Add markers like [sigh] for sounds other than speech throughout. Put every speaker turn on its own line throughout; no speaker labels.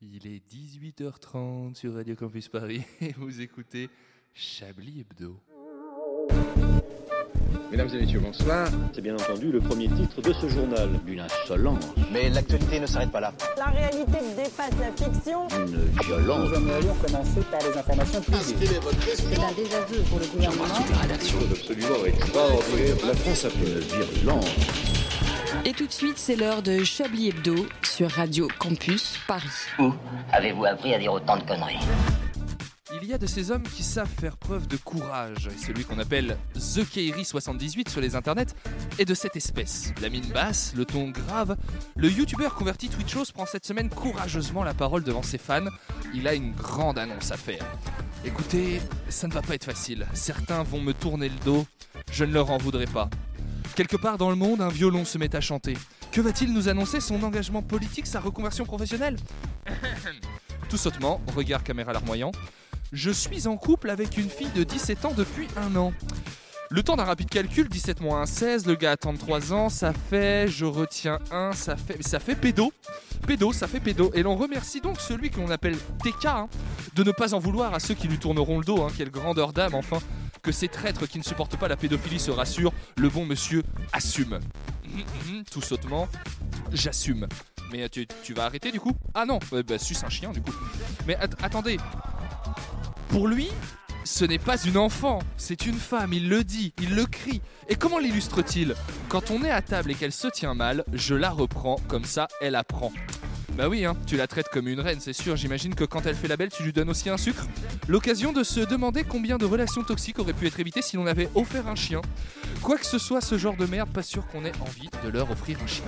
Il est 18h30 sur Radio Campus Paris [laughs] et vous écoutez Chablis Hebdo.
Mesdames et messieurs, bonsoir.
C'est bien entendu le premier titre de ce journal.
D'une insolence.
Mais l'actualité ne s'arrête pas là.
La réalité dépasse la fiction.
Une violence.
Nous aimerions commencer par les informations publiques.
C'est un désaveu pour le gouvernement.
la rédaction.
Absolument extraordinaire.
La France a fait une virulence.
Et tout de suite, c'est l'heure de Chablis Hebdo sur Radio Campus Paris.
Où avez-vous appris à dire autant de conneries
Il y a de ces hommes qui savent faire preuve de courage, et celui qu'on appelle The Kairi 78 sur les internets est de cette espèce. La mine basse, le ton grave, le youtubeur converti Twitchos prend cette semaine courageusement la parole devant ses fans. Il a une grande annonce à faire. Écoutez, ça ne va pas être facile. Certains vont me tourner le dos, je ne leur en voudrais pas. Quelque part dans le monde, un violon se met à chanter. Que va-t-il nous annoncer Son engagement politique, sa reconversion professionnelle [coughs] Tout sautement, regard caméra larmoyant. Je suis en couple avec une fille de 17 ans depuis un an. Le temps d'un rapide calcul, 17 moins 1, 16, le gars attend 3 ans, ça fait, je retiens 1, ça fait, ça fait pédo. Pédo, ça fait pédo. Et l'on remercie donc celui qu'on appelle TK hein, de ne pas en vouloir à ceux qui lui tourneront le dos. hein. Quelle grandeur d'âme, enfin, que ces traîtres qui ne supportent pas la pédophilie se rassurent, le bon monsieur assume. Hum, hum, hum, Tout sautement, j'assume. Mais euh, tu, tu vas arrêter du coup Ah non, euh, bah suce un chien du coup. Mais at- attendez, pour lui, ce n'est pas une enfant, c'est une femme, il le dit, il le crie. Et comment l'illustre-t-il Quand on est à table et qu'elle se tient mal, je la reprends, comme ça elle apprend. Bah oui, hein, tu la traites comme une reine, c'est sûr, j'imagine que quand elle fait la belle, tu lui donnes aussi un sucre. L'occasion de se demander combien de relations toxiques auraient pu être évitées si l'on avait offert un chien. Quoi que ce soit ce genre de merde, pas sûr qu'on ait envie de leur offrir un chien.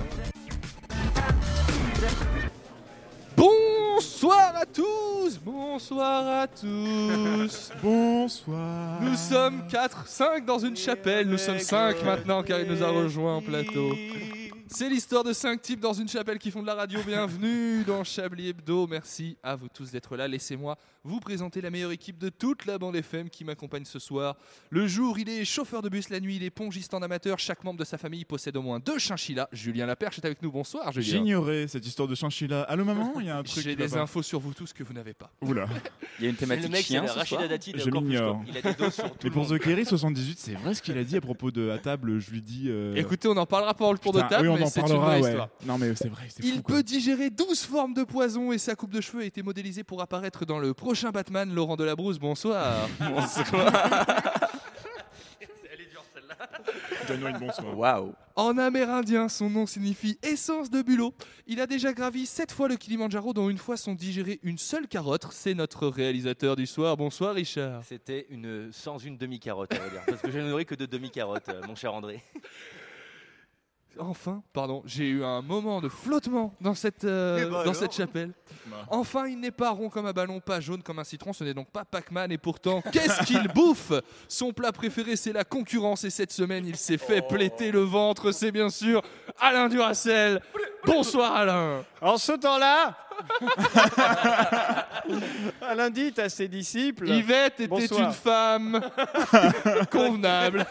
Bonsoir à tous, bonsoir à tous.
Bonsoir.
Nous sommes 4, 5 dans une chapelle. Nous sommes 5 maintenant car il nous a rejoint en plateau. C'est l'histoire de 5 types dans une chapelle qui font de la radio. Bienvenue dans Chablis Hebdo. Merci à vous tous d'être là. Laissez-moi vous présenter la meilleure équipe de toute la bande FM qui m'accompagne ce soir. Le jour, il est chauffeur de bus. La nuit, il est pongiste en amateur. Chaque membre de sa famille possède au moins deux chinchillas. Julien Laperche est avec nous. Bonsoir, Julien.
J'ignorais cette histoire de chinchilla. Allô maman, il y a un truc.
J'ai
qui va
des
pas.
infos sur vous tous que vous n'avez pas.
Oula.
Il y a une thématique
le mec, c'est
chien
le
ce soir.
Rachida Dati de
Je
Corpus
m'ignore.
Cop. Il a des dos sur tout
Mais
le
pour
monde.
The Kerry 78, c'est vrai ce qu'il a dit à propos de à table. Je lui dis. euh,
Écoutez, on en parlera pendant le tour
putain,
de table,
oui, on
mais
en
c'est une
parlera,
vraie
ouais.
histoire.
Non mais c'est vrai, c'est
Il
fou, quoi.
peut digérer 12 formes de poison et sa coupe de cheveux a été modélisée pour apparaître dans le prochain Batman. Laurent Delabrousse,
[laughs]
bonsoir.
[laughs] Donne-moi une bonsoir.
Waouh.
En amérindien, son nom signifie essence de bulot. Il a déjà gravi 7 fois le Kilimanjaro, dont une fois sont digérées une seule carotte. C'est notre réalisateur du soir. Bonsoir Richard.
C'était une sans une demi-carotte, on va dire. Parce que je ne nourris que de demi-carottes, euh, mon cher André.
Enfin, pardon, j'ai eu un moment de flottement dans cette, euh,
Eh ben
dans
alors.
cette chapelle.
Bah.
Enfin, il n'est pas rond comme un ballon, pas jaune comme un citron, ce n'est donc pas Pac-Man et pourtant, [laughs] qu'est-ce qu'il bouffe Son plat préféré, c'est la concurrence et cette semaine, il s'est fait
Oh.
pléter le ventre, c'est bien sûr Alain Duracel. Bonsoir Alain
En ce temps-là, [laughs] Alain dit à ses disciples
Yvette était
Bonsoir.
une
[laughs]
femme convenable.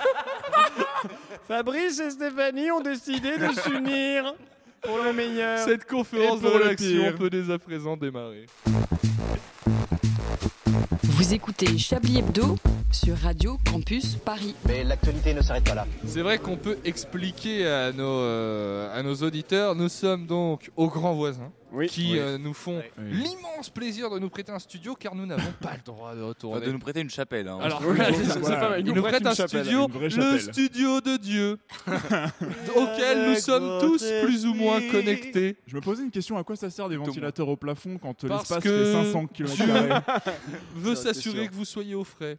Fabrice et Stéphanie ont décidé de s'unir pour le meilleur.
Cette conférence
Et
de
pour le
rédaction
pire.
peut dès à présent démarrer.
Vous écoutez Chablis Hebdo sur Radio Campus Paris.
Mais l'actualité ne s'arrête pas là.
C'est vrai qu'on peut expliquer à nos, euh, à nos auditeurs, nous sommes donc aux grands voisins
Oui.
qui
Oui.
euh, nous font
Ouais.
Oui.
l'immense plaisir de nous prêter un studio car nous n'avons pas le droit de
Enfin,
retourner.
de nous prêter une chapelle. hein.
[laughs]
Alors,
Oui,
voilà,
voilà.
c'est- c'est pas mal.
Ils
Ils
nous
nous
prêtent
prêtent un
une chapelle,
studio,
une vraie
le
chapelle.
studio de Dieu, auquel nous
Avec
sommes tous
votre
plus ou moins
esprit.
connectés.
Je me posais une question à quoi ça sert des ventilateurs au plafond quand euh,
Parce
l'espace
que-
fait 500 km
Veut
Ça, c'est
s'assurer
sûr.
que vous soyez au frais.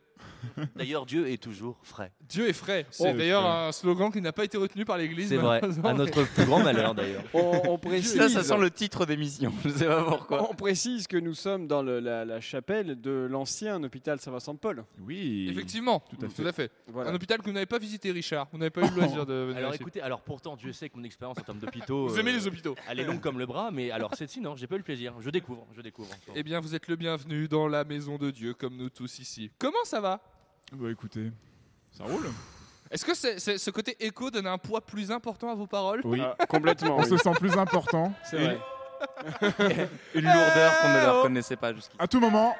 D'ailleurs, Dieu est toujours frais.
Dieu est frais. C'est
Oh,
d'ailleurs
frais.
un slogan qui n'a pas été retenu par l'Église.
C'est vrai.
malheureusement.
À notre plus grand malheur,
[laughs]
d'ailleurs.
On, on précise,
Ça, ça sent le titre d'émission. Je sais pas pourquoi.
on précise que nous sommes dans le- la, la chapelle de l'ancien hôpital Saint-Vincent-de-Paul.
Oui.
[laughs] [laughs] Effectivement, tout
à fait.
à fait.
Voilà.
Un hôpital que vous n'avez pas visité, Richard. Vous n'avez pas eu le loisir de venir
Alors
ici.
écoutez, alors pourtant, Dieu sait que mon expérience en termes d'hôpitaux. euh,
Vous aimez les hôpitaux
Elle est longue comme le bras, mais alors celle-ci, non, j'ai pas eu le plaisir. Je découvre, je découvre.
Eh bien, vous êtes le bienvenu dans la maison de Dieu, comme nous tous ici. Comment ça va
Bah écoutez, ça roule.
Est-ce que c'est- c'est- ce côté écho donne un poids plus important à vos paroles
Oui.
Ah, complètement.
On
oui.
se sent plus important.
C'est vrai.
Une lourdeur qu'on ne leur connaissait pas jusqu'ici.
À tout moment.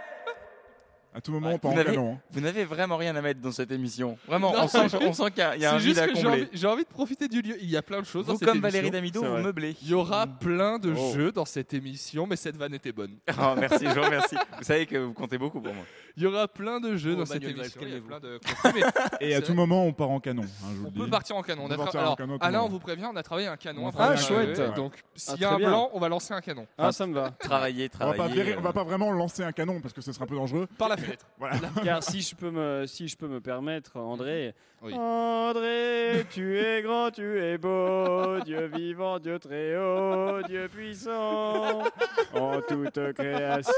À tout moment, on part
Vous
en
n'avez-
canon. hein.
vous n'avez vraiment rien à mettre dans cette émission. Vraiment,
Non,
on sent,
mais-
on sent qu'il y a- il y a un
c'est juste
vide à
que j'ai
combler.
envie- J'ai envie, de profiter du lieu. Il y a plein de choses.
Vous,
dans cette
comme Valérie
émission.
D'Amido, C'est vous vrai. meublez.
Il y aura plein de
Oh.
jeux dans cette émission, mais cette vanne était bonne.
Ah, merci, je vous remercie. Vous savez que vous comptez beaucoup pour moi.
Il y aura plein de jeux
Oh,
dans cette
Manuel
émission.
Valls,
il y a plein de [laughs] euh,
Et à
C'est
tout
vrai.
moment, on part en canon. hein, je vous le
On peut
dis.
partir en canon. On
peut
a
partir
tra-
en
Alors,
canon, tout le
Alain, on
monde.
vous prévient, on a travaillé un canon.
On
après
Ah,
va
le
travailler,
jeu.
ouais.
Donc,
Ah,
s'il y
très
a un
bien.
blanc, on va lancer un canon.
Ah, ça me va.
Travailler,
On va, pas
travailler. euh,
verrer- on va
euh.
pas vraiment lancer un canon parce que ce sera un peu
[laughs]
dangereux.
Par la fenêtre.
[laughs] Car si je peux me, si je peux me permettre, André. André, tu es grand, tu es beau, Dieu vivant, Dieu très haut, Dieu puissant, en toute création.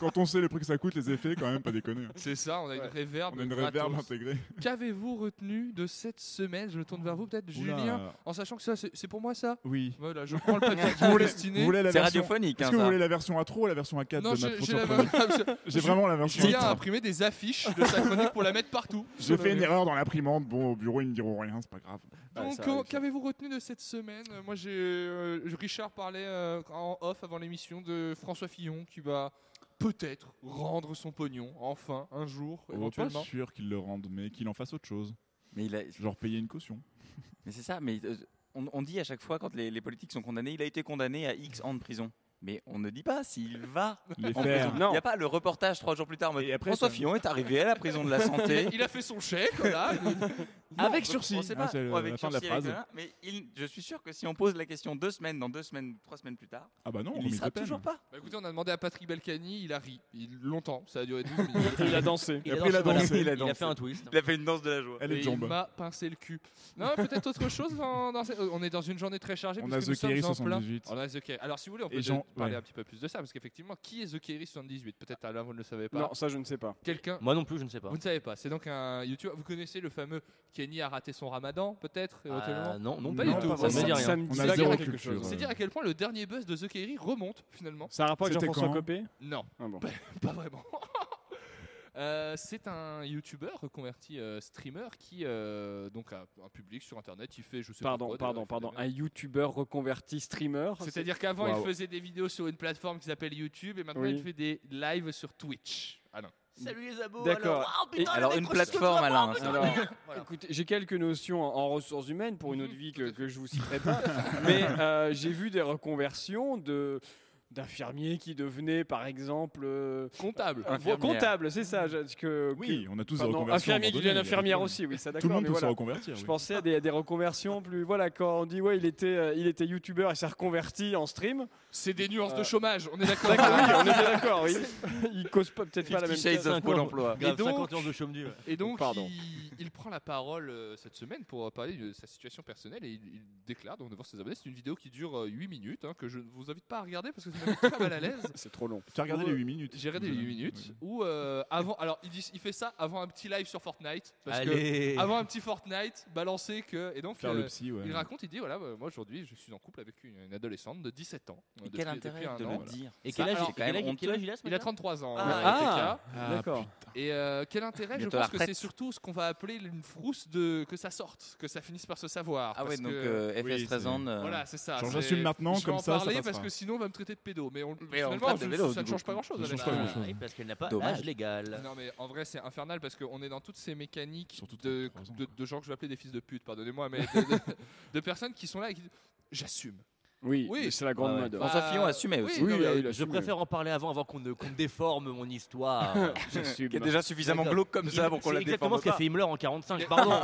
Quand on sait le prix que ça coûte, les effets, quand même, pas déconner. hein.
C'est ça, on a une réverb.
On a une
Ah, gratos.
réverb intégrée.
Qu'avez-vous retenu de cette semaine Je me tourne vers vous, peut-être,
Oula.
Julien, en sachant que ça, c'est c'est pour moi ça
Oui.
Voilà, je prends le papier qui
Vous
m'est
voulez-
destiné.
vous voulez la version-
hein,
Est-ce que vous voulez la version A3 ou la version A4
hein, Non,
de
j'ai
Matt
j'ai la
Frontier Premier
[laughs] version-
J'ai vraiment la version
Julien a
A3.
imprimé des affiches de sa chronique pour la mettre partout.
J'ai fait une erreur dans l'imprimante. Bon, au bureau, ils me diront rien, c'est pas grave.
Donc, euh, qu'avez-vous retenu de cette semaine Euh, Moi, j'ai euh, Richard parlait euh, en off avant l'émission de François Fillon qui va peut-être rendre son pognon enfin un jour
On pas
éventuellement.
sûr qu'ils le rendent, mais qu'ils en fassent autre chose.
Mais il a...
Genre payer une
[laughs]
caution.
Mais c'est ça, mais euh, on, on dit à chaque fois quand les, les politiques sont condamnés, il a été condamné à X ans de prison. Mais on ne dit pas s'il va
Les
en
faire.
prison. Il n'y a pas le reportage trois jours plus tard. en mode, François Fillon est arrivé à la prison de
[laughs]
la santé.
Il a fait son
[laughs]
chèque voilà. Bah,
Avec
Non,
sursis.
on sait pas.
Ah, c'est le-
Ou avec
la fin de la
sursis, avec
phrase.
un-
Mais il- je suis sûr que si on pose la question deux semaines, dans deux semaines, trois semaines plus
Oh,
tard,
Ah bah non,
il y
remise
sera
de peine.
toujours pas.
Bah, écoutez, on a demandé à Patrick Balkany, il a ri. Il, longtemps, ça a duré 12 minutes.
[laughs]
Il a dansé.
Il a
Après, il a
dansé,
dansé.
voilà.
Il a
Il a
dansé.
fait un twist.
Il a fait une danse de la joie.
Elle
Et
est
Il
jambes.
m'a pincé le cul. Non, peut-être autre chose dans, dans ce- On est dans une journée très chargée.
On a
puisque nous
The Kerry
sommes en plein-
78.
On a The Kerry. Alors, si vous voulez, on peut
Et Jean-
parler
ouais.
un petit peu plus de ça. Parce qu'effectivement, qui est The Kerry 78 Peut-être Alain, vous ne le savez pas.
Non, ça je ne sais pas.
Quelqu'un
Moi non plus, je ne sais pas.
Vous ne savez pas. C'est donc un youtubeur. Vous connaissez le fameux Kenny a raté son ramadan, peut-être euh,
Ah,
éventuellement
Euh, non, non,
pas
non,
du tout.
pas vraiment. Ça me dit rien.
me
C'est
dit
dire à
zéro
quel-
quelque chose.
C'est dire à quel point le dernier buzz de The Kerry remonte finalement.
Ça a un rapport avec
C'était
Jean-François
quand
Copé
[laughs] Non.
Ah bon.
Pas- Pas vraiment. [laughs] Euh, c'est un youtubeur reconverti euh, streamer qui euh, donc a un public sur internet. Il fait je sais pas
Pardon,
quoi. de-
pardon, pardon. Un youtubeur reconverti streamer.
C'est-à-dire qu'avant
Waouh.
il faisait des vidéos sur une plateforme qui s'appelle YouTube et maintenant
Oui.
il fait des lives sur Twitch.
[laughs]
Alain.
Salut les abos.
D'accord.
Et- alors, une plateforme, Alain. hein,
Alors, [laughs]
c'est-
écoutez, j'ai quelques notions en, en ressources humaines pour une
Mhm.
autre vie que, que je vous citerai pas,
[laughs]
mais euh, j'ai vu des reconversions de d'infirmiers qui devenaient par exemple euh,
comptable
Infirmière.
comptable c'est ça je- parce que
Oui,
que-
on a tous des
pardon,
reconversions à un
infirmier qui
moment
devient
donné,
infirmière
évidemment.
aussi oui ça
Tout le
d'accord
monde
mais
peut se
voilà.
reconvertir,
je
oui.
pensais à des, à des reconversions plus voilà quand on dit ouais il était euh, il était youtubeur et s'est reconverti
[laughs]
en stream
C'est des nuances
Euh,
de chômage. On est
[laughs]
d'accord.
d'accord oui, on est bien d'accord oui [laughs] il cause pas peut-être pas la même
Shades of Pôle emploi.
Et
Grave,
donc-
50 nuances de chômage.
Et donc,
Pardon.
Il, il prend la parole euh, cette semaine pour euh, parler de sa situation personnelle et il, il déclare donc devant ses abonnés. C'est une vidéo qui dure euh, 8 minutes, hein, que je ne vous invite pas à regarder parce que ça m'a mis très mal à
[laughs]
l'aise.
c'est trop long
Tu as regardé
Où,
les
euh,
8 minutes
J'ai regardé les 8 minutes. Ou euh, avant, alors il, dit- il fait ça avant un petit live sur Fortnite. Parce
Allez.
que avant un petit Fortnite, balancer que. Et donc, euh,
Faire le psy, ouais.
il raconte, il dit voilà, bah, moi aujourd'hui je suis en couple avec une, une adolescente de 17 ans. euh,
Mais
depuis-
quel
depuis
intérêt
un
de
an,
le
voilà.
dire
Et
Ça-
quel âge-
alors,
quel âge- quel âge il a, ce
Il a
matin
33 ans. euh,
Ah,
TK.
ah, d'accord
Et euh, quel intérêt Je
Bientôt
pense
la
que
retraite.
c'est surtout ce qu'on va appeler une frousse de que ça sorte, que ça finisse par se savoir.
Ah ouais,
parce
donc
que-
euh, FS
Oui,
13 ans.
c'est-
euh,
Voilà, c'est ça.
Genre,
c'est-
j'assume maintenant,
je vais
comme
en
ça, ça
parler
passera.
parce que sinon on va me traiter de pédo. Mais, on,
Mais on
finalement,
traite de
je-
vélo,
ça
du
ne change
coup.
pas grand-chose.
Ça
à la
change pas
fin.
grand-chose.
Oui, parce qu'elle n'a pas
Dommage.
âge légal.
Non mais en vrai c'est infernal parce qu'on est dans toutes ces mécaniques
Surtout
de,
33 ans,
de, de gens que je vais appeler des fils de pute, pardonnez-moi, mais de,
[laughs]
de- de personnes qui sont là et qui disent j'assume.
oui,
Oui.
mais c'est la grande
Ah
Ouais, ouais.
mode
François Fillon assumait
oui,
aussi.
non, mais-
ah oui, il a
euh, Je
assumé.
préfère en parler avant, avant qu'on ne- qu'on ne déforme mon histoire.
J'assume.
Qui est déjà suffisamment
D'accord.
glauque comme ça
Il-
pour qu'on
c'est
la
exactement
déforme
ce qu'a
pas.
fait Himmler en 45,
Mais-
pardon.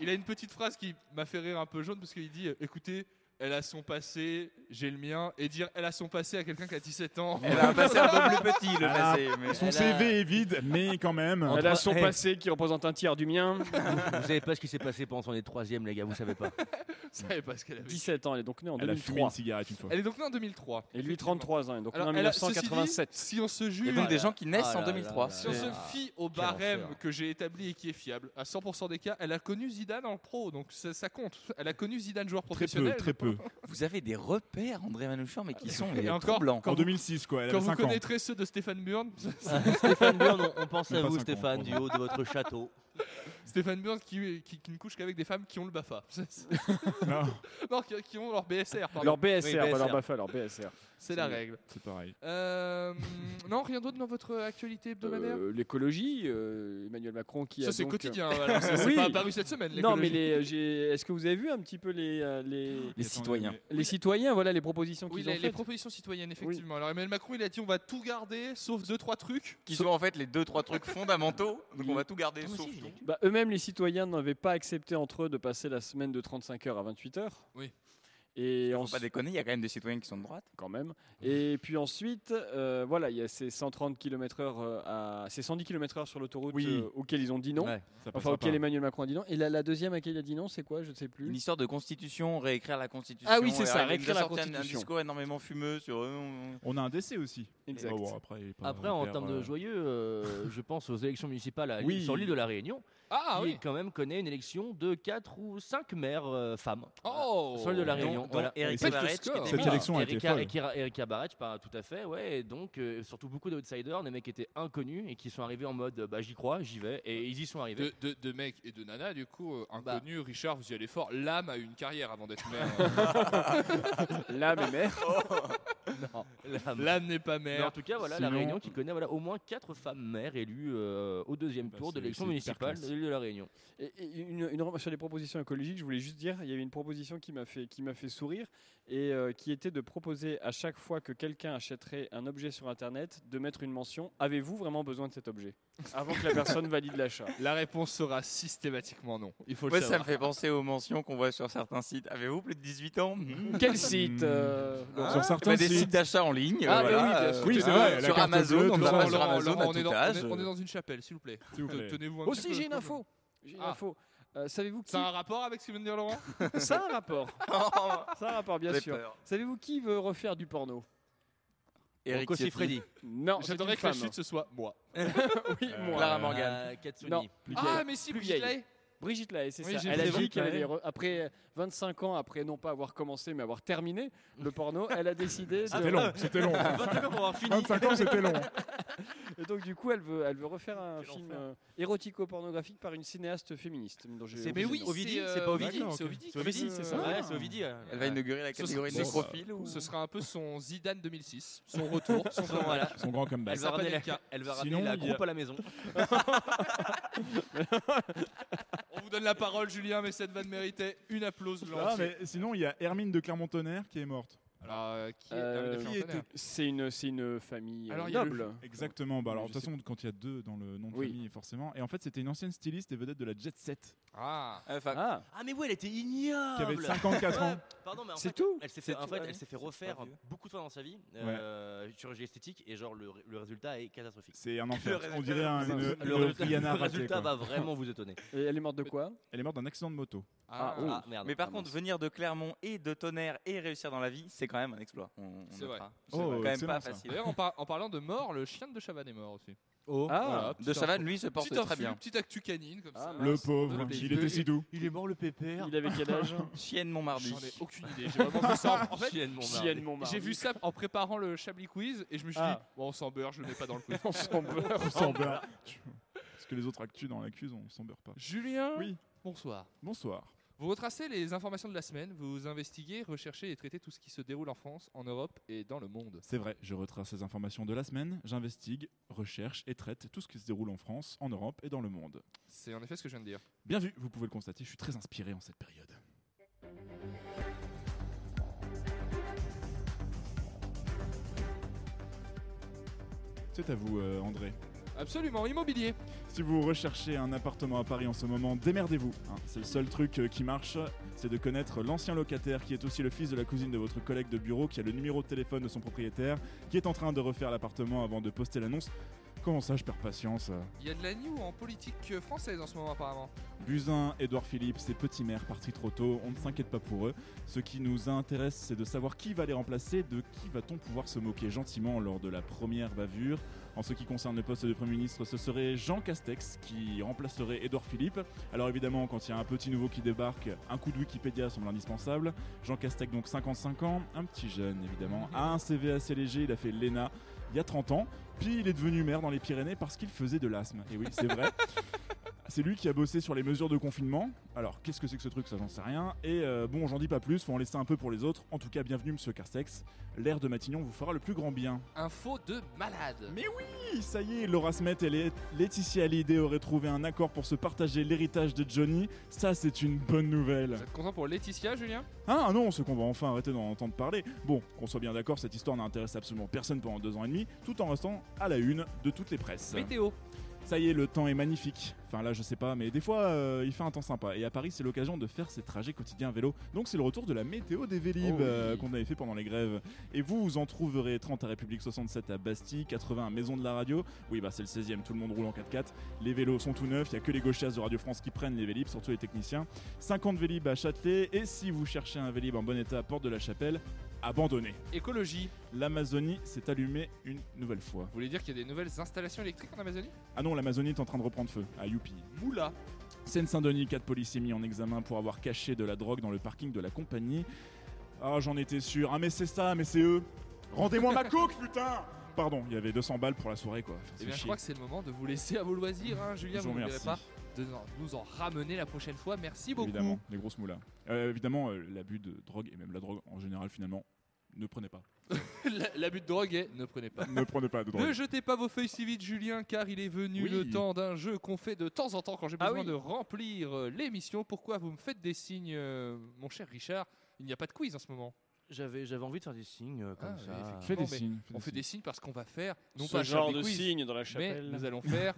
Il a une petite phrase qui m'a fait rire un peu jaune parce qu'il dit euh, écoutez, elle a son passé, j'ai le mien, et dire elle a son passé à quelqu'un qui a 17 ans. [laughs]
Elle a un passé un peu plus petit, le
Ah,
passé. mais-
Son
Elle a-
CV est vide, mais quand même.
elle a son
Eh.
passé qui représente un tiers
[laughs]
du mien
Ah
vous savez pas ce qui s'est passé pendant son est troisième, les gars, vous savez pas.
Ça savait pas ce qu'elle avait.
17 ans elle est donc née en
Elle a fumé une
2003
cigarette une fois.
Elle est donc née en 2003.
et lui 33 ans et donc née en
elle a- ceci dit,
1987
si on se
Il y
juge,
a donc des gens qui naissent
Ah
en
là
2003.
là là
si on
Ouais.
se
Ah,
fie au
quel
barème
enfer.
que j'ai établi et qui est fiable, à 100% des cas, elle a connu Zidane en pro, donc ça, ça compte. Elle a connu Zidane joueur
Très peu,
professionnel.
très peu.
Vous avez des repères, André Manouchian, mais qui sont
Et
mais,
encore,
troublants.
Quand
En
vous-
2006, quoi. Elle
Quand
avait
vous
5 ans.
connaîtrez ceux de Stéphane Burn, [laughs]
Stéphane Bern, on, on pense
Même
à
pas
vous,
cinquante,
Stéphane, du
pardon.
haut de votre château.
Stéphane Burns qui, qui- qui ne couche qu'avec des femmes qui ont le BAFA. [laughs] non. qui, qui ont leur BSR. pardon.
Leur BSR, pas leur BAFA, leur BSR.
C'est la règle.
C'est pareil.
Euh, non, rien d'autre dans votre actualité hebdomadaire
Euh, l'écologie, euh, Emmanuel Macron qui
Ça,
a
c'est
donc, euh,
quotidien, voilà, c'est- c'est
[laughs] Oui.
pas apparu cette semaine,
Non, mais
l'écologie.
les, euh, j'ai- est-ce que vous avez vu un petit peu les euh, les,
Les citoyens.
les citoyens, voilà les propositions
Oui,
qu'ils ont
les, les
faites.
propositions citoyennes, effectivement. Alors Emmanuel Macron, il a dit on va tout garder sauf deux trois trucs.
Qui sont en fait les deux, trois trucs fondamentaux. Donc on va tout garder sauf tout.
Bah, eux-mêmes, les citoyens n'avaient pas accepté entre eux de passer la semaine de 35 heures à 28 heures.
Oui.
Et
Faut pas déconner, il y a quand même des citoyens qui sont de droite.
quand même. Et puis ensuite, euh, voilà, il y a ces 130 km/h euh, à ces 110 km/h sur l'autoroute
Oui.
euh, auxquels ils ont dit non.
Ouais,
enfin,
ça passera
auquel
pas.
Emmanuel Macron a dit non. Et la, la deuxième à laquelle il a dit non, c'est quoi Je ne sais plus.
Une histoire de constitution, réécrire la constitution.
Mmh. Ah oui, c'est
et
ça,
alors, il
réécrire
nous a
la
sorti un- Un
Constitution.
discours énormément fumeux sur. euh, on-
On a un décès aussi.
Exact.
Oh, bon, après, il est pas
Après, en
hyper,
termes
euh,
de joyeux, euh, je pense aux élections municipales à-
Oui.
sur l'île de la Réunion,
Ah,
qui
oui.
quand même connaît une élection de 4 ou 5 maires euh, femmes.
Oh
Sur l'île de la Réunion.
dont
voilà.
Erika Faites le Barrett, score. qui était
Cette
mort.
élection a été
Erika,
folle.
Erika- Erika Barrett, je parle tout à fait, ouais. Et donc, euh, surtout beaucoup d'outsiders, des mecs qui étaient inconnus et qui sont arrivés en mode euh, bah j'y crois, j'y vais. Et ils y sont arrivés.
De, de, de mecs et de nanas, du coup, euh, inconnus, Richard, vous y allez fort. L'âme a eu une carrière avant d'être Euh, mère.
L'âme est mère
[laughs] Non.
L'âme n'est pas
Mais
mère.
en tout cas, voilà, la
Sinon-
Réunion qui connaît voilà, au moins 4 femmes maires élues euh, au deuxième tour de
c'est-
l'élection
c'est hyper
municipale de
classe.
l'île de la Réunion.
Et- et une, une remarque sur les propositions écologiques, je voulais juste dire, il y avait une proposition qui m'a fait, qui m'a fait sourire et euh, qui était de proposer à chaque fois que quelqu'un achèterait un objet sur Internet, de mettre une mention Avez-vous vraiment besoin de cet objet Avant que la
[laughs]
personne valide l'achat.
La réponse sera systématiquement non. Il faut
Moi,
le
ça
savoir.
me fait penser aux mentions qu'on voit sur certains sites. Avez-vous plus de 18 ans Hmm.
Quel site, euh,
Ah,
Laurent
bah, Des sites d'achat en ligne. euh,
Ah, bah
voilà,
oui, bien
euh,
sûr.
tout ça. Sur Amazon, on
Laurent,
n'a pas sur
Laurent,
Amazon
Laurent,
à
on, est
tout
dans,
âge.
on est- on est dans une chapelle, s'il vous plaît.
S'il vous plaît.
Tenez-vous
Ah,
un petit
Aussi,
peu.
j'ai une info. J'ai une
Ah.
info. Euh, savez-vous qui
C'est un rapport avec ce que vient de dire Laurent
Ça a
[laughs]
un rapport. Ça a un rapport, bien
Oh. J'ai
sûr.
peur.
Savez-vous qui veut refaire du porno
Eric Ciotti. Ciotti.
Non, c'est
J'adorerais
une
que la
femme.
chute ce soit moi.
oui,
Euh,
moi.
Clara Morgan. Euh,
Katsuni.
Non, plus
Ah,
vieille.
mais si,
Plus
Brigitte
vieille.
Lahaye.
Brigitte Lahaye, c'est
Oui,
ça.
j'ai
Elle a
fait
dit
Brigitte
qu'elle
Lahaye.
allait, re- après 25 ans, après non pas avoir commencé, mais avoir terminé le porno, elle a décidé
Ah,
de...
C'était long, c'était long. 25 ans pour avoir fini. 25 ans, c'était long.
[laughs] Et donc, du coup, elle veut, elle veut refaire un film euh, érotico-pornographique par une cinéaste féministe. dont j'ai
C'est-
oublié
mais
le
oui,
nom.
Ovidi, c'est pas Ovidi,
c'est euh, Ovidi.
C'est Ovidi, c'est ça. Ouais, c'est Ovidi, ouais.
Elle va inaugurer la
Ce
catégorie
sera-
nécrophile ou-
Ce sera un peu son Zidane 2006, son retour,
[laughs]
son,
Son- voilà. Bah,
Son grand comeback.
Elle va ramener la,
Zapanenka.
elle va ramener la
il y a-
groupe à la maison.
On vous donne la parole, Julien, mais cette vanne méritait une applause. de
Ah,
l'entier.
mais sinon, il y a Hermine de Clermont-Tonnerre qui est morte.
Alors, euh, qui est
Euh,
Hermine de
qui
Clermont-Tonnerre
était- C'est une, c'est une famille euh,
Alors, il y a le-
noble.
Exactement. Bah, alors, de
Je
toute façon, quand il y a deux dans le nom de
Oui.
famille, forcément. Et en fait, c'était une ancienne styliste et vedette de la Jet Set
Ah.
Ah.
Ah mais ouais, elle était ignoble.
qui avait 54 ans.
Ouais, Pardon, mais en
C'est
fait,
tout
Elle s'est
C'est
fait, en
tout,
fait,
ouais,
elle s'est fait refaire beaucoup de fois dans sa vie, euh, chirurgie esthétique, et genre le, le résultat est catastrophique.
C'est un enfer.
Le
On dirait un-
résultat-
une-
le
une
résultat-
Rihanna
le
ratée, quoi.
résultat va vraiment vous étonner.
Et elle est morte de quoi
Elle est morte d'un accident de moto.
Ah,
oh.
Ah, merde.
Mais par
Ah,
contre,
mince.
venir de Clermont et de Tonnerre et réussir dans la vie, c'est quand même un exploit. On- on
C'est vrai.
notera.
Oh,
quand même
excellent,
pas
ça.
facile.
D'ailleurs, en, par- en parlant de mort, le chien de Chavannes est mort aussi.
Oh.
Ah.
Voilà,
de
petite
Chavannes,
info.
lui, se porte
Petite
très
info,
bien. Ah,
Petite actu canine, comme ça.
Le pauvre.
Voilà.
Il était si
[laughs]
doux.
Ah, Il est mort le pépère.
Il avait quel âge
Chienne Montmardi.
J'en ai aucune idée. J'ai [laughs] vraiment
[laughs]
vu ça. en- En fait,
Chienne, mon mari.
Chienne Montmardi.
j'ai vu ça en préparant le Chablis quiz et je me suis
Ah.
dit, bon, on s'en beurre, je le mets pas dans le quiz.
[laughs] On s'en beurre.
On s'en beurre. Tu- Parce que les autres actus dans l'accuse, on s'en beurre pas.
Julien,
Oui.
bonsoir.
Bonsoir.
Vous retracez les informations de la semaine, vous investiguez, recherchez et traitez tout ce qui se déroule en France, en Europe et dans le monde.
C'est vrai, je retrace les informations de la semaine, j'investigue, recherche et traite tout ce qui se déroule en France, en Europe et dans le monde.
C'est en effet ce que je viens de dire.
Bien vu, vous pouvez le constater, je suis très inspiré en cette période. C'est à vous, euh, André.
Absolument, immobilier.
Si vous recherchez un appartement à Paris en ce moment, démerdez-vous. hein. C'est le seul truc euh, qui marche, c'est de connaître l'ancien locataire qui est aussi le fils de la cousine de votre collègue de bureau, qui a le numéro de téléphone de son propriétaire, qui est en train de refaire l'appartement avant de poster l'annonce. Comment ça, je perds patience euh
Il y a de la new en politique euh, française en ce moment, apparemment.
Buzyn, Édouard Philippe, ces petits maires partis trop tôt, on ne s'inquiète pas pour eux. Ce qui nous intéresse, c'est de savoir qui va les remplacer, de qui va-t-on pouvoir se moquer gentiment lors de la première bavure. En ce qui concerne le poste de Premier ministre, ce serait Jean Castex qui remplacerait Édouard Philippe. Alors évidemment, quand il y a un petit nouveau qui débarque, un coup de Wikipédia semble indispensable. Jean Castex, donc 55 ans, un petit jeune évidemment, a un CV assez léger, il a fait l'ENA il y a 30 ans. Puis il est devenu maire dans les Pyrénées parce qu'il faisait de l'asthme. Et oui, c'est vrai. C'est lui qui a bossé sur les mesures de confinement. Alors, qu'est-ce que c'est que ce truc Ça, j'en sais rien. Et euh, bon, j'en dis pas plus, faut en laisser un peu pour les autres. En tout cas, bienvenue, monsieur Carsex. L'air de Matignon vous fera le plus grand bien.
Info de malade.
Mais oui, ça y est, Laura Smet et Lé- Laetitia Hallyday auraient trouvé un accord pour se partager l'héritage de Johnny. Ça, c'est une bonne nouvelle.
Content pour Laetitia, Julien
Ah non, ce qu'on va enfin arrêter d'en entendre parler. Bon, qu'on soit bien d'accord, cette histoire n'a intéressé absolument personne pendant deux ans et demi, tout en restant à la une de toutes les presses.
Météo.
Ça y est, le temps est magnifique. Enfin là, je sais pas, mais des fois, euh, il fait un temps sympa. Et à Paris, c'est l'occasion de faire ses trajets quotidiens à vélo. Donc c'est le retour de la météo des Vélib
Oh oui.
euh, qu'on avait fait pendant les grèves. Et vous, vous en trouverez 30 à République 67 à Bastille, 80 à Maison de la Radio. Oui, bah c'est le 16 e tout le monde roule en 4x4. Les vélos sont tout neufs, il y a que les gauchasses de Radio France qui prennent les Vélib, surtout les techniciens. 50 Vélib à Châtelet. Et si vous cherchez un Vélib en bon état à Porte de la Chapelle, abandonnez.
Écologie.
L'Amazonie s'est allumée une nouvelle fois.
Vous voulez dire qu'il y a des nouvelles installations électriques en Amazonie
Ah non, l'Amazonie est en train de reprendre feu. Ah youpi.
Moula.
Seine-Saint-Denis, 4 policiers mis en examen pour avoir caché de la drogue dans le parking de la compagnie. Ah, j'en étais sûr. Ah, mais c'est ça, mais c'est eux. Rendez-moi ma coke, putain Pardon, il y avait 200 balles pour la soirée, quoi.
Eh
C'est
bien, je crois que c'est le moment de vous laisser à vos loisirs, hein, Julien.
Je vous
vous n'oublierez
remercie.
pas de n- nous en ramener la prochaine fois. Merci beaucoup.
Évidemment, les grosses moulas. Euh, évidemment, euh, l'abus de drogue, et même la drogue en général, finalement, ne prenez pas.
[laughs] La- L'abus de drogue est ne prenez pas.
Ne prenez pas de drogue.
Ne jetez pas vos feuilles si vite, Julien, car il est venu
Oui.
le temps d'un jeu qu'on fait de temps en temps quand j'ai
Ah
besoin
oui.
de remplir euh, l'émission. Pourquoi vous me faites des signes, euh, mon cher Richard Il n'y a pas de quiz en ce moment.
J'avais j'avais envie de faire des signes euh, comme
Ah,
ça.
oui, effectivement,
Fais des
mais
signes, fais
On
des
fait des signes parce qu'on va faire non
Ce
pas
genre
faire des
de
quiz,
signes dans la chapelle.
Mais nous allons faire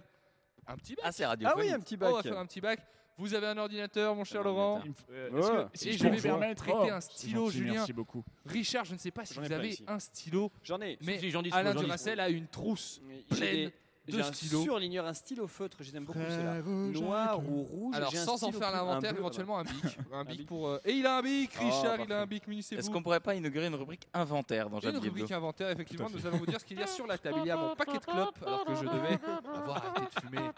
un petit bac.
Assez
radiophonique. Ah oui, un petit bac.
On va faire un petit bac. Vous avez un ordinateur, mon cher Laurent.
Il me faut-
Euh,
Ouais.
est-ce que-
Ouais.
Et
Je
je vais
pense
me
que-
permettre de prêter
Oh,
un
c'est
stylo,
gentil,
Julien.
merci beaucoup.
Richard, je ne sais pas si
J'en ai
vous
pas
avez
ici.
un stylo.
J'en ai.
Mais
Si, j'en dis,
Alain
j'en dis.
Duracell a une trousse
J'ai
pleine
des-
de
J'ai un
stylos.
surligneur, un stylo feutre, j'aime beaucoup cela.
Frère
Noir ou rouge.
Alors
j'ai un
sans en
stylo
faire
bleu, un
l'inventaire,
bleu,
éventuellement un bic. Un bic
bic.
pour. euh, Et il a un bic,
Oh,
Richard, il
parfait.
a un bic, munissez-vous.
Est-ce qu'on pourrait pas inaugurer une rubrique inventaire dans
Et une
Chablis
rubrique
Hebdo
inventaire, effectivement,
Tout à
nous
fait.
allons vous dire ce qu'il y a sur la table. Il y a mon paquet de clopes, alors que je devais avoir arrêté de fumer.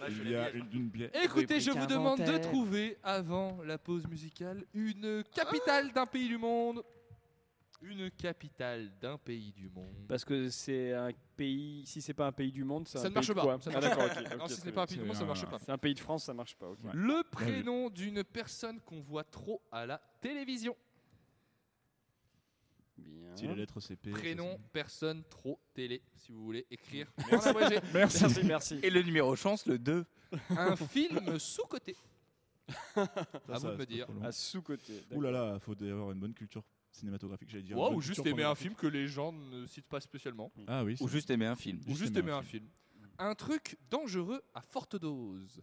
Euh,
Il y a une, une bière.
Écoutez, je vous demande de trouver, avant la pause musicale, une capitale d'un pays du monde. Une capitale d'un pays du monde.
Parce que c'est un pays. Si c'est pas un pays du monde, c'est
Ça
un
ne
pays
marche
de
pas, ça
quoi
ne
Ah,
marche
d'accord,
pas.
ok, ok,
Non, si ce
très
n'est pas un
bien.
pays du monde, ça ne marche pas.
C'est un pays de France, ça marche pas. ok.
Le prénom d'une personne qu'on voit trop à la télévision.
Bien.
Si la lettre CP.
Prénom, personne, trop, télé, si vous voulez écrire. en abrégé.
Et le numéro chance, le 2.
Un film [laughs] sous-côté. À vous
ça,
de me
c'est pas
dire.
trop long.
À sous-côté.
Ouh là là, faut avoir une bonne culture cinématographique, j'allais dire.
Ouah,
Une
ou
bonne
juste
culture
aimer un
pornographique.
film que les gens ne citent pas spécialement.
Ah oui.
Ou juste aimer un film.
Ou juste aimer un film. Un truc dangereux à forte dose.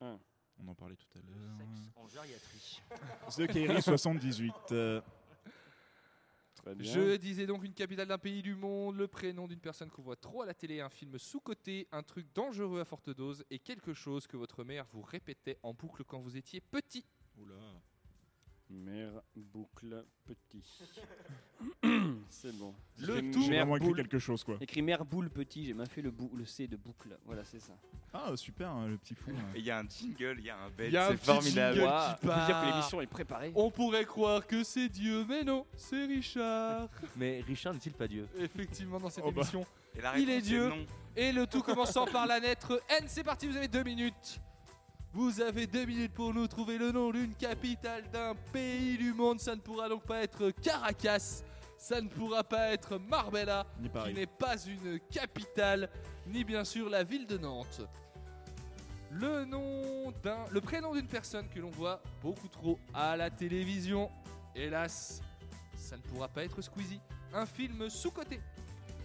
On en parlait tout à
Sexe
l'heure.
en gériatrie.
The
[laughs]
Kairi 78. euh,
Je disais donc une capitale d'un pays du monde, le prénom d'une personne qu'on voit trop à la télé, un film sous-côté, un truc dangereux à forte dose et quelque chose que votre mère vous répétait en boucle quand vous étiez petit.
Oula.
Mère boucle petit.
[coughs]
c'est bon.
Le
J'ai
tout- J'ai
mère
vraiment écrit
boule-
quelque chose, quoi.
Écrit mère boule petit, j'ai même fait le, bou- le C de boucle. Voilà, c'est ça.
Ah, super, hein, le petit fou. là.
Il y a un jingle, il y a un bed,
Il y a un
c'est
petit
formidable.
jingle
Ouah,
qui
on peut dire
part.
que l'émission est préparée.
On pourrait croire que c'est Dieu, mais non, c'est Richard.
Mais Richard n'est-il pas Dieu
[laughs] Effectivement, dans cette
Oh bah.
émission,
Et la
il est
réponse est
Dieu.
non.
Et le tout commençant par la lettre N. C'est parti, vous avez deux minutes. Vous avez deux minutes pour nous trouver le nom d'une capitale d'un pays du monde. Ça ne pourra donc pas être Caracas. Ça ne pourra pas être Marbella,
Ni Paris.
qui n'est pas une capitale, ni bien sûr la ville de Nantes. Le nom d'un, le prénom d'une personne que l'on voit beaucoup trop à la télévision. Hélas, ça ne pourra pas être Squeezie. Un film sous-coté.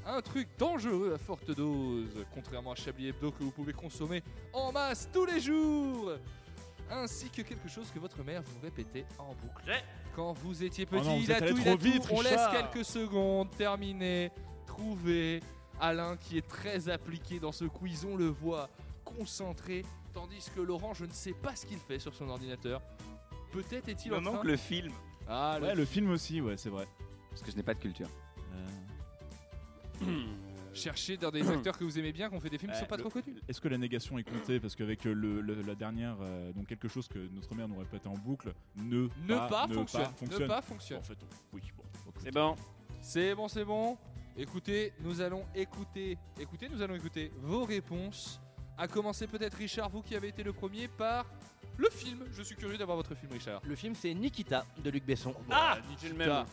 Un truc dangereux à forte dose, contrairement à Chablis Hebdo que vous pouvez consommer en masse tous les jours. Ainsi que quelque chose que votre mère vous répétait en boucle. Quand vous étiez petit,
Oh non, vous
il a
êtes
tout,
allé
il
trop
a tout.
vite,
On laisse
Richard.
quelques secondes, terminé, trouvé. Alain qui est très appliqué dans ce quiz, on le voit, concentré, tandis que Laurent, je ne sais pas ce qu'il fait sur son ordinateur. Peut-être est-il
Il en
en train...
manque le film.
Ah, le
Ouais, le film aussi, ouais, c'est vrai. Euh,
Parce que je n'ai pas de culture.
Oh. [clears throat]
Chercher dans des acteurs que vous aimez bien, qu'on fait des films qui sont pas trop connus.
Est-ce que la négation est comptée Parce qu'avec euh, le, le- la dernière, euh, donc quelque chose que notre mère nous répétait en boucle, ne,
Bah, Ne pas,
ne
fonctionne.
pas fonctionne.
Ne pas fonctionne.
En fait, on- oui, bon. ok.
C'est bon.
C'est bon, c'est bon. Écoutez, nous allons écouter, écoutez, nous allons écouter vos réponses. À commencer peut-être Richard, vous qui avez été le premier, par le film. Je suis curieux d'avoir votre film, Richard.
Le film, c'est Nikita de Luc Besson.
Ah,
Nikita.
le même.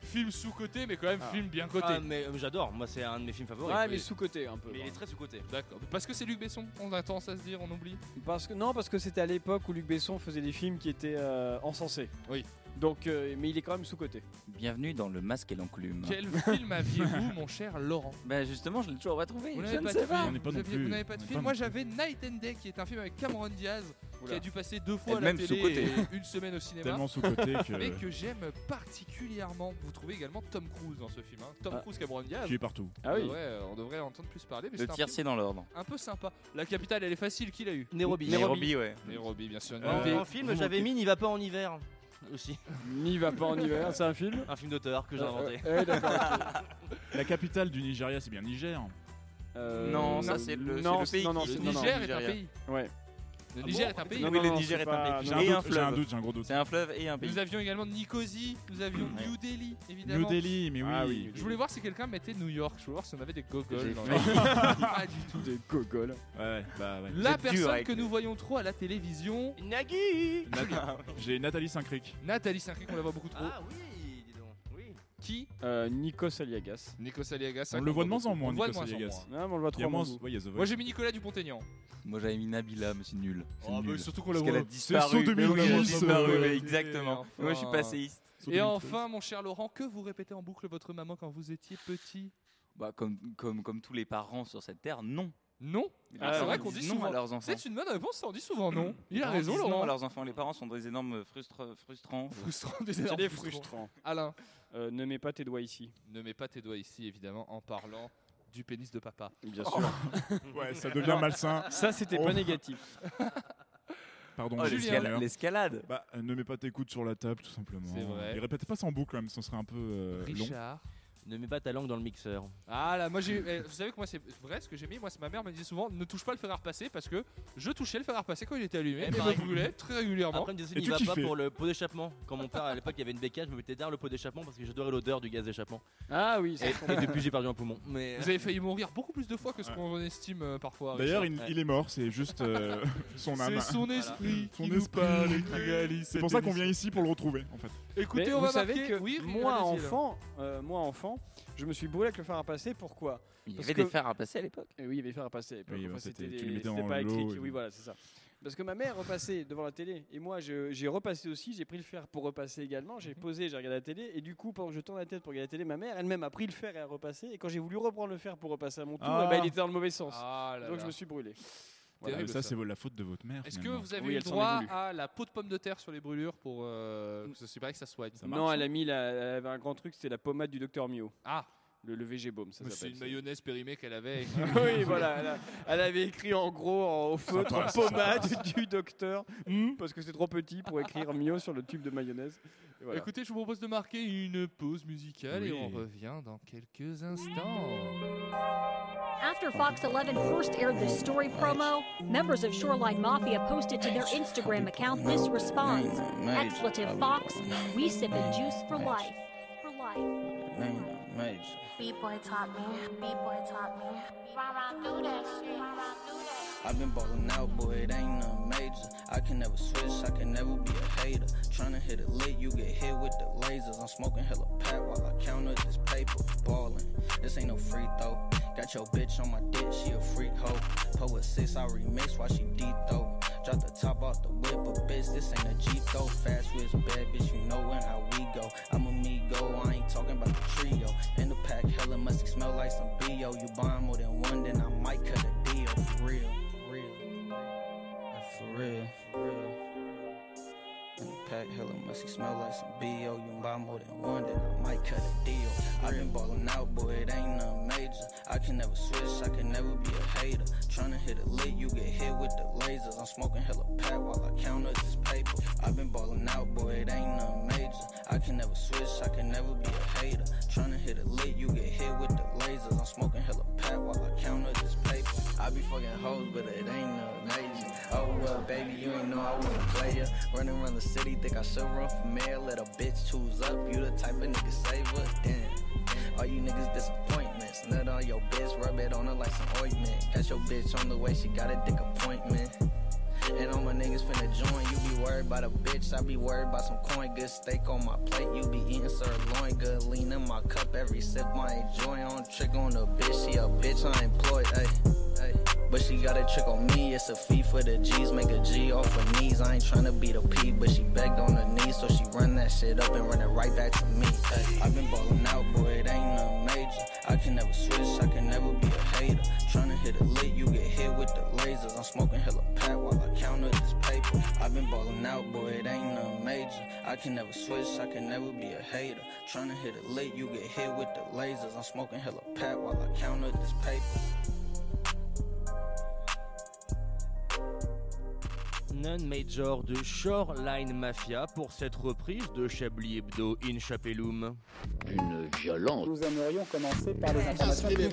Film sous-côté, mais quand même film bien coté.
Ah, mais euh, j'adore. Moi, c'est un de mes films favoris.
Ouais, mais sous-coté un peu. hein.
Mais il est très sous-côté.
D'accord. Parce que c'est Luc Besson. On a tendance à se dire, on oublie.
Parce que, non, parce que c'était à l'époque où Luc Besson faisait des films qui étaient euh, encensés.
Oui.
Donc, euh, mais il est quand même sous-coté.
Bienvenue dans Le Masque et l'Enclume.
Quel [laughs] film aviez-vous, mon cher Laurent
Bah justement, je l'ai toujours pas trouvé.
Vous
je
n'avez
ne
pas, de
sais
film.
pas.
Vous aviez- vous n'avez pas de film. Moi, j'avais Night and Day, qui est un film avec Cameron Diaz, qui
Oula.
a dû passer deux fois à la
Même
télé
sous-coté.
et une semaine au cinéma. [laughs]
Tellement sous-coté que-
Mais que j'aime particulièrement. Vous trouvez également Tom Cruise dans ce film. hein. Tom
Ah.
Cruise, Cameron Diaz.
Qui est partout.
On
Ah oui.
devrait, euh, on devrait entendre plus parler. Mais
Le
c'est un
tir,
film
c'est dans l'ordre.
Un peu sympa. La capitale, elle est facile. Qui l'a eu
Nairobi. Nairobi,
ouais.
Nairobi, bien sûr.
En-
Nairobi.
En film, j'avais mis N'y va pas en hiver aussi.
N'y va pas en hiver, c'est un [laughs] film
Un film d'auteur que j'ai
Euh,
inventé.
euh, ouais, d'accord.
[laughs]
La capitale du Nigeria, c'est bien Niger.
Non, ça, c'est le- Euh, non, c'est le c'est- pays non, non, qui- c'est- non, non. Nigeria. Ouais.
Le
Ah
Niger
bon
est un pays.
Non,
oui,
non,
le
non,
Niger
c'est
est
pas-
Ah,
un pays.
j'ai un
et
doute,
un
j'ai
fleuve.
un doute, j'ai un gros doute.
C'est un fleuve et un pays.
Nous avions également Nicosie, nous avions
Ouais.
New Delhi, évidemment.
New Delhi, mais oui. Ah oui, New
Je
Delhi.
voulais voir si quelqu'un mettait New York. Je voulais voir si on avait des gogoles.
J'ai
dans
failli.
le- Pas du tout.
Des gogoles.
Ouais, ouais, bah [laughs] ouais.
La personne que nous voyons trop à la télévision.
Nagui
Nat- J'ai Nathalie Saint-Cric.
Nathalie Saint-Cric, on la voit beaucoup trop.
Ah oui, dis donc. Oui.
Qui
Euh, Nikos Aliagas.
Nikos Aliagas.
On le voit de moins en moins,
On le voit de
Nikos
moins en
Aliagas.
moins.
Ah, mais on le voit
Il y a
trois
moins-
mois.
ouais, il y a The Voice.
Moi j'ai mis Nicolas Dupont-Aignan.
Moi j'avais mis Nabila, mais c'est nul. C'est
Ah, bah,
nul.
surtout qu'on la
Parce
voit.
qu'elle a disparu.
C'est saut
Mais oui,
2011,
elle a disparu,
euh,
ouais,
et
exactement.
enfin.
Moi je suis passéiste.
Et enfin, mon cher Laurent, que vous répétez en boucle votre maman quand vous étiez petit
Bah, comme, comme, comme tous les parents sur cette terre, non.
Non
Les
Ah, c'est
parents
vrai qu'on
disent
dit
non
souvent
à leurs enfants.
C'est une bonne réponse, ça, on dit souvent non.
Les
Il a
parents
raison,
disent non
Laurent.
à leurs enfants. Les parents sont des énormes frustre- frustrants.
Frustrants, des
C'est
énormes
des
frustrants.
frustrants.
Alain.
Euh, ne mets pas tes doigts ici.
Ne mets pas tes doigts ici, évidemment, en parlant du pénis de papa.
Bien Oh.
sûr. Ouais, ça devient malsain.
Ça, c'était
On-
pas négatif.
Pardon,
Oh,
j'ai
l'escala-
dit, hein.
l'escalade.
Bah, euh, ne mets pas tes coudes sur la table, tout simplement.
C'est vrai.
Et répète pas ça en boucle, même, ce serait un peu euh, long.
Richard.
Ne mets pas ta langue dans le mixeur.
Ah là, moi j'ai. eh, Vous savez que moi c'est vrai ce que j'ai mis. Moi, c'est ma mère me disait souvent ne touche pas le fer à repasser parce que je touchais le fer à repasser quand il était allumé
Eh,
et me
pareil.
brûlait très régulièrement.
Après, il me disait, n'y va pas pour le pot d'échappement. Quand mon père, à l'époque, il y avait une bécane, je me mettais derrière le pot d'échappement parce que j'adorais l'odeur du gaz d'échappement.
Ah oui,
Et, et depuis, j'ai perdu un poumon. Mais
Vous avez failli mourir beaucoup plus de fois que ce qu'on estime euh, parfois.
D'ailleurs, il,
Richard.
il est mort, c'est juste euh, [laughs] son âme.
C'est son esprit
[laughs] Son
qui nous
esprit
parle et
qui
qui réalise
C'est pour
cette
ça qu'on vient ici pour le retrouver, en fait.
Écoutez,
Mais
on
vous
va
savez
marquer-
que
Oui,
moi,
allez-y, alors.
enfant, euh, moi enfant, je me suis brûlé avec le fer à passer. Pourquoi
Il y
Parce
avait
que-
des fers à passer à l'époque.
Eh Oui, il y avait des fers à passer à l'époque.
Oui,
Enfin,
bah,
c'était
c'était-
des-
tu les mettais
c'était
dans
pas
l'eau,
électrique.
et-
Oui, voilà, c'est ça. Parce que ma mère repassait devant la télé et moi je- j'ai repassé aussi, j'ai pris le fer pour repasser également, j'ai posé, j'ai regardé la télé et du coup pendant que je tourne la tête pour regarder la télé, ma mère elle-même a pris le fer et a repassé et quand j'ai voulu reprendre le fer pour repasser à mon tour,
Ah.
eh ben, il était dans le mauvais sens.
Ah là
Donc
là.
je me suis brûlé.
Voilà,
Terrible,
mais ça,
ça.
c'est la faute de votre mère.
Est-ce que
finalement.
vous avez
Oui,
eu
elle s'en est
droit
voulue.
à la peau de pomme de terre sur les brûlures pour euh, parce que c'est pareil que ça soigne
non,
hein.
elle a mis la- elle avait un grand truc, c'était la pommade du docteur Mio.
Ah
le, le VG Baume, ça
Mais C'est
s'appelle.
une mayonnaise périmée qu'elle avait.
oui, voilà, elle, a- elle avait écrit en gros en- au feutre
Sympa,
pommade du docteur, hmm, parce que c'est trop petit pour écrire Mio sur le tube de mayonnaise. Et voilà.
Écoutez, je vous propose de marquer une pause musicale et
Oui.
on revient dans quelques instants.
After Fox 11 first aired this story promo, members of Shoreline Mafia posted to their Instagram account this response Expletive Fox, we sippin' juice for life. For life.
B-boy taught me. B-boy taught me. Rah-rah, do that shit.
I've been ballin' out, boy, it ain't no major. I can never switch, I can never be a hater. Tryna hit it lit, you get hit with the lasers. I'm smoking hella pat while I count up this paper. Ballin', this ain't no free throw. Got your bitch on my dick, she a freak hoe. Poet 6, I remix while she deep throw. Drop the top off the whip, but bitch, this ain't a G throw. Fast whiz, bad bitch, you know when how we go. I'm a me go, I ain't talking about the trio. In the pack, hella musty, smell like some BO. You buy more than one, then I might cut a deal. For real, real. For real, for real. In the pack, hella musty, smell like some BO. You buy more than one, then I might cut a deal. i been ballin' out, boy, it ain't nothing major. I can never switch, I can never be a hater. Tryna hit it lit, you get hit with the lasers. I'm smoking hella pack while I count up this paper. i been ballin' out, boy, it ain't nothing major. I can never switch, I can never be a hater. Tryna hit it lit, you get hit with the lasers. I'm smoking hella pack while I count up this paper. I be fucking hoes, but it ain't nothing major. Oh well, baby, you ain't know I was a player. Running around the city, think I should run for mayor. Let a bitch choose up. You the type of nigga save her. Damn. All you niggas disappointments. Nut on your bitch, rub it on her like some ointment. Catch your bitch on the way, she got a dick appointment. And all my niggas finna join. You be worried about a bitch, I be worried about some coin. Good steak on my plate, you be eating sirloin. Good lean in my cup, every sip I enjoy. On trick on a bitch, she a bitch I employed. Ayy, ayy. But she got a trick on me, it's a fee for the G's. Make a G off her knees. I ain't tryna be the P, but she begged on her knees, so she run that shit up and run it right back to me. Ayy. i been ballin' out, boy, it ain't nothing major. I can never switch, I can never be a hater. Tryna hit a lick, you get hit with the lasers. I'm smoking hella pack while I counter this paper. i been ballin' out, boy, it ain't nothing major. I can never switch, I can never be a hater. Tryna hit a lick, you get hit with the lasers. I'm smoking hella pack while I counter this paper.
Non-major de Shoreline Mafia pour cette reprise de Chablis Hebdo in Chapelum.
Une violence.
Nous aimerions commencer par les informations publiques.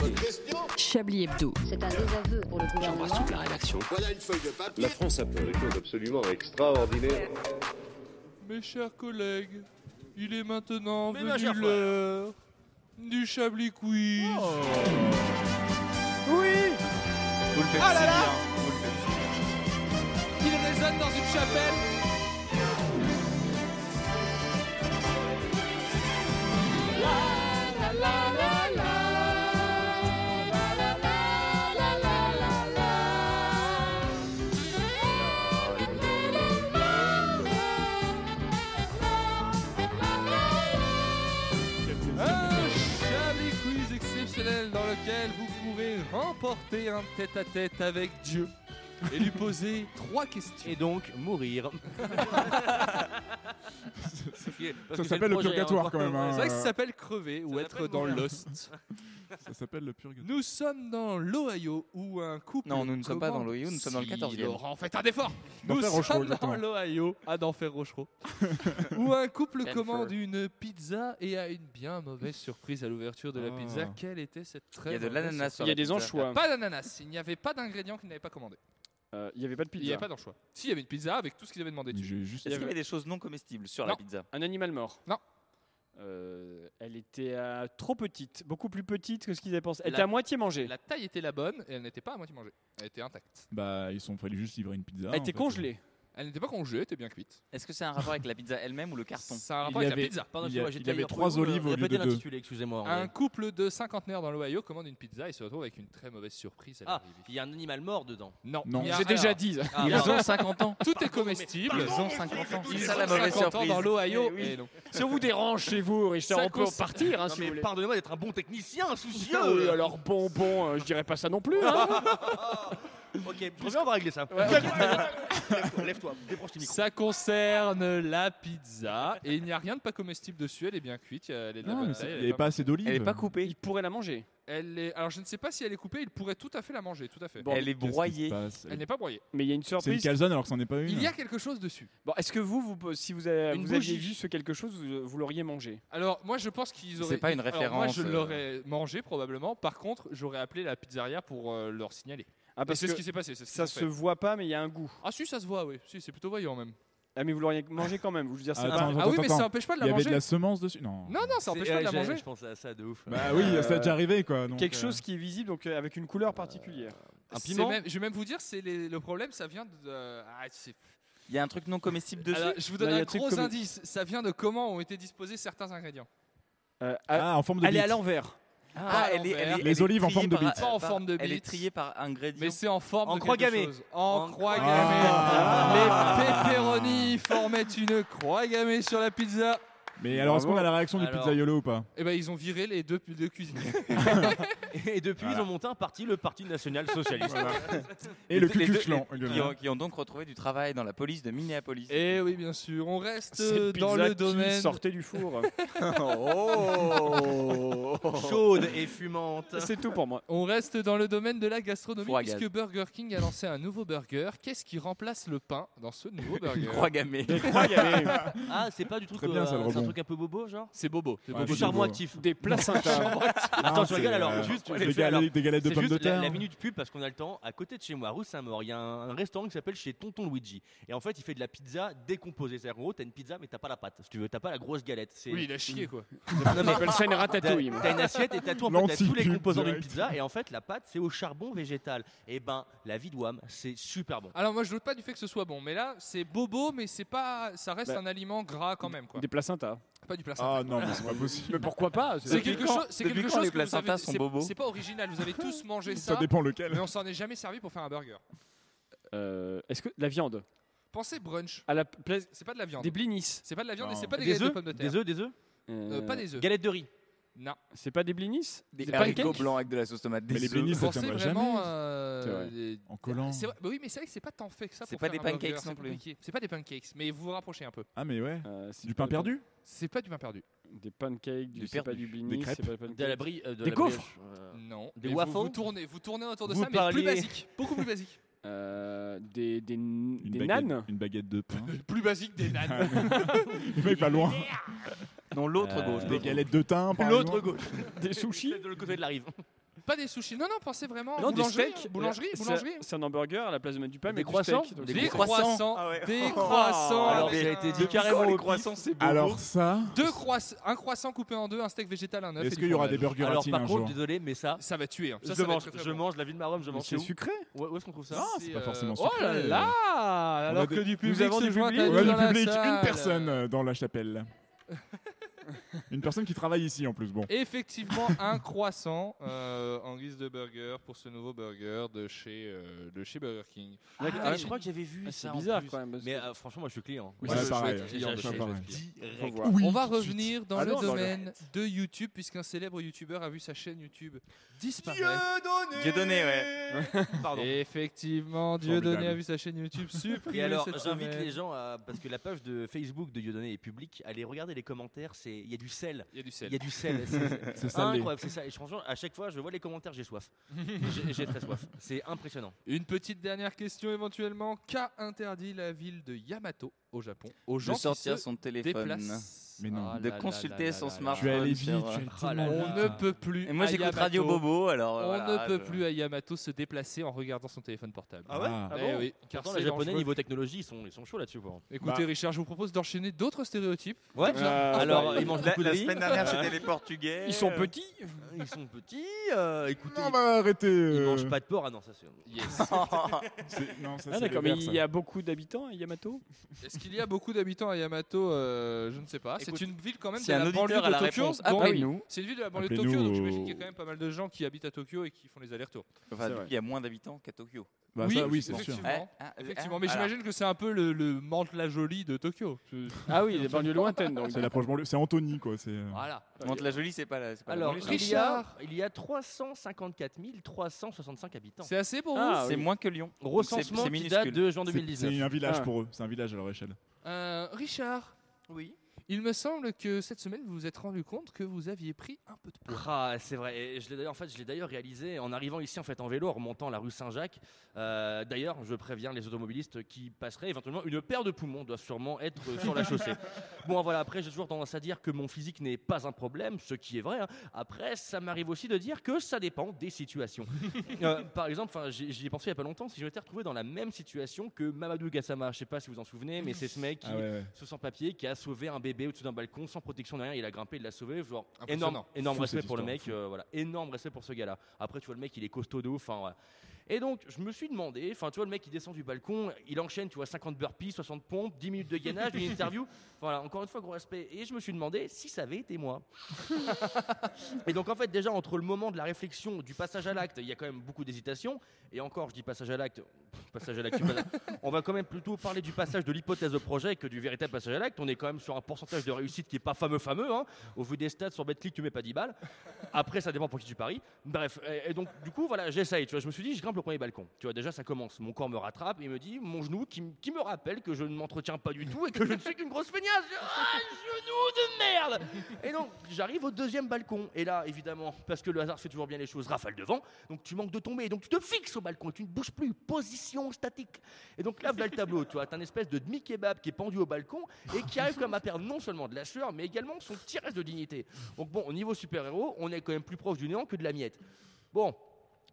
Chablis Hebdo.
C'est un désaveu pour le gouvernement.
la rédaction. Voilà une feuille de papier.
La France a peur.
Des choses absolument extraordinaires.
Mes chers collègues, il est maintenant
Mais ma chère
venu
frère.
l'heure du Chablis Quiz.
Oui
Vous le faites
Ah là
si
là
bien, vous le faites si bien.
Il résonne dans une chapelle. Un Chablis Quiz exceptionnel dans lequel vous pourrez remporter un tête-à-tête avec Dieu et lui
[laughs]
poser trois questions.
Et donc
[laughs]
mourir.
Ça s'appelle le purgatoire quand même. hein.
C'est vrai que ça s'appelle crever ou être dans
mourir.
Lost.
Ça s'appelle le purgatoire.
[laughs] Nous sommes dans l'Ohio où un couple.
Non, nous ne sommes pas
commande-
dans l'Ohio, nous sommes dans le
Si,
14e.
Laurent, faites un effort
Dans
Nous
Faire Rochereau,
sommes dans
exactement.
l'Ohio, à
[laughs]
d'enfer Rochereau, où un couple
Denver.
commande une pizza et a une bien mauvaise surprise à l'ouverture de la
Ah.
pizza. Quelle était cette très
Il y a de
mauvaise
l'ananas sur
surprise
Il y a
la
des
pizza.
anchois.
Pas d'ananas, il n'y avait pas d'ingrédients qu'ils n'avaient pas commandé.
Euh, Il n'y avait pas de
Il n'y
pizza.
avait pas d'anchois. Si, il y avait une pizza avec tout ce qu'ils avaient demandé dessus.
J'ai juste.
Est-ce qu'il y
avait-
avait des choses non comestibles sur
Non.
la pizza
Un animal mort.
Non.
Euh, elle était euh, trop petite, beaucoup plus petite que ce qu'ils avaient pensé. Elle
La-
était à moitié mangée.
La taille était la bonne et elle n'était pas à moitié mangée. Elle était intacte.
Bah, ils sont fallait juste livrer une pizza. en
Elle était
fait.
congelée.
Elle n'était pas congelée, elle était bien cuite.
Est-ce que c'est un rapport avec la pizza elle-même ou le carton
Ça a un
Il
rapport
y
avec
avait-
la pizza.
Pardon,
Il y
excusez-moi,
a-
j'ai
il
failli
avait
reprendre
trois
le-
olives au lieu
répétez
de deux.
l'intitulé, excusez-moi.
Un
Henri.
couple de cinquantenaires dans l'Ohio commande une pizza et se retrouve avec une très mauvaise surprise à
Ah,
l'arrivée.
il y a un animal mort dedans.
Non,
Non.
Il y a-
J'ai déjà
alors,
dit. ça.
Ah,
Ils
pardon.
ont 50 ans.
Tout est comestible.
Ils ont 50 ans. C'est ça la
Ils ont
mauvaise
50 ans
surprise.
dans l'Ohio.
Eh oui.
Et non.
Si on vous dérange chez vous, Richard,
Ça
on peut
cause-
partir hein,
Non,
si vous
mais
voulez.
pardonnez-moi d'être un euh, bon technicien,
[laughs]
Ah oui,
soucieux.
alors bon, bon, euh, je dirais pas ça non plus. hein.
Ah
Ok, plus on va régler ça. Lève-toi, lève-toi, débranche tes micros.
Ça concerne la pizza et il n'y a rien de pas comestible dessus. Elle est bien cuite. Elle
Ah,
est de la
Non,
bonne
mais ça-
taille,
il
elle
n'y
est
avait pas assez d'olives.
Elle est pas coupée.
Il pourrait la manger.
Elle est- Alors je ne sais pas si elle est coupée. Il pourrait tout à fait la manger. Tout à fait.
Bon,
Elle est
Qu'est-ce qui se
broyée.
passe
Elle n'est pas broyée.
Mais il y a une
C'est une
surprise.
calzone alors que c'en est pas une.
Il y a quelque chose dessus.
Bon, Est-ce que vous, vous si vous, avez,
Une
vous aviez
bougie.
vu ce quelque chose, vous, vous l'auriez mangé
Alors moi je pense qu'ils
C'est
auraient.
pas une
Alors, moi
référence,
je
euh.
l'aurais mangé probablement. Par contre j'aurais appelé la pizzeria pour euh, leur signaler.
Ah,
Et
parce
C'est
que
ce qui s'est passé. c'est ce
ça
qu'ils ont
se
fait.
voit pas, mais il y a un goût.
Ah si ça se voit oui. Si c'est plutôt voyant même.
Ah, mais vous l'auriez mangé quand même. Je veux dire, c'est
Attends,
pas-
attends,
Ah oui mais
attends.
ça empêche pas de
Il
la
y avait
manger.
de la semence dessus. Non.
Non non ça empêche pas de la manger.
euh, Je pensais à ça de ouf.
Bah oui,
Euh,
ça a déjà arrivé quoi. donc,
quelque
euh,
chose qui est visible, donc euh, avec une couleur particulière.
Un
C'est
piment
même- Je vais même vous dire, c'est les- le problème, ça vient de. ah, c'est-
Il y a un truc non comestible dessus.
Alors, je vous
Là,
donne
il y a
un
un truc
gros
comme-
indice. Ça vient de comment ont été disposés certains ingrédients.
Euh, à-
Ah, en forme de
elle est à
bite.
l'envers.
Ah, elle est, elle est-
Les
elle est
olives en
triée
forme de
par-
bite.
Pas en
par-
forme de
Elle est
bite.
triée par ingrédient.
Mais c'est en forme
En
de
croix
quelque
gammée.
chose. En,
En
croix
croix
gammée.
Ah.
Les pepperoni formaient une croix gammée sur la pizza.
Mais alors, est-ce qu'on a la réaction du
Alors-
pizzaiolo ou pas
Et ben ils ont viré les deux, deux cuisiniers.
Et depuis, ils ont monté un parti, le Parti National Socialiste.
Et le
Les deux- les deux-
cucuchelan.
Qui ont, qui ont donc retrouvé du travail dans la police de Minneapolis.
Et Eh oui, bien sûr. On reste
Cette
dans
pizza
le domaine.
qui sortait du four.
oh
[laughs]
Chaude et fumante.
c'est tout pour moi.
On reste dans le domaine de la gastronomie
Four à gaz.
puisque Burger King a lancé un nouveau burger. Qu'est-ce qui remplace le pain dans ce nouveau burger
Croix gammée.
Des croix, il y avait
Ah, c'est pas du truc.
Très bien,
euh,
ça, le
c'est un
rebond.
truc un peu bobo, genre
C'est Bobo. C'est
Ouais,
Bobo.
Du
c'est
charbon
beau.
actif.
des placentas.
Attends, tu rigoles alors.
euh,
Juste, je
Des
fais alors.
galettes des galettes de
C'est
pommes
juste
de
la,
terre.
la minute pub parce qu'on a le temps. À côté de chez moi, rue Saint-Maur, il y a un, un restaurant qui s'appelle chez Tonton Luigi. Et en fait, il fait de la pizza décomposée. C'est-à-dire [laughs] qu'en gros, t'as une pizza, mais t'as pas la pâte. Si tu veux, t'as pas la grosse galette. C'est
Oui, il a chié quoi.
On appelle ça une ratatouille.
T'as une assiette et t'as tout en fait, t'as tous les composants d'une pizza. Et en fait, la pâte, c'est au charbon végétal. Et ben, la vie de Wham, c'est super bon.
Alors moi je doute pas du fait que ce soit bon, mais là c'est bobo, mais c'est pas, ça reste
Bah,
un aliment gras quand même quoi.
Des placentas.
Pas du placenta. Ah, non, mais c'est pas
possible. Mais pourquoi pas
C'est quelque chose, c'est quelque chose que vous avez- c'est-
bobos
C'est pas original. Vous avez tous mangé ça.
Ça dépend lequel.
Mais on s'en est jamais servi pour faire un burger.
Euh, Est-ce que la viande
Pensez brunch.
à la pla-
C'est pas de la viande.
Des blinis.
C'est pas de la viande et c'est pas des, galettes de pommes de terre. Euh, Pas des œufs.
Galettes de riz.
Non.
C'est pas des blinis
Des
C'est pas des
haricots
cakes
blancs avec de la sauce tomate.
Mais les
œufs.
blinis, ça
Pensez
tiendra
vraiment,
jamais.
euh,
C'est vrai.
des-
En collant.
C'est vrai- bah oui, mais c'est vrai que c'est pas tant fait que ça.
C'est
pour
pas
faire
des
un burger,
pancakes
c'est
non plus.
compliqué. C'est pas des pancakes, mais vous vous rapprochez un peu.
Ah, mais ouais.
Euh, c'est
du pain
pas-
perdu
C'est pas du pain perdu.
Des pancakes, du,
Du
c'est pas
perdu.
du
Des
blinis,
crêpes.
c'est pas pancakes.
De la brie- euh, de
Des
la
gaufres
brioche, euh,
Non.
Des
Mais vous-
waffles
Vous tournez, vous tournez autour de
Vous
ça, mais
parliez-
plus basique, beaucoup plus basique.
Euh, des des, des
baguette- [laughs]
nanes
Une baguette de pain.
Plus basique des nanes.
Le mec va loin.
Non, l'autre
gauche. Des galettes de thym, par exemple.
Des sushis
De l'autre côté de la rive.
[laughs] Pas des sushis. Non, non, pensez vraiment.
Non, des
boulangerie, hein,
steaks.
Boulangerie,
C'est-
boulangerie.
C'est un hamburger à la place de mettre du pain, mais avec
Des
du
croissants
steak, donc
Des
c'est-
croissants.
Ah ouais.
Des
Oh.
croissants.
Alors,
avec
ça a
un-
été dit carrément Les au croissants, pif. c'est beau.
Alors ça,
Deux croissants, un croissant coupé en deux, un steak végétal, un œuf.
Est-ce
et du
qu'il y aura
fromage.
des burgers
Alors,
latines
par
un
contre,
jour
désolé, mais ça.
Ça va tuer. hein. Ça,
je
ça va
mange,
être très,
je
très bon.
mange la vie de ma Rome, je mange.
c'est
où
sucré
Où, où est-ce qu'on trouve ça
Non, c'est
pas
euh,
forcément
Oh là
sucré.
là
On
Bah,
Alors
a
que
des-
du public,
nous avons
c'est
du
joint à
public,
nous
on a
dans la
du public,
salle.
une personne euh, dans la
[laughs]
chapelle. Une personne qui travaille ici en plus, bon.
Effectivement, un croissant euh, en guise de burger pour ce nouveau burger de chez, euh, de chez Burger King.
Ah,
Putain,
ouais, je crois que j'avais vu
Ah,
ça.
c'est
en
bizarre,
plus.
quand même, parce
Mais
que-
euh, franchement, moi je suis client.
Oui,
Moi,
c'est
je- je
pareil,
vais être
c'est
client de
pareil.
chez Burger
Faut
King.
voir.
Direct.
Oui,
On va
tout de suite.
revenir dans
Ah
le
non, dans le-
domaine de YouTube puisqu'un célèbre youtubeur a vu sa chaîne YouTube disparaître.
donné Dieudonné, ouais. Pardon.
Effectivement, Dieu donné a vu sa chaîne YouTube supprimée.
Et alors,
cette
j'invite
semaine.
les gens à- parce que la page de Facebook de Dieudonné est publique. Allez regarder les commentaires, c'est il y a du sel.
Il y a du sel.
Il y a du sel. C'est-
C'est
C'est
salé.
incroyable, c'est ça. Et franchement, à chaque fois, je vois les commentaires, j'ai soif. J'ai- J'ai très soif. C'est impressionnant.
Une petite dernière question éventuellement. Qu'a interdit la ville de Yamato au Japon aux
De
gens qui
sortir
se
son téléphone.
déplacent
Mais non.
Ah
De
là
consulter
là là
son
là là
smartphone
là.
Tu es allé sur, vite, tu es euh, tellement
Ah là là. On
vite.
ne peut plus.
Et moi,
à
j'écoute
Yamato-
Radio Bobo, alors,
On
voilà,
ne peut
je-
plus à Yamato se déplacer en regardant son téléphone portable.
Ah ouais
Eh
bon
oui, car
Pourtant,
c'est
les Japonais,
dangereux.
niveau technologie, ils sont, ils sont chauds là-dessus. quoi.
Bah.
Écoutez, Richard, je vous propose d'enchaîner d'autres stéréotypes.
Ouais. Euh, alors, ils mangent La- beaucoup de la riz.
[laughs]
semaine dernière, c'était
Euh,
les Portugais.
Ils sont petits.
Ah,
Ils sont petits. euh, écoutez,
Non, on va arrêter.
ils
euh,
mangent pas de porc. Ah non, ça c'est.
[laughs]
C'est- non, ça,
Ah,
c'est
d'accord,
les
mais
Verts,
il
ça.
y a beaucoup d'habitants à Yamato
Est-ce qu'il y a beaucoup d'habitants à Yamato Euh, Je ne sais pas. C'est
Écoute,
une ville quand même
si
de
un
la
auditeur
banlieue
a la
de Tokyo.
réponse,
dont-
Ah
appelez-nous.
C'est une ville de la banlieue de
Appelez-nous
Tokyo, donc j'imagine
au-
qu'il y a quand même pas mal de gens qui habitent à Tokyo et qui font les allers-retours.
Enfin, du coup, il y a moins d'habitants qu'à Tokyo.
Bah,
oui, effectivement.
Ouais, ah,
Effectivement,
ah,
mais
voilà.
j'imagine que c'est un peu le, le Mantes-la-Jolie de Tokyo.
Ah oui, les banlieues lointaines.
[laughs]
Donc.
C'est l'approche banlieue. C'est Anthony, quoi. C'est. euh,
Voilà.
Monte la jolie, c'est pas la. c'est pas la
Alors,
banlieue, ça.
Richard, il y a 354 365 habitants.
C'est assez pour
Oh,
Ah, vous C'est oui. moins que Lyon.
Recensement qui date de juin
C'est-
2019.
C'est un village
Ah.
pour eux. C'est un village à leur échelle.
Euh, Richard
Oui.
Il me semble que cette semaine, vous vous êtes rendu compte que vous aviez pris un peu de poids.
Ah, c'est vrai. Et je l'ai d'ailleurs, en fait, je l'ai d'ailleurs réalisé en arrivant ici en fait en vélo, en remontant la rue Saint-Jacques. Euh, d'ailleurs, je préviens les automobilistes qui passeraient éventuellement une paire de poumons doit sûrement être euh, sur la chaussée. bon, voilà. Après, j'ai toujours tendance à dire que mon physique n'est pas un problème, ce qui est vrai. hein. Après, ça m'arrive aussi de dire que ça dépend des situations. Euh, par exemple, enfin, j'y j'y ai pensé il y a pas longtemps si je m'étais retrouvé dans la même situation que Mamadou Gassama. Je sais pas si vous vous en souvenez, mais c'est ce mec qui,
Ah ouais, ouais.
sous sans papier, qui a sauvé un bébé au-dessus d'un balcon sans protection de rien. Il a grimpé, il l'a sauvé. Genre,
Impressionnant.
énorme, énorme
Fou,
respect
cette
pour le
histoire,
mec. euh, voilà, énorme respect pour ce gars-là. Après, tu vois, le mec, il est costaud de ouf. Enfin, ouais. Et donc, je me suis demandé, enfin, tu vois, le mec, il descend du balcon, il enchaîne, tu vois, 50 burpees, 60 pompes, 10 minutes de gainage, une
[laughs]
interview. Voilà, encore une fois, gros respect. Et je me suis demandé si ça avait été moi. [laughs] Et donc en fait déjà entre le moment de la réflexion du passage à l'acte, il y a quand même beaucoup d'hésitation. Et encore, je dis passage à l'acte, pff, passage à l'acte. tu passes- on va quand même plutôt parler du passage de l'hypothèse de projet que du véritable passage à l'acte. On est quand même sur un pourcentage de réussite qui est pas fameux fameux. hein. Au vu des stats sur Betclic, tu mets pas 10 balles. Après, ça dépend pour qui tu paries. Bref, et, et donc du coup voilà, j'essaye. Tu vois, je me suis dit, je grimpe le premier balcon. Tu vois déjà ça commence. Mon corps me rattrape et me dit, mon genou qui, m- qui me rappelle que je ne m'entretiens pas du tout et que je ne suis qu'une grosse feignasse. Je- Ah, genou de merde. Et donc, j'arrive au deuxième balcon. Et là, évidemment, parce que le hasard fait toujours bien les choses, rafale devant. Donc, tu manques de tomber. Donc, tu te fixes au balcon. Tu ne bouges plus. Position statique. Et donc, là, voilà le tableau. Tu vois, t'as un espèce de demi-kebab qui est pendu au balcon et qui arrive comme à perdre non seulement de la sueur, mais également son petit reste de dignité. Donc, bon, au niveau super-héros, on est quand même plus proche du néant que de la miette. Bon.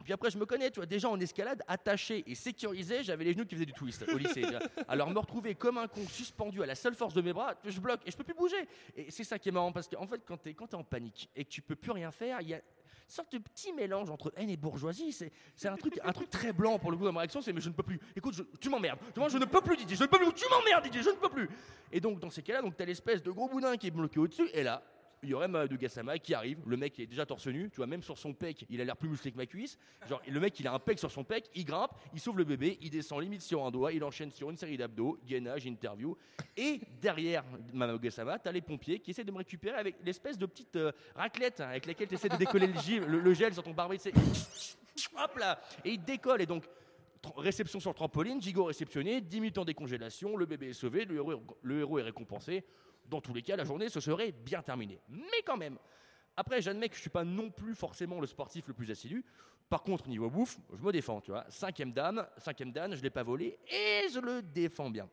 Puis après, je me connais, tu vois, déjà en escalade, attaché et sécurisé, j'avais les genoux qui faisaient du twist au lycée. tu vois. Alors me retrouver comme un con suspendu à la seule force de mes bras, je bloque et je peux plus bouger. Et c'est ça qui est marrant parce qu'en fait, quand t'es quand t'es en panique et que tu peux plus rien faire, il y a une sorte de petit mélange entre haine et bourgeoisie. C'est c'est un truc, un truc très blanc pour le coup dans ma réaction. C'est mais je ne peux plus. Écoute, je- tu m'emmerdes. Tu vois, je ne peux plus, Didier. Je ne peux plus. Tu m'emmerdes, Didier. Je ne peux plus. Et donc dans ces cas-là, donc t'as l'espèce de gros boudin qui est bloqué au-dessus. Et là, il y aurait de Gassama qui arrive. Le mec est déjà torse nu. Tu vois, même sur son pec, il a l'air plus musclé que ma cuisse. Genre le mec, il a un pec sur son pec. Il grimpe, il sauve le bébé, il descend limite sur un doigt, il enchaîne sur une série d'abdos, gainage, interview. Et derrière Mama Gassama, t'as les pompiers qui essaient de me récupérer avec l'espèce de petite euh, raclette hein, avec laquelle t'essaies de décoller le gel, le, le gel sur ton barbet. tu sais. Hop là Et il décolle. Et donc, tr- réception sur le trampoline, Gigo réceptionné, 10 minutes en décongélation, le bébé est sauvé, le héros, le héros est récompensé. Dans tous les cas, la journée se serait bien terminée. Mais quand même après, j'admets que je suis pas non plus forcément le sportif le plus assidu. Par contre, niveau bouffe, je me défends, tu vois. Cinquième dame, cinquième dan, je l'ai pas volé et je le défends bien.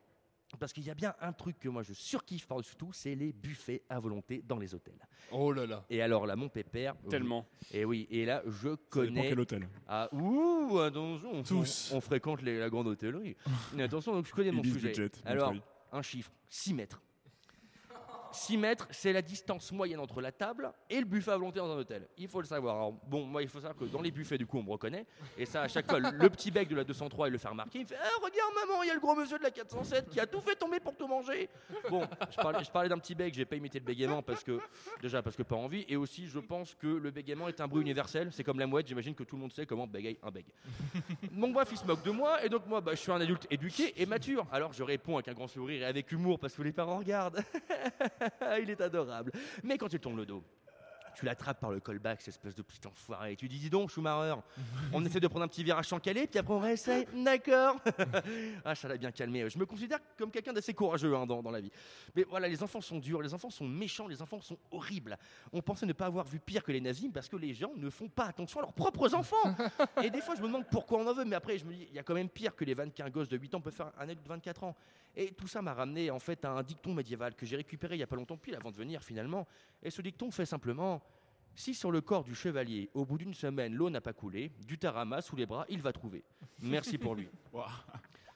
Parce qu'il y a bien un truc que moi je surkiffe par-dessus tout, c'est les buffets à volonté dans les hôtels.
Oh là là.
Et alors là, mon pépère.
Tellement.
Et oui, et là, je connais.
quel hôtel.
Ah, ouh, un donjon.
Tous.
On, on fréquente les- la grande hôtellerie. Mais attention, donc je connais mon
Ibis
sujet.
Budget,
alors,
Montreuil.
un chiffre 6 mètres. 6 mètres, c'est la distance moyenne entre la table et le buffet à volonté dans un hôtel. Il faut le savoir. Alors, bon, moi, il faut savoir que dans les buffets, du coup, on me reconnaît. Et ça, à chaque fois, le- le petit bec de la 203, il le fait remarquer. Il fait Ah, regarde, maman, il y a le gros monsieur de la 407 qui a tout fait tomber pour te manger. Bon, je parlais, je parlais d'un petit bec, j'ai pas imité le bégaiement parce que, déjà, parce que pas envie. Et aussi, je pense que le bégaiement est un bruit universel. C'est comme la mouette, j'imagine que tout le monde sait comment bégaye un bég. Mon bref, il se moque de moi, et donc moi, bah, je suis un adulte éduqué et mature. Alors je réponds avec un grand sourire et avec humour parce que les parents regardent. [laughs] il est adorable. Mais quand il tourne le dos, tu l'attrapes par le callback, cette espèce de petit enfoiré, et tu dis dis donc, Schumacher, on essaie de prendre un petit virage sans caler, puis après on réessaye, d'accord [laughs] Ah, ça l'a bien calmé. Je me considère comme quelqu'un d'assez courageux hein, dans, dans la vie. Mais voilà, les enfants sont durs, les enfants sont méchants, les enfants sont horribles. On pensait ne pas avoir vu pire que les nazis parce que les gens ne font pas attention à leurs propres enfants. et des fois, je me demande pourquoi on en veut, mais après, je me dis, il y a quand même pire que les vannes qu'un gosse de 8 ans peut faire à un adulte de 24 ans. Et tout ça m'a ramené en fait à un dicton médiéval que j'ai récupéré il y a pas longtemps, pile avant de venir finalement. Et ce dicton fait simplement si sur le corps du chevalier, au bout d'une semaine, l'eau n'a pas coulé, du tarama sous les bras, il va trouver. Merci
[laughs]
pour lui.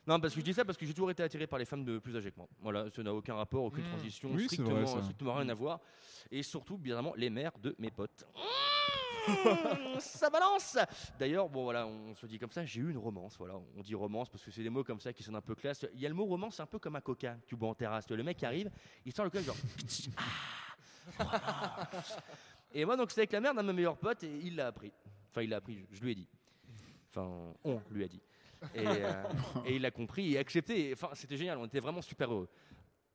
Non, parce que je dis ça parce que j'ai toujours été attiré par les femmes de plus âgées que moi. Voilà, ça n'a aucun rapport, aucune transition,
Mmh. Oui, c'est
strictement,
vrai, ça.
strictement rien à voir. Et surtout, bien évidemment, les mères de
[laughs]
mes potes. Mmh, ça balance D'ailleurs, bon voilà, on se dit comme ça, j'ai eu une romance, voilà, on dit romance parce que c'est des mots comme ça qui sont un peu classe. Il y a le mot romance, c'est un peu comme un coca que tu bois en terrasse. Le mec arrive, il sort le coca genre... Ah. et moi donc c'était avec la mère d'un de mes meilleurs potes et il l'a appris. Enfin il l'a appris, je- je lui ai dit. Enfin, on lui a dit. Et, euh, et il a compris et accepté. Et, Enfin, c'était génial, on était vraiment super heureux.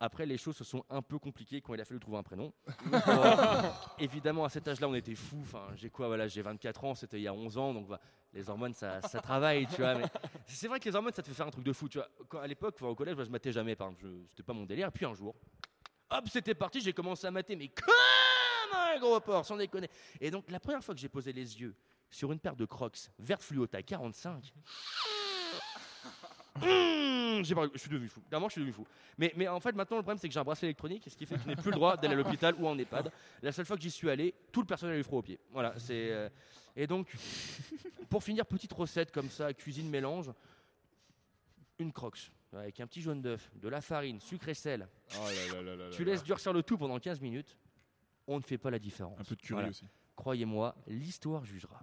Après, les choses se sont un peu compliquées quand il a fallu trouver un prénom. Euh, évidemment, à cet âge-là, on était fous. Enfin, j'ai quoi Voilà, j'ai 24 ans, c'était il y a 11 ans, donc bah, les hormones, ça, ça travaille, tu vois. mais c'est vrai que les hormones, ça te fait faire un truc de fou, tu vois. Quand, à l'époque, enfin, au collège, moi, je matais jamais, par exemple, je- c'était pas mon délire. Et puis un jour, hop, c'était parti, j'ai commencé à mater, mais comme un gros porc, sans déconner. Et donc, la première fois que j'ai posé les yeux sur une paire de crocs vert fluo taille 45, Mmh, j'ai pas- je suis devenu fou. Clairement, je suis devenu fou. Mais, mais en fait, maintenant, le problème, c'est que j'ai un bracelet électronique, ce qui fait que je n'ai plus le droit d'aller à l'hôpital ou en EHPAD. La seule fois que j'y suis allé, tout le personnel a eu froid aux pieds. Voilà, c'est. euh, Et donc, pour finir, petite recette comme ça, cuisine mélange une croque avec un petit jaune d'œuf, de la farine, sucre et sel.
Ah
tu laisses durcir le tout pendant 15 minutes. On ne fait pas la différence. Un peu de
curry aussi.
Croyez-moi, l'histoire jugera.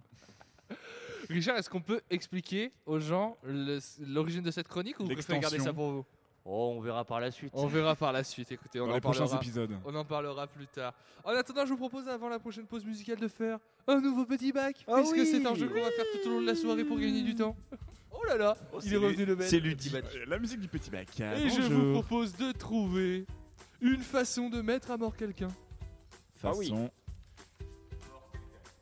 Richard, est-ce qu'on peut expliquer aux gens le- l'origine de cette chronique ou vous préférez garder ça pour vous
Oh, on verra par la suite.
On verra par la suite, écoutez, on
Dans
en
les prochains
parlera.
épisodes.
On en parlera plus tard. En attendant, je vous propose avant la prochaine pause musicale de faire un nouveau petit bac.
Ah
puisque
oui
c'est un jeu qu'on va faire tout au long de la soirée pour gagner du temps. Oh là là, il est revenu le mec.
C'est ludique. La musique du petit bac.
Et je vous propose de trouver une façon de mettre à mort quelqu'un.
Ah oui.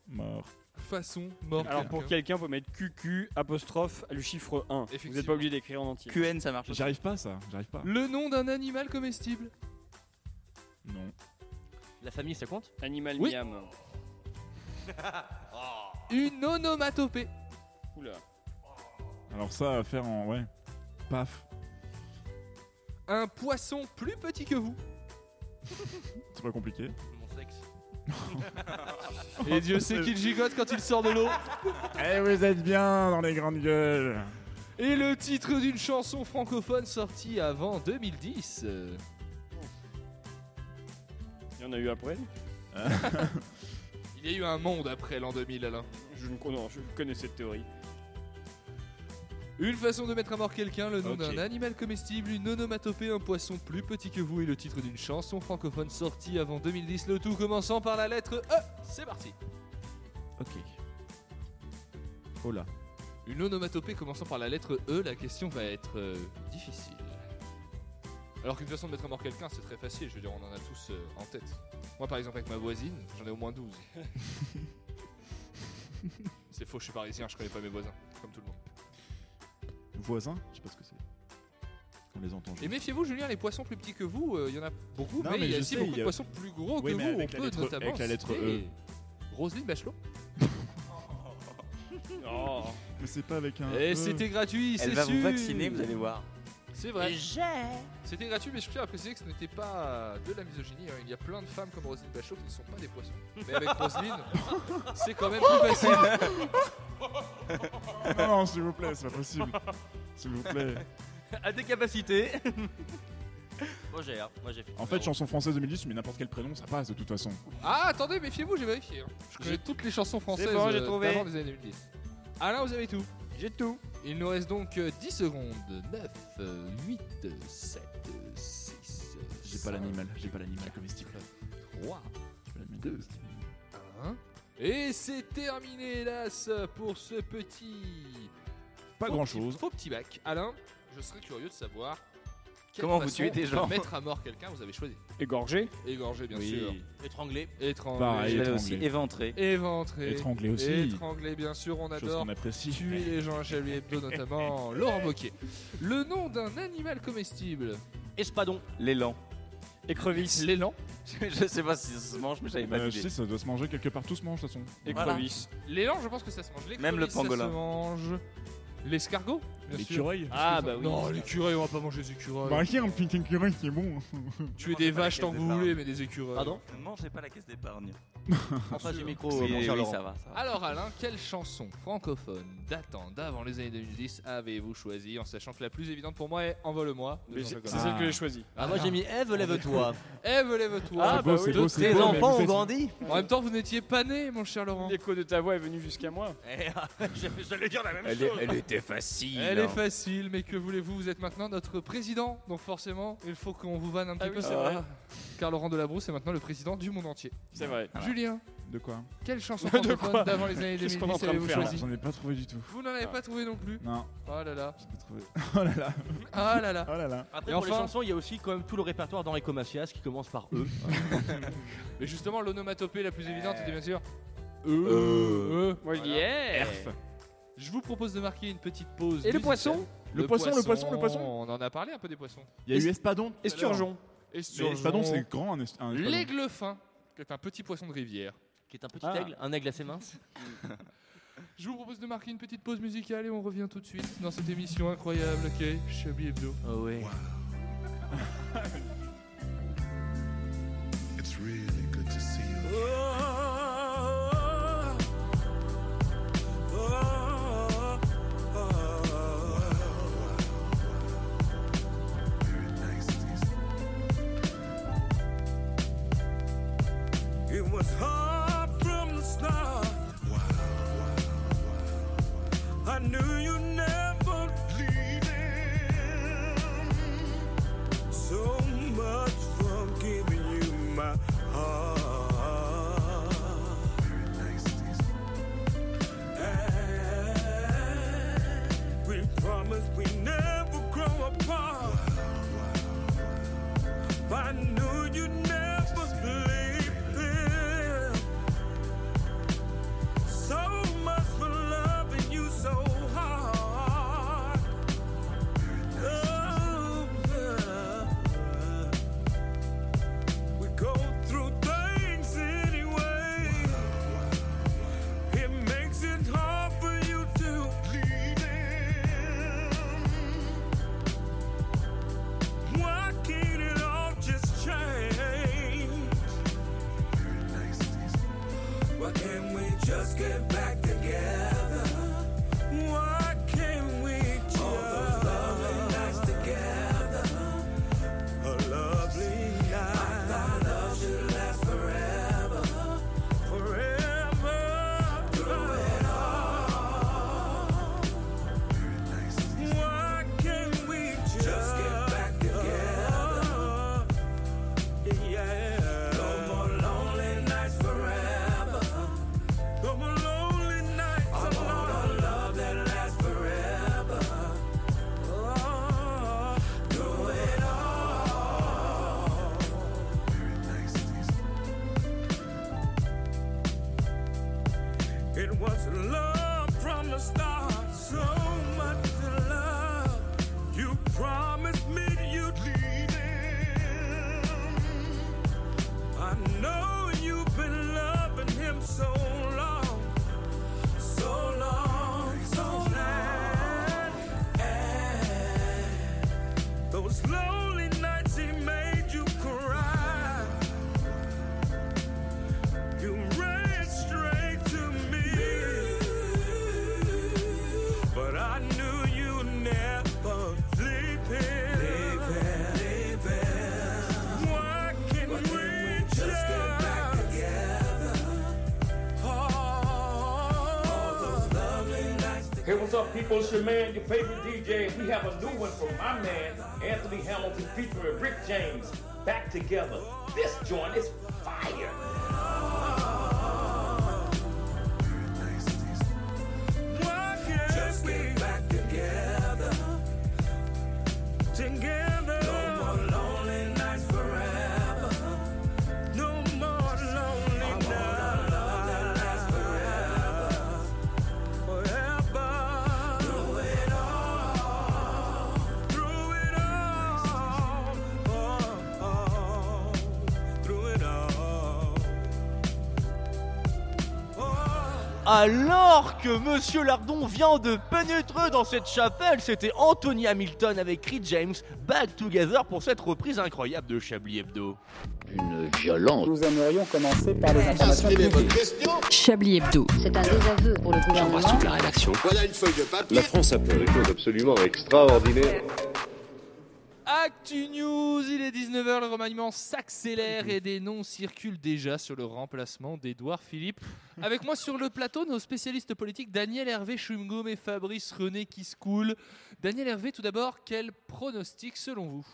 Mort.
Façon mort.
Alors pour quelqu'un, vous mettre QQ apostrophe le chiffre 1. Vous n'êtes pas obligé d'écrire en entier.
QN, ça marche aussi. J'arrive pas, ça, j'arrive pas.
Le nom d'un animal comestible.
Non.
La famille, ça compte
Animal
Oui.
miam.
Une onomatopée.
Oula.
Alors ça, à faire en... Ouais. Paf.
Un poisson plus petit que vous.
C'est pas compliqué.
Mon sexe.
Et Dieu sait qu'il gigote quand il sort de l'eau.
Eh, vous êtes bien dans les grandes gueules.
Et le titre d'une chanson francophone sortie avant 2010. euh,
Il y en a eu après
Il y a eu un monde après l'an 2000, Alain.
Je ne con- non, je connais cette théorie.
Une façon de mettre à mort quelqu'un, le nom
Ok.
d'un animal comestible, une onomatopée, un poisson plus petit que vous et le titre d'une chanson francophone sortie avant 2010, le tout commençant par la lettre E. C'est parti.
Ok. Oh là.
Une onomatopée commençant par la lettre E, la question va être euh, difficile. Alors qu'une façon de mettre à mort quelqu'un, c'est très facile, je veux dire, on en a tous euh, en tête. Moi par exemple avec ma voisine, j'en ai au moins
[laughs]
12. c'est faux, je suis parisien, je connais pas mes voisins, comme tout le monde.
Voisin Je sais pas ce que c'est. On les entend.
Et méfiez-vous, Julien, les poissons plus petits que vous, euh, il y en a beaucoup,
Non,
mais,
mais
il y a
je
aussi
sais,
beaucoup
il y
de
a-
poissons plus gros
Oui,
que
mais
vous.
avec
on
la
peut
lettre-
notamment
avec la lettre
citer
E.
Roselyne Bachelot.
Oh.
Mais c'est pas avec un.
Et
E.
Eh,
[laughs]
c'était gratuit, Euh, c'est sûr. C'est vrai.
J'ai-
C'était gratuit, mais je tiens à préciser que ce n'était pas de la misogynie. hein. Il y a plein de femmes comme Roselyne Bachelot qui ne sont pas des poissons. Mais avec
[laughs]
Roselyne, c'est quand même plus facile.
Non, non, s'il vous plaît, c'est pas
[laughs]
possible. S'il vous plaît.
[laughs] À des capacités. [laughs] Moi j'ai hein, moi j'ai fait.
En fait, chanson française 2010, mais n'importe quel prénom, ça passe de toute façon.
Ah, attendez, méfiez-vous, j'ai vérifié. hein. Je connais toutes les chansons françaises
C'est bon, j'ai
euh,
trouvé.
d'avant les années 2010. Alain, vous avez tout J'ai tout. Il nous reste donc euh, 10 secondes. 9, euh, 8, euh, 7, euh, 6.
J'ai pas l'animal, j'ai pas l'animal comestible.
3, 2, 1. Et c'est terminé, hélas, pour ce petit.
Pas
faux
grand-chose.
petit- Faux petit bac. Alain, je serais curieux de savoir. quelle
Comment vous
façon
tuez des
de
gens
Mettre à mort quelqu'un, vous avez choisi.
Égorgé
Égorgé, bien
Oui.
sûr.
Étranglé.
Étranglé.
Pareil, Je l'avais étranglé. aussi, éventré.
Éventré.
Étranglé aussi.
Étranglé, bien sûr, on adore.
qu'on apprécie.
Eh.
Tuer les gens à Chablis Hebdo,
[laughs]
notamment Laurent Wauquiez. Le nom d'un animal comestible
Espadon.
L'élan. [laughs]
Écrevisse.
L'élan.
je sais pas si ça se mange, mais j'avais pas
Euh,
d'idée.
je sais, ça doit se manger quelque part, tout se mange de toute façon.
Écrevisse.
L'élan, je pense que ça se mange. L'écrevisse,
Même le
ça se
pangolin.
mange. L'escargot bien sûr.
L'écureuil.
Ah
Est-ce que
bah
ça-
oui.
Non,
l'écureuil, on va pas manger des
Ah,
écureuils.
Bah, qui un petit écureuil qui est bon
Tuer des vaches tant que vous voulez, mais des écureuils.
Pardon Ne mangez pas la caisse
[laughs]
d'épargne.
En face du micro,
Oui,
euh, mon cher
oui,
Laurent.
ça va, ça va.
Alors Alain, quelle chanson francophone datant d'avant les années 2010 avez-vous choisi en sachant que la plus évidente pour moi est Envole-moi de
Mais
Jean-Jacques
c'est-
Goldman.
c'est celle que j'ai choisie.
Ah, moi, j'ai mis Ève,
On
lève-toi.
est- Ève lève-toi.
Ah, C'est beau, bah oui. c'est beau,
Tous
c'est
tes
beau, mais
enfants
vous
ont
êtes-
grandi. Eh, En même temps, vous n'étiez pas né, mon cher Laurent.
L'écho de ta voix est venu jusqu'à moi.
Eh, [laughs] J'allais dire la même
Elle est-
chose.
elle était
facile.
Elle est
hein.
facile, mais que voulez-vous Vous êtes maintenant notre président, donc forcément, il faut qu'on vous vanne un petit
Ah oui,
peu.
c'est vrai.
Car Laurent Delabrousse est maintenant le président du monde entier.
C'est vrai.
Julien,
De quoi Ah,
quelle chanson
Ah [laughs] De quoi
francophone d'avant les années
Qu'est-ce qu'on est en
2010
train de
avez-vous
faire, là Ah.
choisi
J'en ai pas trouvé du tout.
Vous n'en avez pas trouvé non plus
Non.
Oh là là.
Trouvé. Oh là là.
Ah là là.
Oh là là.
Après,
Et
pour les
enfin-
chansons, il y a aussi quand même tout le répertoire d'Henri Comasias qui commence par E.
Mais justement, l'onomatopée la plus évidente était bien sûr. E.
Euh.
Euh.
Moi, je dis
Voilà.
F.
Je vous propose de marquer une petite pause.
Et le
musicale.
poisson
Le poisson, le poisson, le poisson.
On en a parlé un peu des poissons.
Il y a eu Espadon.
Esturgeon.
Mais Espadon, c'est grand un, est- un espadon.
L'aigle fin, qui est un petit poisson de rivière.
Qui est un petit
Ah.
aigle, un aigle assez mince.
Je vous propose de marquer une petite pause musicale et on revient tout de suite dans cette émission incroyable qu'est Chablis Hebdo.
Oh ouais.
It's really good to see you. It was hard from the start. I knew you never leaving. So
get back together. Why can't we just All those lovely nights together? A lovely night. I thought love should last forever. Forever. Through it all. Why can't we just, get back together? Yeah. No more lonely nights forever. No more lonely nights I alone. Want a love that lasts forever. Oh, do it all. It was love from the start. So much love. You promised me you'd leave him. I know you've been loving him so long, so long, so long. And those lonely nights he made you cry. You ran straight to me, but I knew you'd never leave him. Leave him, leave him. Why can't we just get back together?
Hey, what's up, people? It's your man, your favorite DJ. We have a new one from my man, Anthony Hamilton, featuring Rick James. Back together. This joint is fire.
Why can't Just get back together. Together. No more lonely nights forever. No more lonely I nights. Want a love that lasts forever. Forever. Through it all. Through it all. Oh, oh. Through it all.
Alors que Monsieur Lardon vient de pénétrer dans cette chapelle, c'était Anthony Hamilton avec Reed James, Back Together pour cette reprise incroyable de Chablis Hebdo.
Une violence.
Nous aimerions commencer par les informations publiques.
Chablis Hebdo.
C'est un désaveu pour le gouvernement.
la rédaction. Voilà une feuille de papier. La France a fait des choses absolument extraordinaires.
Actu News, il est 19h, le remaniement s'accélère et des noms circulent déjà sur le remplacement d'Edouard [laughs] Philippe. Avec moi sur le plateau, nos spécialistes politiques Daniel Hervé Schumgom et Fabrice René Kiscoul. Daniel Hervé, tout d'abord, quel pronostic selon vous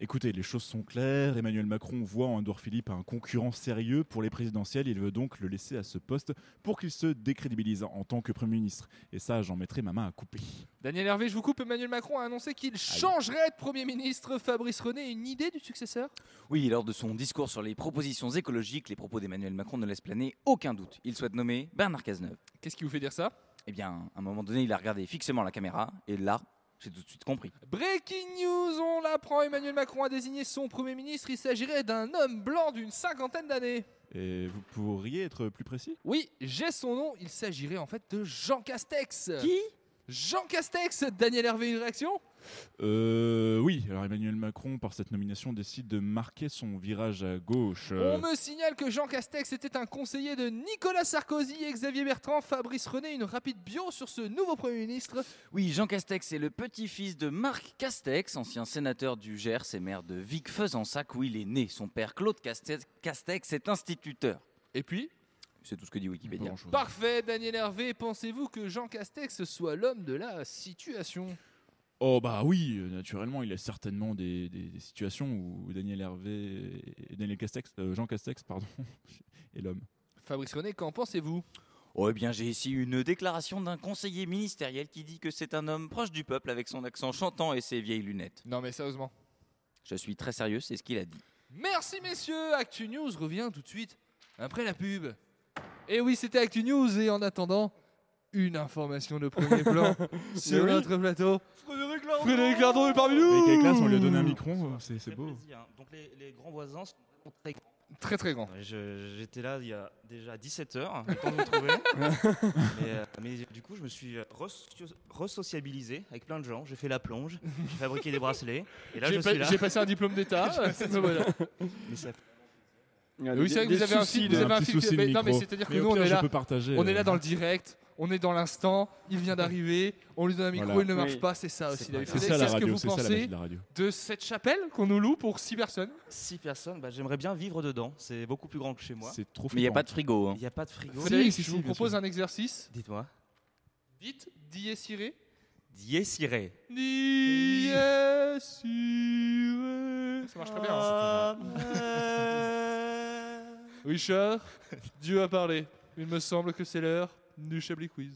Écoutez, les choses sont claires. Emmanuel Macron voit en Edouard Philippe un concurrent sérieux pour les présidentielles. Il veut donc le laisser à ce poste pour qu'il se décrédibilise en tant que Premier ministre. Et ça, j'en mettrai ma main à couper.
Daniel Hervé, je vous coupe, Emmanuel Macron a annoncé qu'il changerait de Premier ministre. Fabrice René, une idée du successeur
Oui, lors de son discours sur les propositions écologiques, les propos d'Emmanuel Macron ne laissent planer aucun doute. Il souhaite nommer Bernard Cazeneuve.
Qu'est-ce qui vous fait dire ça
Eh bien, à un moment donné, il a regardé fixement la caméra et là, j'ai tout de suite compris.
Breaking news, on l'apprend, Emmanuel Macron a désigné son Premier ministre. Il s'agirait d'un homme blanc d'une cinquantaine d'années.
Et vous pourriez être plus précis
Oui, j'ai son nom, il s'agirait en fait de Jean Castex.
Qui
Jean Castex Daniel Hervé, une réaction
Euh, oui, alors Emmanuel Macron, par cette nomination, décide de marquer son virage à gauche. Euh,
On me signale que Jean Castex était un conseiller de Nicolas Sarkozy, Xavier Bertrand, Fabrice René. Une rapide bio sur ce nouveau Premier ministre.
Oui, Jean Castex est le petit-fils de Marc Castex, ancien sénateur du Gers et maire de Vic-Fezensac, où il est né. Son père, Claude Castex, Castex est instituteur.
Et puis
C'est tout ce que dit Wikipédia. Bah
Parfait, Daniel Hervé. Pensez-vous que Jean Castex soit l'homme de la situation
Oh bah oui, euh, naturellement, il y a certainement des, des- des situations où Daniel Hervé, et Daniel Castex, euh, Jean Castex, pardon, [laughs] est l'homme.
Fabrice René, qu'en pensez-vous
Oh, eh bien, j'ai ici une déclaration d'un conseiller ministériel qui dit que c'est un homme proche du peuple avec son accent chantant et ses vieilles lunettes.
Non, mais sérieusement.
Je suis très sérieux, c'est ce qu'il a dit.
Merci messieurs, Actu News revient tout de suite après la pub. Et oui, c'était Actu News et en attendant, une information de premier
[laughs]
plan sur
Mais oui.
notre plateau. Frédéric Lardon, est parmi nous
Avec la classe, on lui a donné un micro, euh, c'est c'est beau.
hein. Donc les, les grands voisins sont très grands.
Très très grand.
Je- J'étais là il y a déjà 17 heures, le temps de vous trouver. [laughs] mais, euh, mais du coup, je me suis euh, resocio- resociabilisé avec plein de gens. J'ai fait la plonge, j'ai fabriqué des bracelets. Et là,
J'ai
je
pas-
suis là.
[laughs]
j'ai passé un diplôme d'État,
J'ai passé
me voilà.
Mais ça-
Mais oui, c'est vrai que vous avez un film, vous avez un film- mais- non, mais c'est-à-dire que nous, on est là, on
euh,
est là dans le direct, on est dans l'instant, il vient d'arriver, on lui donne un micro,
Voilà.
il ne marche
Oui.
pas, c'est ça aussi.
pas
la vie.
grave. C'est ça, la
ce que
radio,
vous
c'est ça, la magie
pensez
de la radio.
de cette chapelle qu'on nous loue pour 6 personnes
6 personnes, bah, j'aimerais bien vivre dedans. C'est beaucoup plus grand que chez moi.
C'est trop
Mais il n'y a pas de frigo. hein.
Il n'y a pas de frigo.
Frédéric, je vous propose un exercice.
Dites-moi.
Dites, dies ciré.
Dies irae.
Dies irae. Ça marche très bien. hein. Richard, Dieu a parlé. Il me semble que c'est l'heure du Chablis Quiz.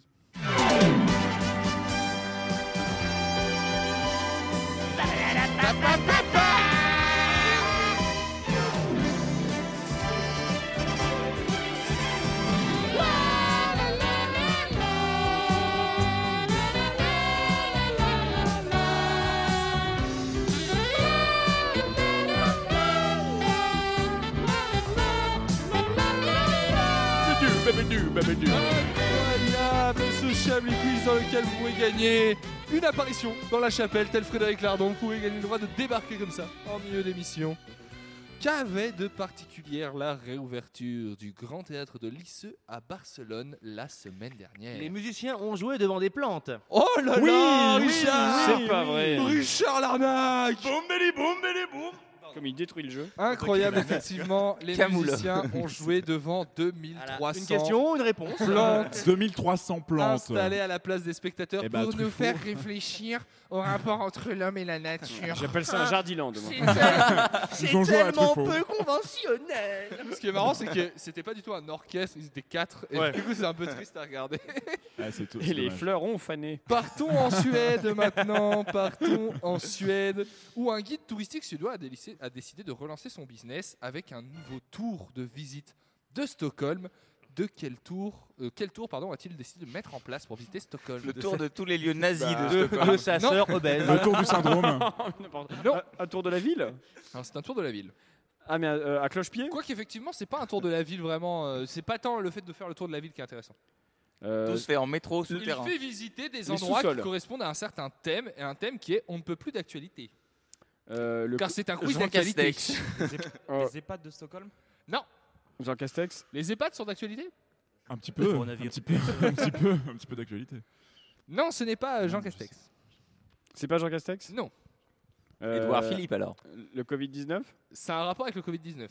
Incroyable ce Chablis Quiz dans lequel vous pouvez gagner une apparition dans la chapelle, tel Frédéric Lardon. Vous pouvez gagner le droit de débarquer comme ça en milieu d'émission. Qu'avait de particulière la réouverture du Grand Théâtre de Lisseux à Barcelone la semaine dernière
Les musiciens ont joué devant des plantes.
Oh
Ah
là
Oui,
là,
oui,
Richard
oui, C'est pas vrai.
Richard l'arnaque
Comme il détruit le jeu.
Incroyable, effectivement, les
Camoule.
musiciens ont joué devant 2300
Voilà, une question, une
[laughs]
réponse.
plantes
2300 plantes.
installées à la place des spectateurs
Eh ben,
pour nous
Truffaut.
faire réfléchir au rapport entre l'homme et la nature.
J'appelle ça un jardiland, moi.
C'est
Ils
tel-
euh,
ont
c'est
joué à
tellement
Truffaut.
peu conventionnel. [laughs] Ce qui est marrant, c'est que c'était pas du tout un orchestre, ils étaient quatre. Et
Ouais.
du coup, c'est un peu triste à regarder.
Ah,
Et les fleurs ont fané.
Partons en Suède maintenant, partons en Suède, où un guide touristique suédois a, délicé- a décidé de relancer son business avec un nouveau tour de visite de Stockholm. De quel tour, euh, quel tour pardon, a-t-il décidé de mettre en place pour visiter Stockholm
Le
De
tour
sa-
de euh, tous les [laughs] lieux nazis
Bah,
de Stockholm.
de sa
Non.
sœur obèse. Le tour du syndrome.
N'importe- Un- Un tour de la ville
Alors, c'est un tour de la ville.
Ah, mais euh, à cloche-pied
Quoi qu'effectivement, c'est pas un tour de la ville vraiment. euh, c'est pas tant le fait de faire le tour de la ville qui est intéressant.
Euh,
Tout se fait en métro
Il
souterrain.
fait visiter des
Les
endroits qui
sous-sols.
correspondent à un certain thème et un thème qui est on ne peut plus d'actualité.
Euh, le
Car
cou-
c'est un quiz d'actualité.
[laughs] Euh,
Les EHPAD de Stockholm
Non.
Jean Castex
Les EHPAD sont d'actualité
Un petit peu, un
Coronavirus.
petit peu, un petit peu, un petit peu d'actualité.
Non, ce n'est pas euh, Jean Castex.
C'est pas Jean Castex Euh,
Non.
Édouard Philippe, alors.
Le Covid-19
C'est un rapport avec le Covid-19.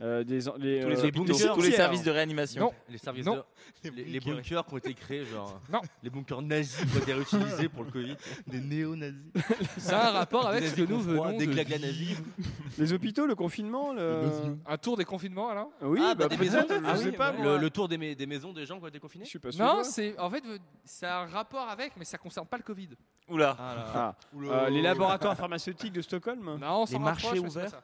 Euh, des, en- les,
Tous les hein.
euh,
hôpitaux, tous les
cimetières.
services de réanimation.
Non.
Les services
Non.
de- les, les bunkers. qui ont été créés, genre.
Non.
Les bunkers nazis qui ont été réutilisés pour le Covid. Des néo-nazis.
Ça a un rapport avec ce que nous venons
Des
de
glaglas
vivre.
nazis.
Les hôpitaux, le confinement le...
Un tour des confinements, alors
Oui,
Ah,
bah,
bah, des
peut-être,
maisons.
je
Ah
sais
oui,
pas.
ouais.
moi.
le, le tour des, mais- des maisons des gens qui ont été confinés
Je suis pas sûr. Euh,
Non, c'est en fait ça a un rapport avec, mais ça concerne pas le Covid.
Oula.
Ah là.
Ah.
Oula.
Euh, les laboratoires pharmaceutiques de Stockholm
Non, on
Les
s'en
marchés
rapproche, mais c'est pas
ouverts
ça.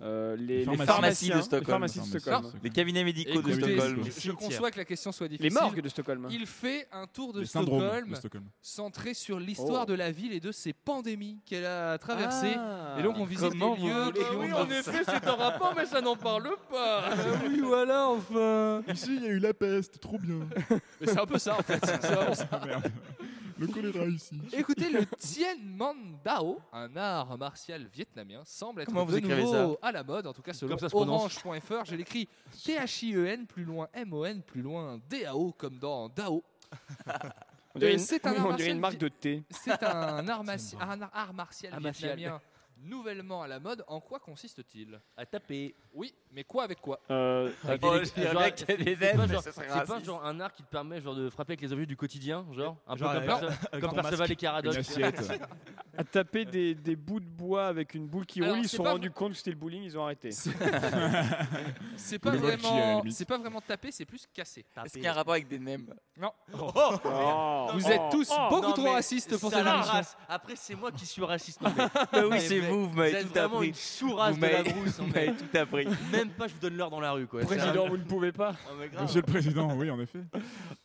Euh, les,
pharmacies,
les
de
pharmaciens,
Stockholm.
Les pharmacies de Stockholm.
Les cabinets médicaux de
Écoutez,
Stockholm.
je- Je conçois que la question soit difficile.
Les morgues de Stockholm.
Il fait un tour de
Les syndromes
Stockholm,
de Stockholm.
centré sur l'histoire
Oh.
de la ville et de ses pandémies qu'elle a traversées.
Ah.
et donc on visite
Comment
des
vous
lieux.
voulez
Bah
que
oui,
l'on
en
fasse
effet, c'est en rapport, mais ça n'en parle pas. Bah oui, voilà, enfin.
Ici, il y a eu la peste, trop bien.
Mais c'est un peu ça en fait. C'est vraiment ça.
Le choléra ici.
Écoutez, le Tien Man Dao, un art martial vietnamien, semble être
Comment vous
de
écrivez
nouveau à la mode, en tout cas selon
Comme ça se prononce.
orange.fr. Je l'écris T-H-I-E-N, E plus loin M-O-N, plus loin D-A-O, comme dans Dao.
On dirait
Euh,
une-
c'est un
oui,
art
on dirait
martial
une marque de thé.
C'est
[laughs]
un art, marti- un ar- art martial
Art martial.
vietnamien nouvellement à la mode. En quoi consiste-t-il
À taper.
Oui, mais quoi avec quoi
Euh,
Avec
Oh,
des-
je dirais
genre-
qu'il y a [laughs] des
c'est
aides,
pas
mais
genre-
ça serait
C'est pas
raciste.
genre un art qui te permet genre de frapper avec les objets du quotidien, genre un peu
Genre
comme,
avec-
Perce-
avec
comme
ton
Perceval
masque.
et Caradoc.
Une assiette.
À taper des, des bouts de bois avec une boule qui
Alors,
roule,
c'est
ils se sont
pas
rendus compte que c'était le bowling, ils ont arrêté.
C'est pas
Le Golgi, à la
vraiment,
limite.
c'est pas vraiment taper, c'est plus casser.
Est-ce qu'il y a un rapport avec des nems
Oh,
Vous êtes
oh,
tous
oh.
beaucoup
Non,
trop
mais
racistes pour
ça Euh,
cette
la
émission.
race. Après, c'est moi qui suis raciste. [laughs] non, mais-
Ah bah Oui, [laughs]
mais-
c'est
mais
vous, vous
Bah Vous
m'avez
êtes
tout
vraiment
appris.
une sous-race
Vous
de la
m'avez-
brousse.
vous
hein,
m'avez
mais
tout appris.
Même pas, je vous donne l'heure dans la rue. quoi.
Président, vous ne pouvez pas.
C'est un- Ah, mais grave.
Monsieur le Président, oui, en effet.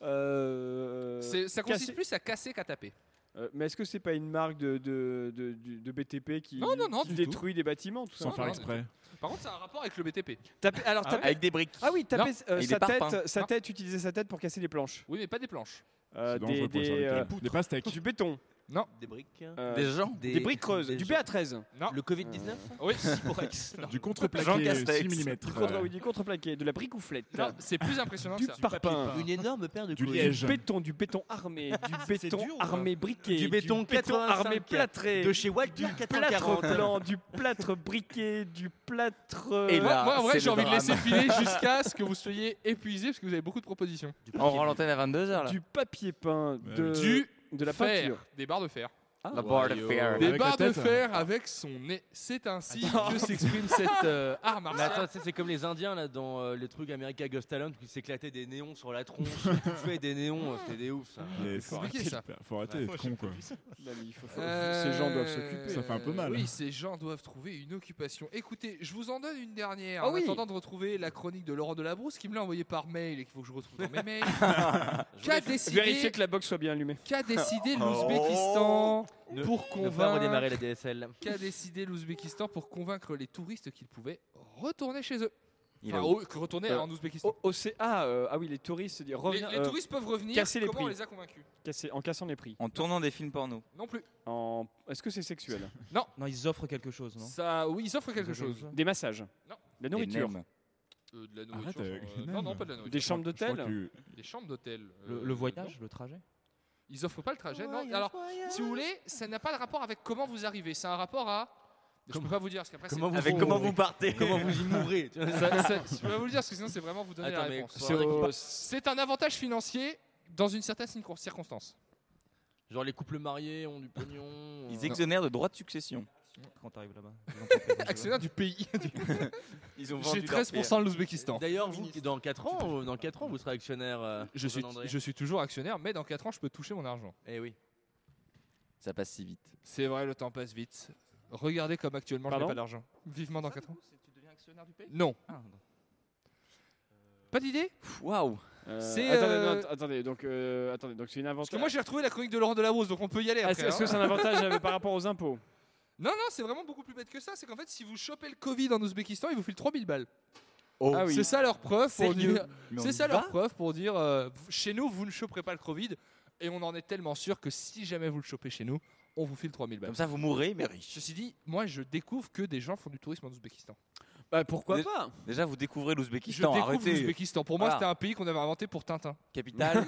Euh,
C'est- Ça consiste
casser-
plus à casser qu'à taper.
Euh, mais est-ce que c'est pas une marque de, de, de- de- de BTP qui,
Non, non, non,
qui
du
détruit des bâtiments tout ça
Sans faire
non,
exprès.
Par contre, c'est un rapport avec le BTP.
Taper- alors, taper-
Avec des briques.
Ah oui, taper euh,
avec des
sa,
parpaings.
tête, sa
Non.
tête, utiliser sa tête pour casser des planches.
Oui, mais pas des planches.
Euh,
C'est dangereux
des,
pour le
des,
cerveau.
euh,
Des pastèques.
du béton.
Non.
Des briques
Euh, Des gens Des briques creuses. Du BA13
Non.
Le Covid-19
Oui. [laughs]
[laughs] Ciborex. Non.
Du contreplaqué Jean Castex. 6 millimètres.
Du, contre, oui, du contreplaqué, de la brique ouflette.
Non, c'est plus impressionnant
du
que ça.
parpaing.
Une énorme paire de
Du
couilles.
béton, du béton armé, du béton
dur, quoi.
armé briqué,
Du béton
armé
85,
plâtré,
de chez Walt
du
Disney
plâtre
440.
blanc, du plâtre briqué, du plâtre.
Moi- moi, en vrai, j'ai envie de laisser filer
jusqu'à
jusqu'à ce que vous soyez épuisé parce que vous avez beaucoup de propositions.
On rend l'antenne à 22h là.
du papier peint, de,
Du
Euh, de la
fer.
peinture.
Des barres de fer.
La barre de fer.
Des
Avec la
barres de
tête.
fer avec son nez. C'est ainsi que s'exprime [laughs] cette euh, art
Mais
martial.
attends, tu sais, c'est comme les Indiens là dans euh, les trucs America Ghost Talent qui s'éclataient des néons sur la tronche, ils bouffaient des néons, euh, c'était des ouf ça.
Mais faut
compliqué,
arrêter,
ça.
le- faut arrêter d'être con quoi.
Bah,
Euh,
Ces gens doivent s'occuper.
Ça fait un peu mal. hein.
Oui, ces gens doivent trouver une occupation. Écoutez, je vous en donne une dernière
Ah
en
oui.
attendant de retrouver la chronique de Laurent Delabrousse qui me l'a envoyée par mail et qu'il faut que je retrouve
[laughs]
dans mes mails. Qu'a
Vérifier
décidé,
que la box soit bien allumée.
qu'a décidé l'Ouzbékistan
Ne-
pour
ne pas
convaincre
redémarrer la DSL.
Qu'a décidé l'Ouzbékistan pour convaincre les touristes qu'ils pouvaient retourner chez eux
Il est
Enfin,
où
re- retourner
Euh,
en Ouzbékistan.
O- OCA, euh, ah oui, les touristes se disent
Les,
revenir.
les
euh,
touristes peuvent revenir.
casser les
Comment on
prix.
les a convaincus
casser- en cassant les prix.
En tournant des films porno.
Non plus.
En... Est-ce que c'est sexuel
Non, ils offrent quelque chose, non
Ça, oui, ils offrent quelque
Ils offrent
chose.
Des massages
Non.
De la
Des
nourriture
nems.
Euh, de la
Arrête
nourriture.
avec
genre,
les
euh, non,
nems.
non, pas de la nourriture.
Des chambres
Je crois
d'hôtel
que-
Des chambres d'hôtel.
Le,
euh,
le
non.
voyage, le trajet
Ils offrent pas le
Oh,
trajet. Non. Alors, si vous voulez, ça n'a pas de rapport avec comment vous arrivez. C'est un rapport à. je peux pas vous dire parce qu'après. c'est-
Avec [laughs] comment vous partez.
Comment vous y mourrez tu vois,
[laughs] Ça-
ça-
ça- je peux pas vous le dire parce que sinon c'est vraiment vous donner
Attends,
la
mais
réponse.
C'est au- c'est-
C'est un avantage financier dans une certaine circon- circonstance.
Genre les couples mariés ont du pognon.
Ils
euh.
exonèrent de droits de succession.
quand t'arrives là-bas.
[laughs]
Actionnaire du
[laughs]
pays.
Ils ont vendu
J'ai
leur
13% de l'Ouzbékistan.
D'ailleurs, vous, dans 4 ans, euh, dans 4 ans, vous serez actionnaire. euh,
Je suis,
Jean-André.
je suis toujours actionnaire, mais dans 4 ans, je peux toucher mon argent.
Eh oui.
PR. Ça passe si vite.
C'est vrai, le temps passe vite. Regardez comme actuellement, je n'ai
Pardon
pas d'argent. Vivement dans 4 ans.
Tu deviens actionnaire du pays
Non. Euh,
Ah, non.
Pas d'idée
Waouh.
euh,
c'est,
Attendez,
euh,
non, att- attendez, donc, euh, attendez, donc c'est une
Parce que
avantage.
moi, j'ai retrouvé la chronique de Laurent Delabrousse, donc on peut y aller.
Est-ce
Après,
est-ce que
hein.
Ah, c'est un avantage euh, par rapport aux impôts
Non, non, c'est vraiment beaucoup plus bête que ça. C'est qu'en fait, si vous chopez le Covid en Ouzbékistan, ils vous filent 3000 balles.
Ah oui.
C'est ça leur preuve pour
Sérieux
dire.
Mais on
C'est
y
ça
va
leur preuve pour dire. euh, vous- chez nous, vous ne choperez pas le Covid, et on en est tellement sûr que si jamais vous le chopez chez nous, on vous file 3000 balles.
Comme ça vous mourrez mais riche.
Ceci dit, moi, je découvre que des gens font du tourisme en Ouzbékistan.
Bah pourquoi
Mais-
pas
Déjà vous découvrez
Je
l'Ouzbékistan.
découvre
Arrêtez. Ah.
l'Ouzbékistan. Pour moi,
Voilà.
c'était un pays qu'on avait inventé pour Tintin.
Capitale.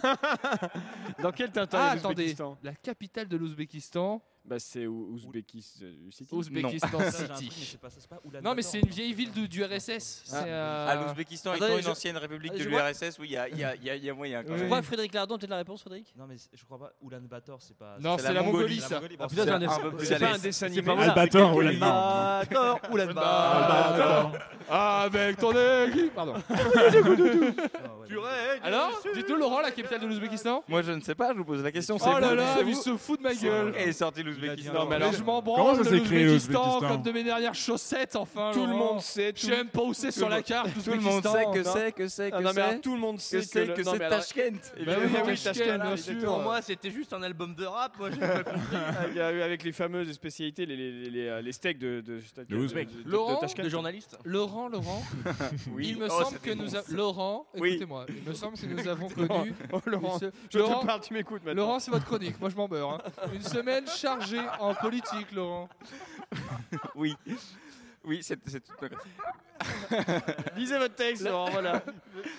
Dans quel tintin
Ah,
est
attendez,
l'Ouzbékistan
la capitale de l'Ouzbékistan,
Bah c'est Ou- Ouzbékistan euh, City.
Ouzbékistan
Ça, j'ai un truc, mais
City.
c'est pas- ça se passe pas Oulan
Non, mais
Bator.
c'est une vieille ville de- du RSS.
Ah.
C'est, euh,
Ah, l'Ouzbékistan
Attendez,
étant une
je-
ancienne république
je
de
vois-
l'URSS, oui, il y a, il y a- il y a- il y a moyen quand
Oui.
même.
crois
que Ah, Frédéric Lardon était de la réponse, Frédéric
Non, mais c'est- je crois pas. Oulan Bator, c'est pas.
Non, c'est la Mongolie,
La
ça.
Mongolie,
Ah,
pardon.
putain,
C'est
c'est
la-
un peu plus à
C'est pas un
l'aise.
dessin animé.
pas- Oulan
Albator,
[laughs]
Oulan
Bator,
Bah.
Oulan Bator.
Ah, Avec ton équipe Pardon.
Ah, ouais,
Alors, dites-nous, Laurent, la capitale de l'Ouzbékistan
Moi je ne sais pas, je vous pose la question. c'est
Oh là
vous,
là,
c'est
il
vous.
se fout de ma gueule.
Et est sorti
Il a dit
eh, l'Ouzbékistan.
un
Mais
alors-
je m'en
Comment
branle
ça
de
s'est créé,
l'Ouzbékistan
l'Ouzbékistan
comme de mes dernières chaussettes, enfin.
Tout le
Laurent.
monde sait.
Je
Tout,
sais même pas où c'est sur la carte.
Tout le monde sait que c'est, que c'est,
Ah,
que
non, mais alors,
c'est.
tout le monde
Que
sait
c'est,
le-
que
non,
c'est
mais alors-
Tashkent.
Bah oui,
Ah oui,
oui, Tashkent,
Tashkent,
bien
oui,
sûr.
Pour moi, c'était juste un album de rap. Moi, j'ai pas
[laughs]
compris.
Avec- Avec les fameuses spécialités, les, les, les, les, les steaks de, de, de,
Le Ouzbek.
de- de- de
Laurent,
Tashkent.
De journaliste.
Laurent, Laurent,
[laughs] Oui.
il me
Oh,
semble
c'était
que
bon,
nous
ça.
avons. Laurent,
Oui.
écoutez-moi, il me semble que nous avons
Laurent.
connu.
Oh, Laurent,
Monsieur-
je
Laurent,
te parle, tu m'écoutes maintenant.
Laurent, c'est votre chronique, moi je m'en beurre. hein. Une semaine chargée en politique, Laurent.
Oui. Oui, c'est c'est tout.
lisez votre texte, Laurent, voilà.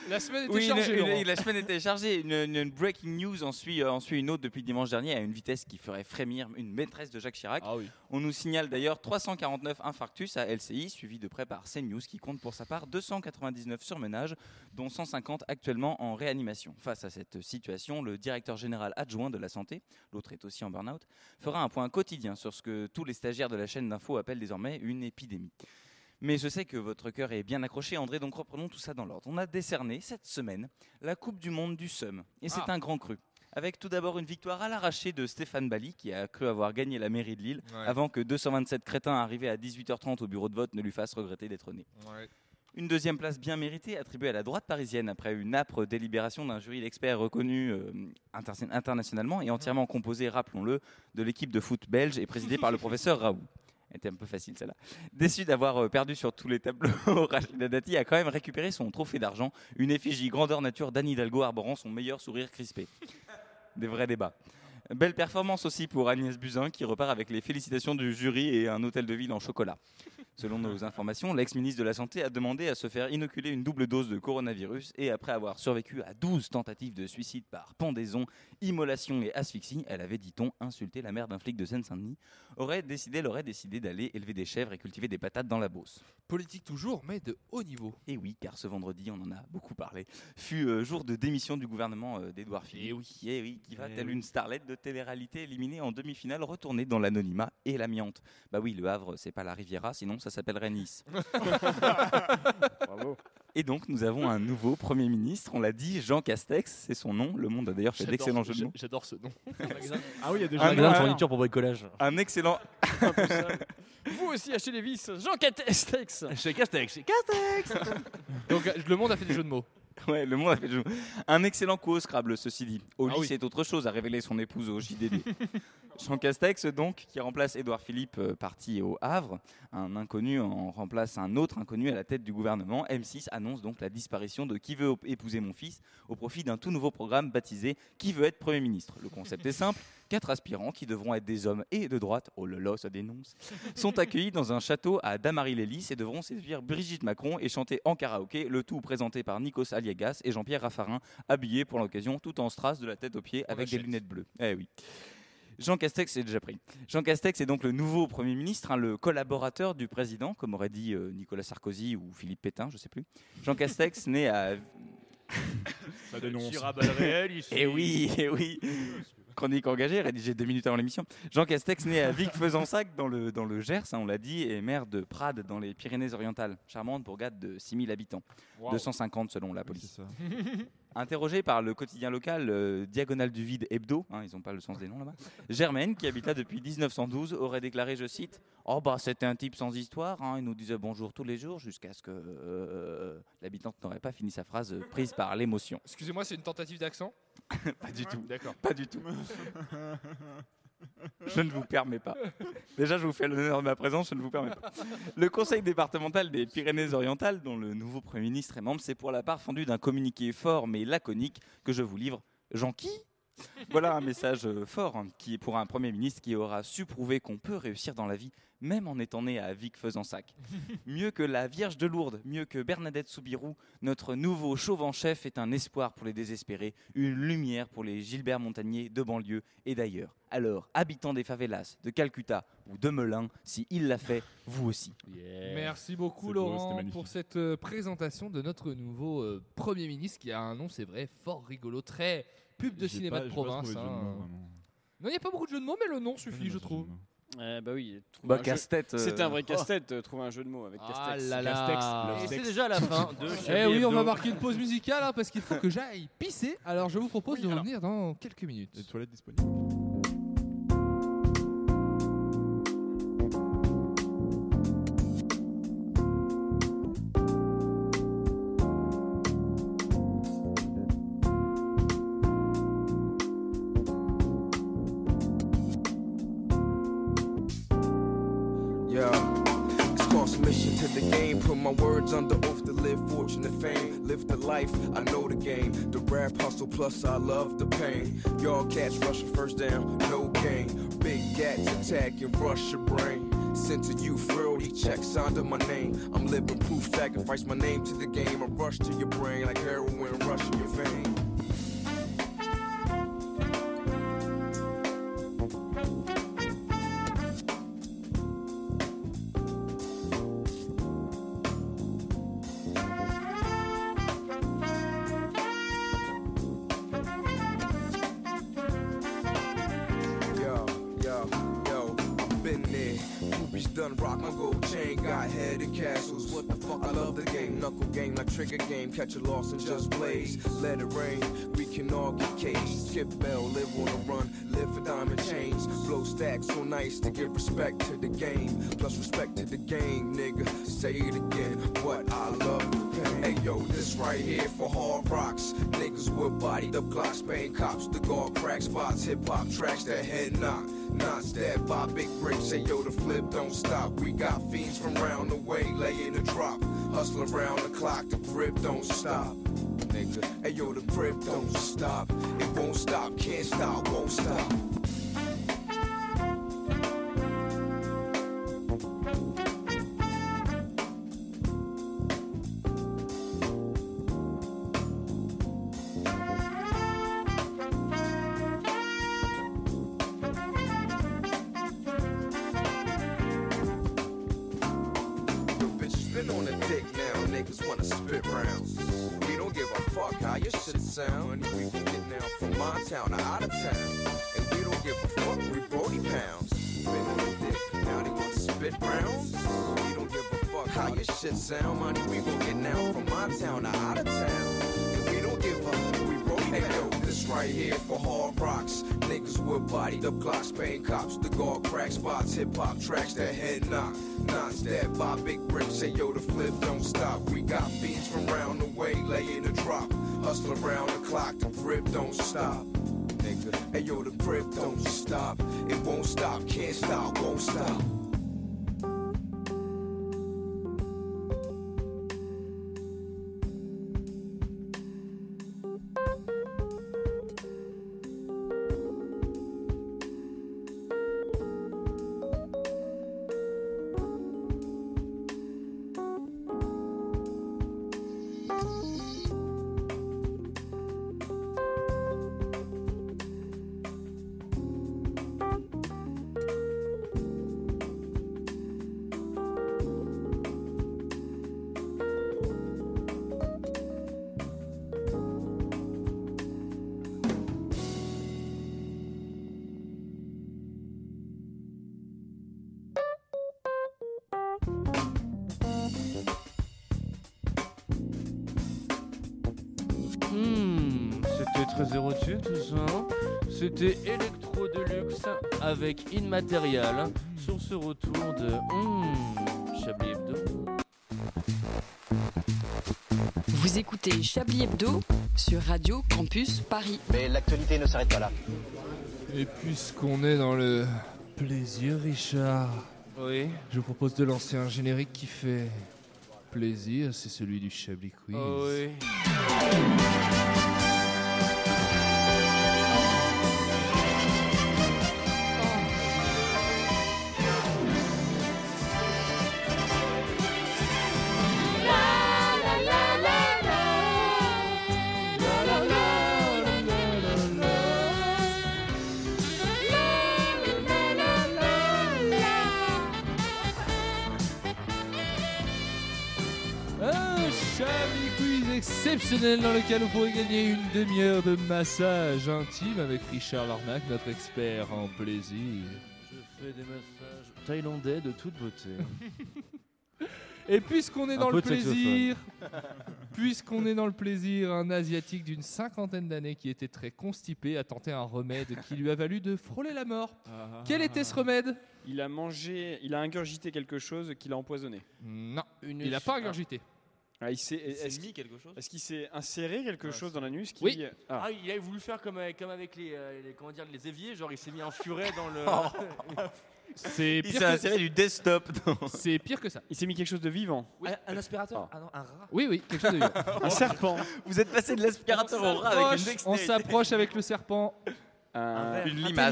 La semaine était
Oui, une-
chargée,
une-
Laurent.
la semaine était chargée. Une, une- une breaking news en suit, euh, en suit une autre depuis dimanche dernier à une vitesse qui ferait frémir une maîtresse de Jacques Chirac.
Ah oui.
On nous signale d'ailleurs 349 infarctus à LCI, suivi de près par CNews qui compte pour sa part 299 surmenages, dont 150 actuellement en réanimation. Face à cette situation, le directeur général adjoint de la santé, l'autre est aussi en burn-out, fera un point quotidien sur ce que tous les stagiaires de la chaîne d'info appellent désormais une épidémie. Mais je sais que votre cœur est bien accroché, André, donc reprenons tout ça dans l'ordre. On a décerné cette semaine la Coupe du Monde du Somme, et c'est
Ah.
un grand cru. Avec tout d'abord une victoire à l'arraché de Stéphane Bali, qui a cru avoir gagné la mairie de Lille, avant que 227 crétins arrivés à 18h30 au bureau de vote ne lui fassent regretter d'être né. Une deuxième place bien méritée attribuée à la droite parisienne après une âpre délibération d'un jury d'experts reconnu euh, inter- internationalement et entièrement composé, rappelons-le, de l'équipe de foot belge et présidée par le professeur Raoult. Elle était un peu facile celle-là. Déçu d'avoir euh, perdu sur tous les tableaux, [laughs] Rachida Dati a quand même récupéré son trophée d'argent, une effigie grandeur nature d'Anne Hidalgo arborant son meilleur sourire crispé. Des vrais débats. Belle performance aussi pour Agnès Buzyn qui repart avec les félicitations du jury et un hôtel de ville en chocolat. Selon nos informations, l'ex-ministre de la Santé a demandé à se faire inoculer une double dose de coronavirus et après avoir survécu à 12 tentatives de suicide par pendaison, immolation et asphyxie, elle avait, dit-on, insulté la mère d'un flic de Seine-Saint-Denis, aurait décidé, elle aurait décidé d'aller élever des chèvres et cultiver des patates dans la Beauce.
Politique toujours, mais de haut niveau.
Et oui, car ce vendredi, on en a beaucoup parlé, fut euh, jour de démission du gouvernement euh, d'Édouard Philippe. Et oui, qui va,
Eh
telle
oui.
une starlette de télé-réalité éliminée en demi-finale, retournée dans l'anonymat et l'amiante. Bah oui, le Havre, c'est pas la Riviera, sinon ça s'appellerait Nice.
[laughs] Bravo.
Et donc, nous avons un nouveau Premier ministre, on l'a dit, Jean Castex, c'est son nom. Le Monde a d'ailleurs fait
J'adore
d'excellents
ce-
jeux de mots.
J'adore ce nom.
Ah oui, il y a des
Un-
gens-
un-
fourniture pour bricolage.
Un excellent.
Vous aussi, achetez les vis. Jean Castex.
Chez Castex. chez
Castex.
Donc, euh, le monde a fait des jeux de mots.
[laughs] Ouais, le monde a fait le jeu. Un excellent coup au Scrabble, ceci dit. Oli,
Ah oui.
c'est autre chose, a révélé son épouse
[laughs]
au JDD. Jean Castex, donc, qui remplace Édouard Philippe, euh, parti au Havre. Un inconnu en remplace un autre inconnu à la tête du gouvernement. M6 annonce donc la disparition de Qui veut op- épouser mon fils au profit d'un tout nouveau programme baptisé Qui veut être Premier ministre. Le concept est simple. Quatre aspirants qui devront être des hommes et de droite, oh là là, ça dénonce, sont accueillis dans un château à Damary-les-Lys et devront séduire Brigitte Macron et chanter en karaoké, le tout présenté par Nikos Aliagas et Jean-Pierre Raffarin, habillés pour l'occasion tout en strass de la tête aux pieds avec des lunettes bleues. Eh oui. Jean Castex est déjà pris. Jean Castex est donc le nouveau Premier ministre, hein, le collaborateur du président, comme aurait dit euh, Nicolas Sarkozy ou Philippe Pétain, je ne sais plus. Jean Castex, [laughs] né à...
Ça dénonce.
Tire à balles réelles, il
Eh
suit.
oui, eh oui. Chronique engagée, rédigée deux minutes avant l'émission. Jean Castex, né à Vic-Fezensac, dans le, dans le Gers, hein, on l'a dit, et maire de Prades, dans les Pyrénées-Orientales. Charmante bourgade de 6000 habitants.
Wow.
250 selon la police.
ça.
Interrogé par le quotidien local euh, Diagonale du Vide Hebdo, hein, ils n'ont pas le sens des noms
[laughs]
là-bas, Germaine, qui habite là depuis 1912, aurait déclaré, je cite, Oh bah c'était un type sans histoire, hein, il nous disait bonjour tous les jours jusqu'à ce que euh, l'habitante n'aurait pas fini sa phrase euh, prise par l'émotion.
Excusez-moi, c'est une tentative d'accent
Pas du tout.
D'accord.
Pas du tout. Je ne vous permets pas. Déjà, je vous fais l'honneur de ma présence, je ne vous permets pas. Le Conseil départemental des Pyrénées-Orientales, dont le nouveau Premier ministre est membre, s'est pour la part fendu d'un communiqué fort mais laconique que je vous livre. Jean qui Voilà un message euh, fort hein, qui est pour un Premier ministre qui aura su prouver qu'on peut réussir dans la vie, même en étant né à Vic-Fezensac. Mieux que la Vierge de Lourdes, mieux que Bernadette Soubirou, notre nouveau chauvin chef est un espoir pour les désespérés, une lumière pour les Gilbert Montagnier de banlieue et d'ailleurs. Alors, habitants des favelas, de Calcutta ou de Melun, si il l'a fait, vous aussi.
Merci beaucoup
C'est beau, c'était
Laurent
magnifique.
pour cette euh, présentation de notre nouveau euh, Premier ministre qui a un nom, c'est vrai, fort rigolo, très pub de
J'ai
cinéma
pas-
de
j'ai pas
province.
trouvé de jeu de
hein.
mots, vraiment.
non, il n'y a pas beaucoup de jeux de mots, mais le nom suffit, je trouve.
Eh bah oui. trouver
Bah,
un jeu-
casse-tête, euh,
C'est un vrai
oh.
casse-tête, euh, trouver un jeu de mots avec casse-tête. Ah,
Ah là là.
Et c'est déjà la fin de
Eh
Chablis
oui, on va
Hebdo.
marquer une pause musicale hein, parce qu'il faut que j'aille pisser. Alors je vous propose de revenir dans quelques minutes. Les
toilettes disponibles.
Yeah. It's called submission to the game. Put my words under oath to live fortune and fame. Live the life, I know the game. The rap hustle, plus I love the pain. Y'all cats rushing first down, no gain. Big gats attack and rush your brain. Sent to you, frailty checks under my name. I'm living proof, sacrifice my name to the game. I rush to your brain like heroin rushing your vein. Yo, yo, yo, I've been there. Ruby's done rock my gold chain. Got head and castles. What the fuck? I love the game. Knuckle game like trigger game. Catch a loss and just blaze. Let it rain. We can all get caged. Skip bell, live on the run. Live for diamond chains. Blow stacks so nice to give respect to the game. Plus respect to the game, nigga. Say it again. What I love the pain. Hey yo, this right here for hard rocks. Niggas with bodied up glocks, bang cops, the guard crack spots, hip hop tracks that head knock. Non stab by big breaks. Hey yo, the flip don't stop. We got fiends from round the way, laying the drop. Hustling round the clock, the grip don't stop. Nigga, hey yo, the grip don't stop. It won't stop, can't stop, won't stop.
niggas wanna spit rounds. We don't give a fuck how your shit sound. Money we can get now from my town or out of town. And we don't give a fuck, we forty pounds. Been on the dick, now they wanna spit rounds. We don't give a fuck how your shit sound. Money we gon' get now from my town or out of town. And we don't give a we Hey yo, this right here for hard rocks. Niggas with bodied up clocks, pain cops, the guard crack spots, hip hop tracks that head knock. Knots that by big bricks, say yo, the flip don't stop. We got beats from round the way, laying the drop. Hustle around the clock, the grip don't stop. Nigga, hey yo, the grip don't stop. It won't stop, can't stop, won't stop.
Hmm, c'était très érotique tout ça. hein. C'était Electro Deluxe avec Immaterial hein, sur ce retour de hmm, Chablis Hebdo.
Vous écoutez Chablis Hebdo sur Radio Campus Paris. Mais l'actualité ne s'arrête pas là.
Et puisqu'on est dans le plaisir, Richard,
oui.
je vous propose de lancer un générique qui fait plaisir. C'est celui du Chablis Quiz.
Oh oui.
Un Chablis Quiz exceptionnel dans lequel vous pourrez gagner une demi-heure de massage intime avec Richard Larnac, notre expert en plaisir.
Je fais des massages thaïlandais de toute [laughs] beauté.
Et puisqu'on est
Un
dans
peu
le
de
[laughs]
saxophone.
plaisir, puisqu'on est dans le plaisir, un asiatique d'une cinquantaine d'années qui était très constipé a tenté un remède qui lui a valu de frôler la mort. Quel était ce remède
Il a mangé, il a ingurgité quelque chose qu'il a empoisonné.
Non, il n'a pas ingurgité.
Ah, il s'est-
s'est
est-ce
mis
qu'il-
quelque chose
Est-ce qu'il s'est inséré quelque chose dans l'anus qui
Oui.
Ah.
Ah, il a voulu faire comme avec, comme avec les, euh, les- comment dire, les éviers, genre il s'est mis un furet dans [laughs] le. Oh.
C'est
Il s'est inséré du desktop.
[laughs] C'est pire que ça.
Il s'est mis quelque chose de vivant.
Un, aspirateur Ah non, un rat.
Oui, oui, quelque chose
[laughs]
de vivant.
Un serpent.
Vous êtes passé de l'aspirateur au rat avec une dextérité.
On s'approche avec le serpent.
verre. Une Un limace.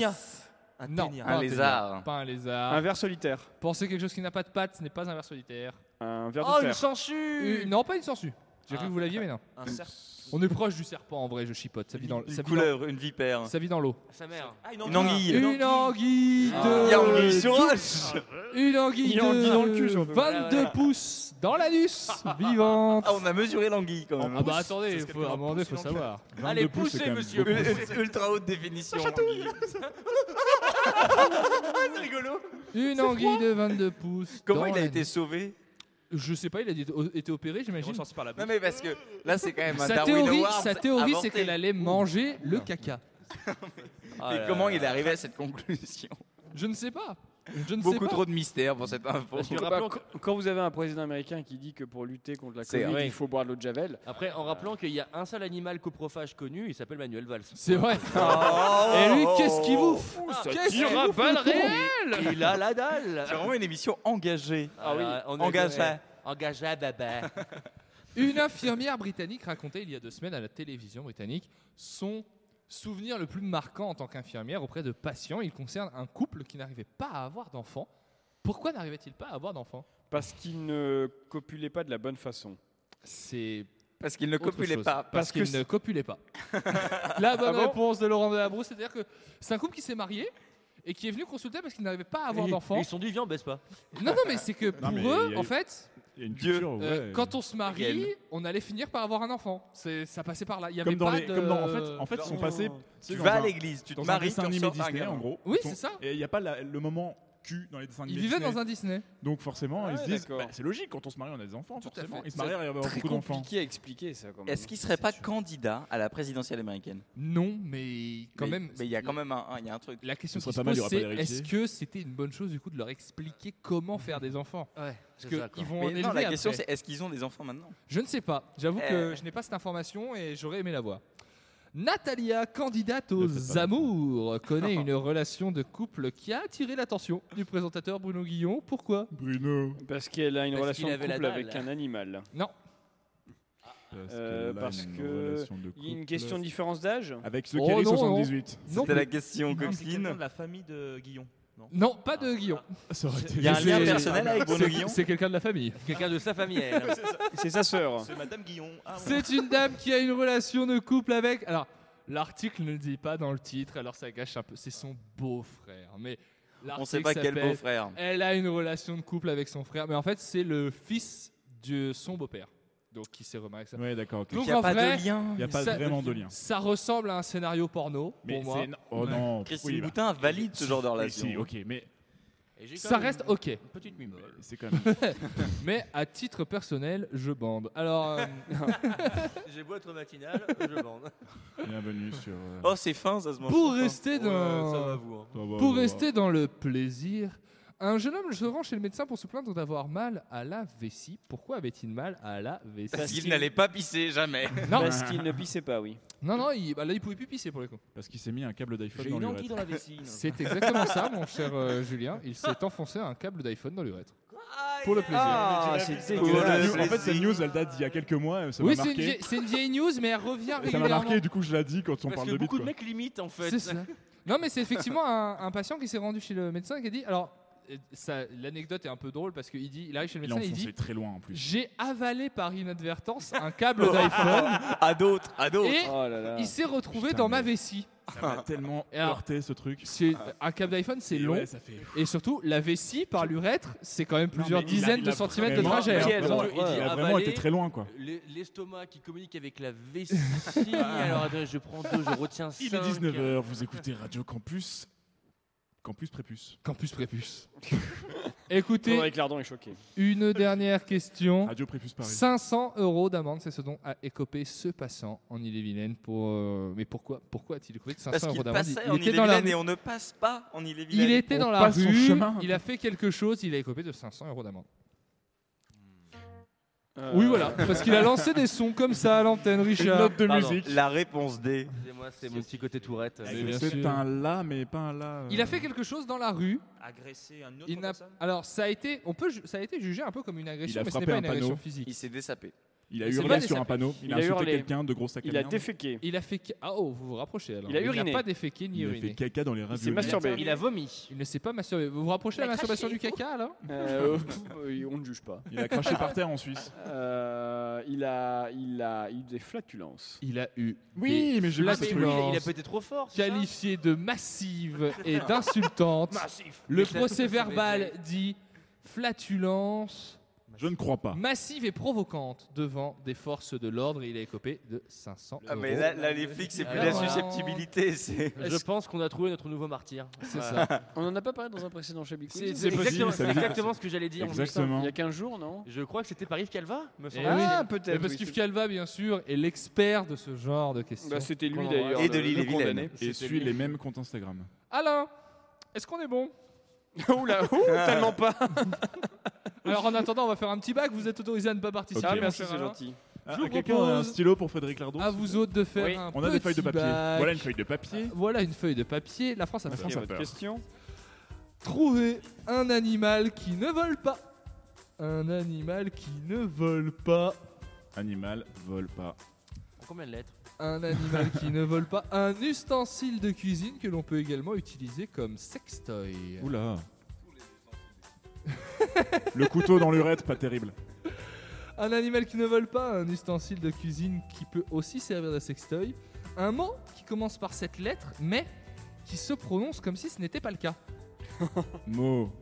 ténia. Un
non,
ténia.
pas
Un lézard.
ténia, Pas un lézard.
Un ver solitaire.
Penser quelque chose qui n'a pas de pattes, ce n'est pas un ver solitaire.
Un ver
Oh, une sangsue
Euh, Non, pas une sangsue. J'ai
Ah.
cru que vous l'aviez, mais non.
Un serpent.
On est proche du serpent en vrai, je chipote. Ça vit dans,
Une
ça vit
couleuvre,
dans-
une vipère.
Ça vit dans l'eau.
Sa mère. Ah,
hein. Une anguille.
Une anguille
Ah.
de.
Il y a anguille sur
tout-
roche.
Une anguille
Il y a anguille
de
dans le cul, surtout.
22
Voilà, voilà.
pouces dans
[laughs]
l'anus, vivante.
Ah, on a mesuré l'anguille quand même.
Ah bah attendez, faut, à un moment donné, faut savoir.
Allez, poussez, monsieur.
poussez.
Ultra haute définition. [laughs]
c'est rigolo.
Une anguille de 22 pouces.
Comment
dans
il a
la-
été sauvé
Je sais pas, il a dû- été opéré, j'imagine.
Non, mais parce que là, c'est quand même un
Sa
Darwin
théorie,
Award
sa théorie c'est
inventé.
qu'elle allait manger le
[laughs]
caca.
Oh
Et
là
comment
là
il est arrivé à cette conclusion
Je ne sais pas. Je ne sais
Beaucoup
pas.
trop de mystère pour cette info.
Parce que rappelons que- quand vous avez un président américain qui dit que pour lutter contre la
C'est
Covid,
vrai.
il faut boire de l'eau de Javel.
Après, en rappelant qu'il y a un seul animal coprophage connu, il s'appelle Manuel Valls.
C'est vrai. Et
Oh,
Oh.
lui, Eh qu'est-ce qu'il bouffe
ça
Qu'est-ce
tire
qu'il
à
bouffe,
balles
le con
réelles Il a la dalle
C'est vraiment une émission engagée.
Ah oui, on est-
engagée.
ouais. Engagé à baba.
Une infirmière britannique racontait il y a deux semaines à la télévision britannique son souvenir le plus marquant en tant qu'infirmière auprès de patients. Il concerne un couple qui n'arrivait pas à avoir d'enfant. Pourquoi n'arrivait-il pas à avoir d'enfant
Parce qu'il ne copulait pas de la bonne façon.
C'est.
Parce qu'il ne
Autre
copulait
chose.
pas.
Parce, qu'il
c'est-
ne copulait
[laughs]
pas. La bonne
Ah bon
réponse de Laurent Delabrousse, c'est-à-dire que c'est un couple qui s'est marié et qui est venu consulter parce qu'il n'arrivait pas à avoir
Ils-
d'enfant.
Ils sont du viande, baisse pas.
Non, non, mais c'est que pour eux,
mais il y a
en
eu-
fait,
Il y a une culture, ouais.
Euh, quand on se marie, on allait finir par avoir un enfant. C'est, ça passait par là. Il y avait
comme dans
pas
les,
de-
comme dans- en fait, en fait, ils sont
Non.
passés.
Tu
dans
vas à
un-
l'église, tu te
dans un
maries,
dessin
tu
animé
ressors un
Disney,
gamin.
en gros.
Oui,
Ils
c'est
sont-
ça.
Et il n'y a pas la- le moment cul dans les dessins animés.
Ils vivaient
Disney.
dans un Disney.
Donc forcément,
Ah
ils
ouais,
se disent,
d'accord.
bah, c'est logique, quand on se marie, on a des enfants, forcément. Ils se marient, il va y avoir
Très
beaucoup d'enfants.
compliqué
à expliquer ça. quand même.
Est-ce qu'il serait pas candidat à la présidentielle américaine
Non, mais quand
Mais-
même.
Mais il y a quand même un, un- il y a un truc.
La question
Ce
qui
serait
se
pas mal,
pose,
il y
c'est
aura pas d'héritier.
est-ce que c'était une bonne chose du coup de leur expliquer comment faire des enfants Parce que ils vont en
Mais non, la
élever
question
après.
c'est est-ce qu'ils ont des enfants maintenant
Je ne sais pas. J'avoue
Euh.
que je n'ai pas cette information et j'aurais aimé la voir. Natalia, candidate aux amours,
[laughs]
connaît une relation de couple qui a attiré l'attention du présentateur Bruno Guillon. Pourquoi
Bruno.
Parce qu'elle a une
Parce
relation
qu'il
de
avait la
couple
dalle.
avec un animal.
Non.
Euh,
qu'elle a
parce
une
que
relation de
il y a une
couple.
question de différence d'âge.
Avec ceux qui Oh, avaient non, non. 78.
C'était Non. la question,
Non, c'est
Coqueline.
quelqu'un de la famille de Guillon. Non.
Non, pas de Guillon.
Ça aurait
été- Il y a un lien personnel avec Bruno
c'est-
Guillon
C'est quelqu'un de la famille.
Quelqu'un de sa famille, elle.
[laughs]
Ouais, c'est ça.
C'est sa sœur.
C'est Madame Guillon. Ah, ouais.
C'est une dame qui a une relation de couple avec. Alors, l'article ne le dit pas dans le titre, alors ça gâche un peu. C'est son beau-frère. Mais. l'article
sait pas quel
s'appelle
beau-frère.
Elle a une relation de couple avec son frère, mais en fait, c'est le fils de son beau-père. Donc, qui s'est remarié avec sa
Ouais, d'accord, ok.
Donc,
Il y a
en
pas de
vrai,
lien. Il y a pas
ça-
vraiment
[laughs]
de lien.
Ça ressemble à un scénario porno,
Mais
pour moi.
c'est- oh non.
Christine
Oui, bah.
Boutin valide ce genre de
Mais
relation.
si, ok, mais
Ça reste ok.
petite mimole.
C'est quand même. [laughs]
mais à titre personnel, je bande. Alors.
[laughs]
euh,
Ah,
J'ai beau être matinal, je bande.
Bienvenue sur. euh,
Oh, c'est fin, ça se mange.
Pour
trop fin.
rester dans,
Ouais, ça va, vous, hein.
pour rester dans le plaisir, un jeune homme se rend chez le médecin pour se plaindre d'avoir mal à la vessie. Pourquoi avait-il mal à la vessie
Parce qu'il n'allait pas pisser jamais.
Non. Parce qu'il
ne pissait pas, oui.
Non, non, il, bah là, il pouvait plus pisser pour le coup.
Parce qu'il s'est mis un câble d'iPhone
J'ai
dans
une
l'urètre.
anguille dans la vessie. C'est exactement ça, mon cher euh, Julien. Il s'est enfoncé un câble d'iPhone dans l'urètre. Pour le plaisir.
Ah, c'est
Pour la
dégueulasse.
news- En fait, cette news, elle date d'il y a quelques mois. Ça
Oui, c'est
m'a
une,
marqué.
vieille- c'est une vieille news, mais elle revient
Ça m'a
régulièrement.
marqué, du coup, je l'ai dit quand on
Parce
parle
que
de bite.
beaucoup de
quoi.
mecs limitent en fait.
C'est ça. Non, mais c'est effectivement un, un patient qui s'est rendu chez le médecin et qui a dit. Alors, euh, ça- l'anecdote est un peu drôle parce qu'il dit, il arrive chez le
Il
médecin,
a
il,
enfoncé
dit,
très loin, en plus.
J'ai avalé par inadvertance un câble d'iPhone.
[laughs]
à d'autres, à d'autres.
Et
Oh
il s'est retrouvé
Putain,
dans ma
mais-
vessie.
Ça m'a tellement
Et alors,
heurté ce truc.
C'est un câble d'iPhone, c'est
Et
long.
ouais, ça fait-
Et surtout, la vessie par l'urètre, c'est quand même
mais
plusieurs
il a-
dizaines
il
de
a
centimètres de
vraiment-
trajet.
il a vraiment-
hein.
il a vraiment été très loin, quoi.
L'e- L'estomac qui communique avec la vessie. Alors attends, je prends deux, je retiens cinq.
Il est 19h, vous écoutez Radio Campus. Campus Prépuce.
Campus Prépuce. [laughs] Écoutez,
Avec Lardon est choqué.
une dernière question.
Ah,
Radio Prépuce Paris.
500 euros d'amende, c'est ce dont a écopé ce passant en Ille-et-Vilaine. Pour, euh, mais pourquoi, pourquoi a-t-il écopé de 500
Parce
euros
qu'il
d'amende
passait en Ille-et-Vilaine et on ne passe pas en Ille-et-Vilaine.
Il était dans
On
la
passe son
rue,
chemin.
il a fait quelque chose, il a écopé de 500 euros d'amende.
Euh,
Euh,
Oui, voilà, parce qu'il a lancé des sons comme ça à l'antenne, Richard.
Pardon, La réponse D.
Excusez-moi, c'est mon petit côté tourette.
Mais bien
C'est
sûr.
un là, mais pas un là. euh.
Il a fait quelque chose dans la rue.
Agresser un autre
Il n'a- Alors, ça a, été, on peut, ju- ça a été jugé un peu comme une
Il
agression,
a
mais ce n'est
frappé
pas
un
une agression
panneau.
physique.
Il s'est dessapé.
Il a
C'est
hurlé
pas
sur un
décapé.
panneau. Il,
Il
a
a
insulté
hurlé.
quelqu'un de gros sac à merde.
Il a fait. Ah oh, vous vous rapprochez alors.
Il a uriné.
n'a pas déféqué ni
Il a
uriné.
fait caca dans les raviolis. s'est masturbé.
Il a vomi.
Il ne s'est pas masturbé. Vous vous rapprochez de la masturbation du caca alors
Euh, euh, [laughs] On ne juge pas.
Il a craché par terre en Suisse.
Euh, il, a, il a eu des flatulences.
Il a eu.
Oui,
des
mais j'ai vu ce truc.
flatulences
Il a pété trop fort.
Qualifiées de massives et d'insultantes.
Massif.
Le
Mais ça-
procès
ça
verbal
fait
dit flatulence.
Je ne crois
Ah.
pas.
Massive et provocante devant des forces de l'ordre. Il est écopé de 500
Ah,
euros.
mais là, là, les flics, c'est plus la susceptibilité. c'est-
Je pense qu'on a trouvé notre nouveau martyr.
C'est
Voilà.
ça.
On en a pas parlé dans un précédent Chabi
C'est- c'est exactement, c'est exactement ce que j'allais dire.
Exactement.
Il y a 15 jours, non
Je crois que c'était par Yves Calva, me
Eh
semble.
oui.
Ah, peut-être,
Mais Parce
oui,
qu'Yves
c'est-
Calva, bien sûr, est l'expert de ce genre de questions.
Bah, c'était lui,
Qu'on
d'ailleurs,
embrasse.
Et de le- l'île le et condamné. Vilaine.
Et
C'était
suit
lui.
les mêmes comptes Instagram.
Alain, est-ce qu'on est bon
[laughs] Oula, ouh, tellement pas.
Alors en attendant, on va faire un petit bac. Vous êtes autorisé à ne pas participer.
Ok.
mon
Ah, merci,
cher
c'est
Alain.
gentil.
Je vous
Ah, Quelqu'un a un
propose
stylo pour Frédéric Lardon
à vous autres de faire
Oui.
un
On a des feuilles de
petit
papier.
bac.
Voilà une feuille de papier.
Voilà une feuille de papier. La France a
La
peur.
France a peur.
Question
Trouver un animal qui ne vole pas. Un animal qui ne vole pas.
Animal vole pas.
Combien de lettres
Un animal qui ne vole
[laughs]
pas. Un ustensile de cuisine que l'on peut également utiliser comme sextoy.
Oula. Le couteau dans l'urètre, pas terrible.
Un animal qui ne vole pas, un ustensile de cuisine qui peut aussi servir de sextoy. Un mot qui commence par cette lettre, mais qui se prononce comme si ce n'était pas le cas.
Mot.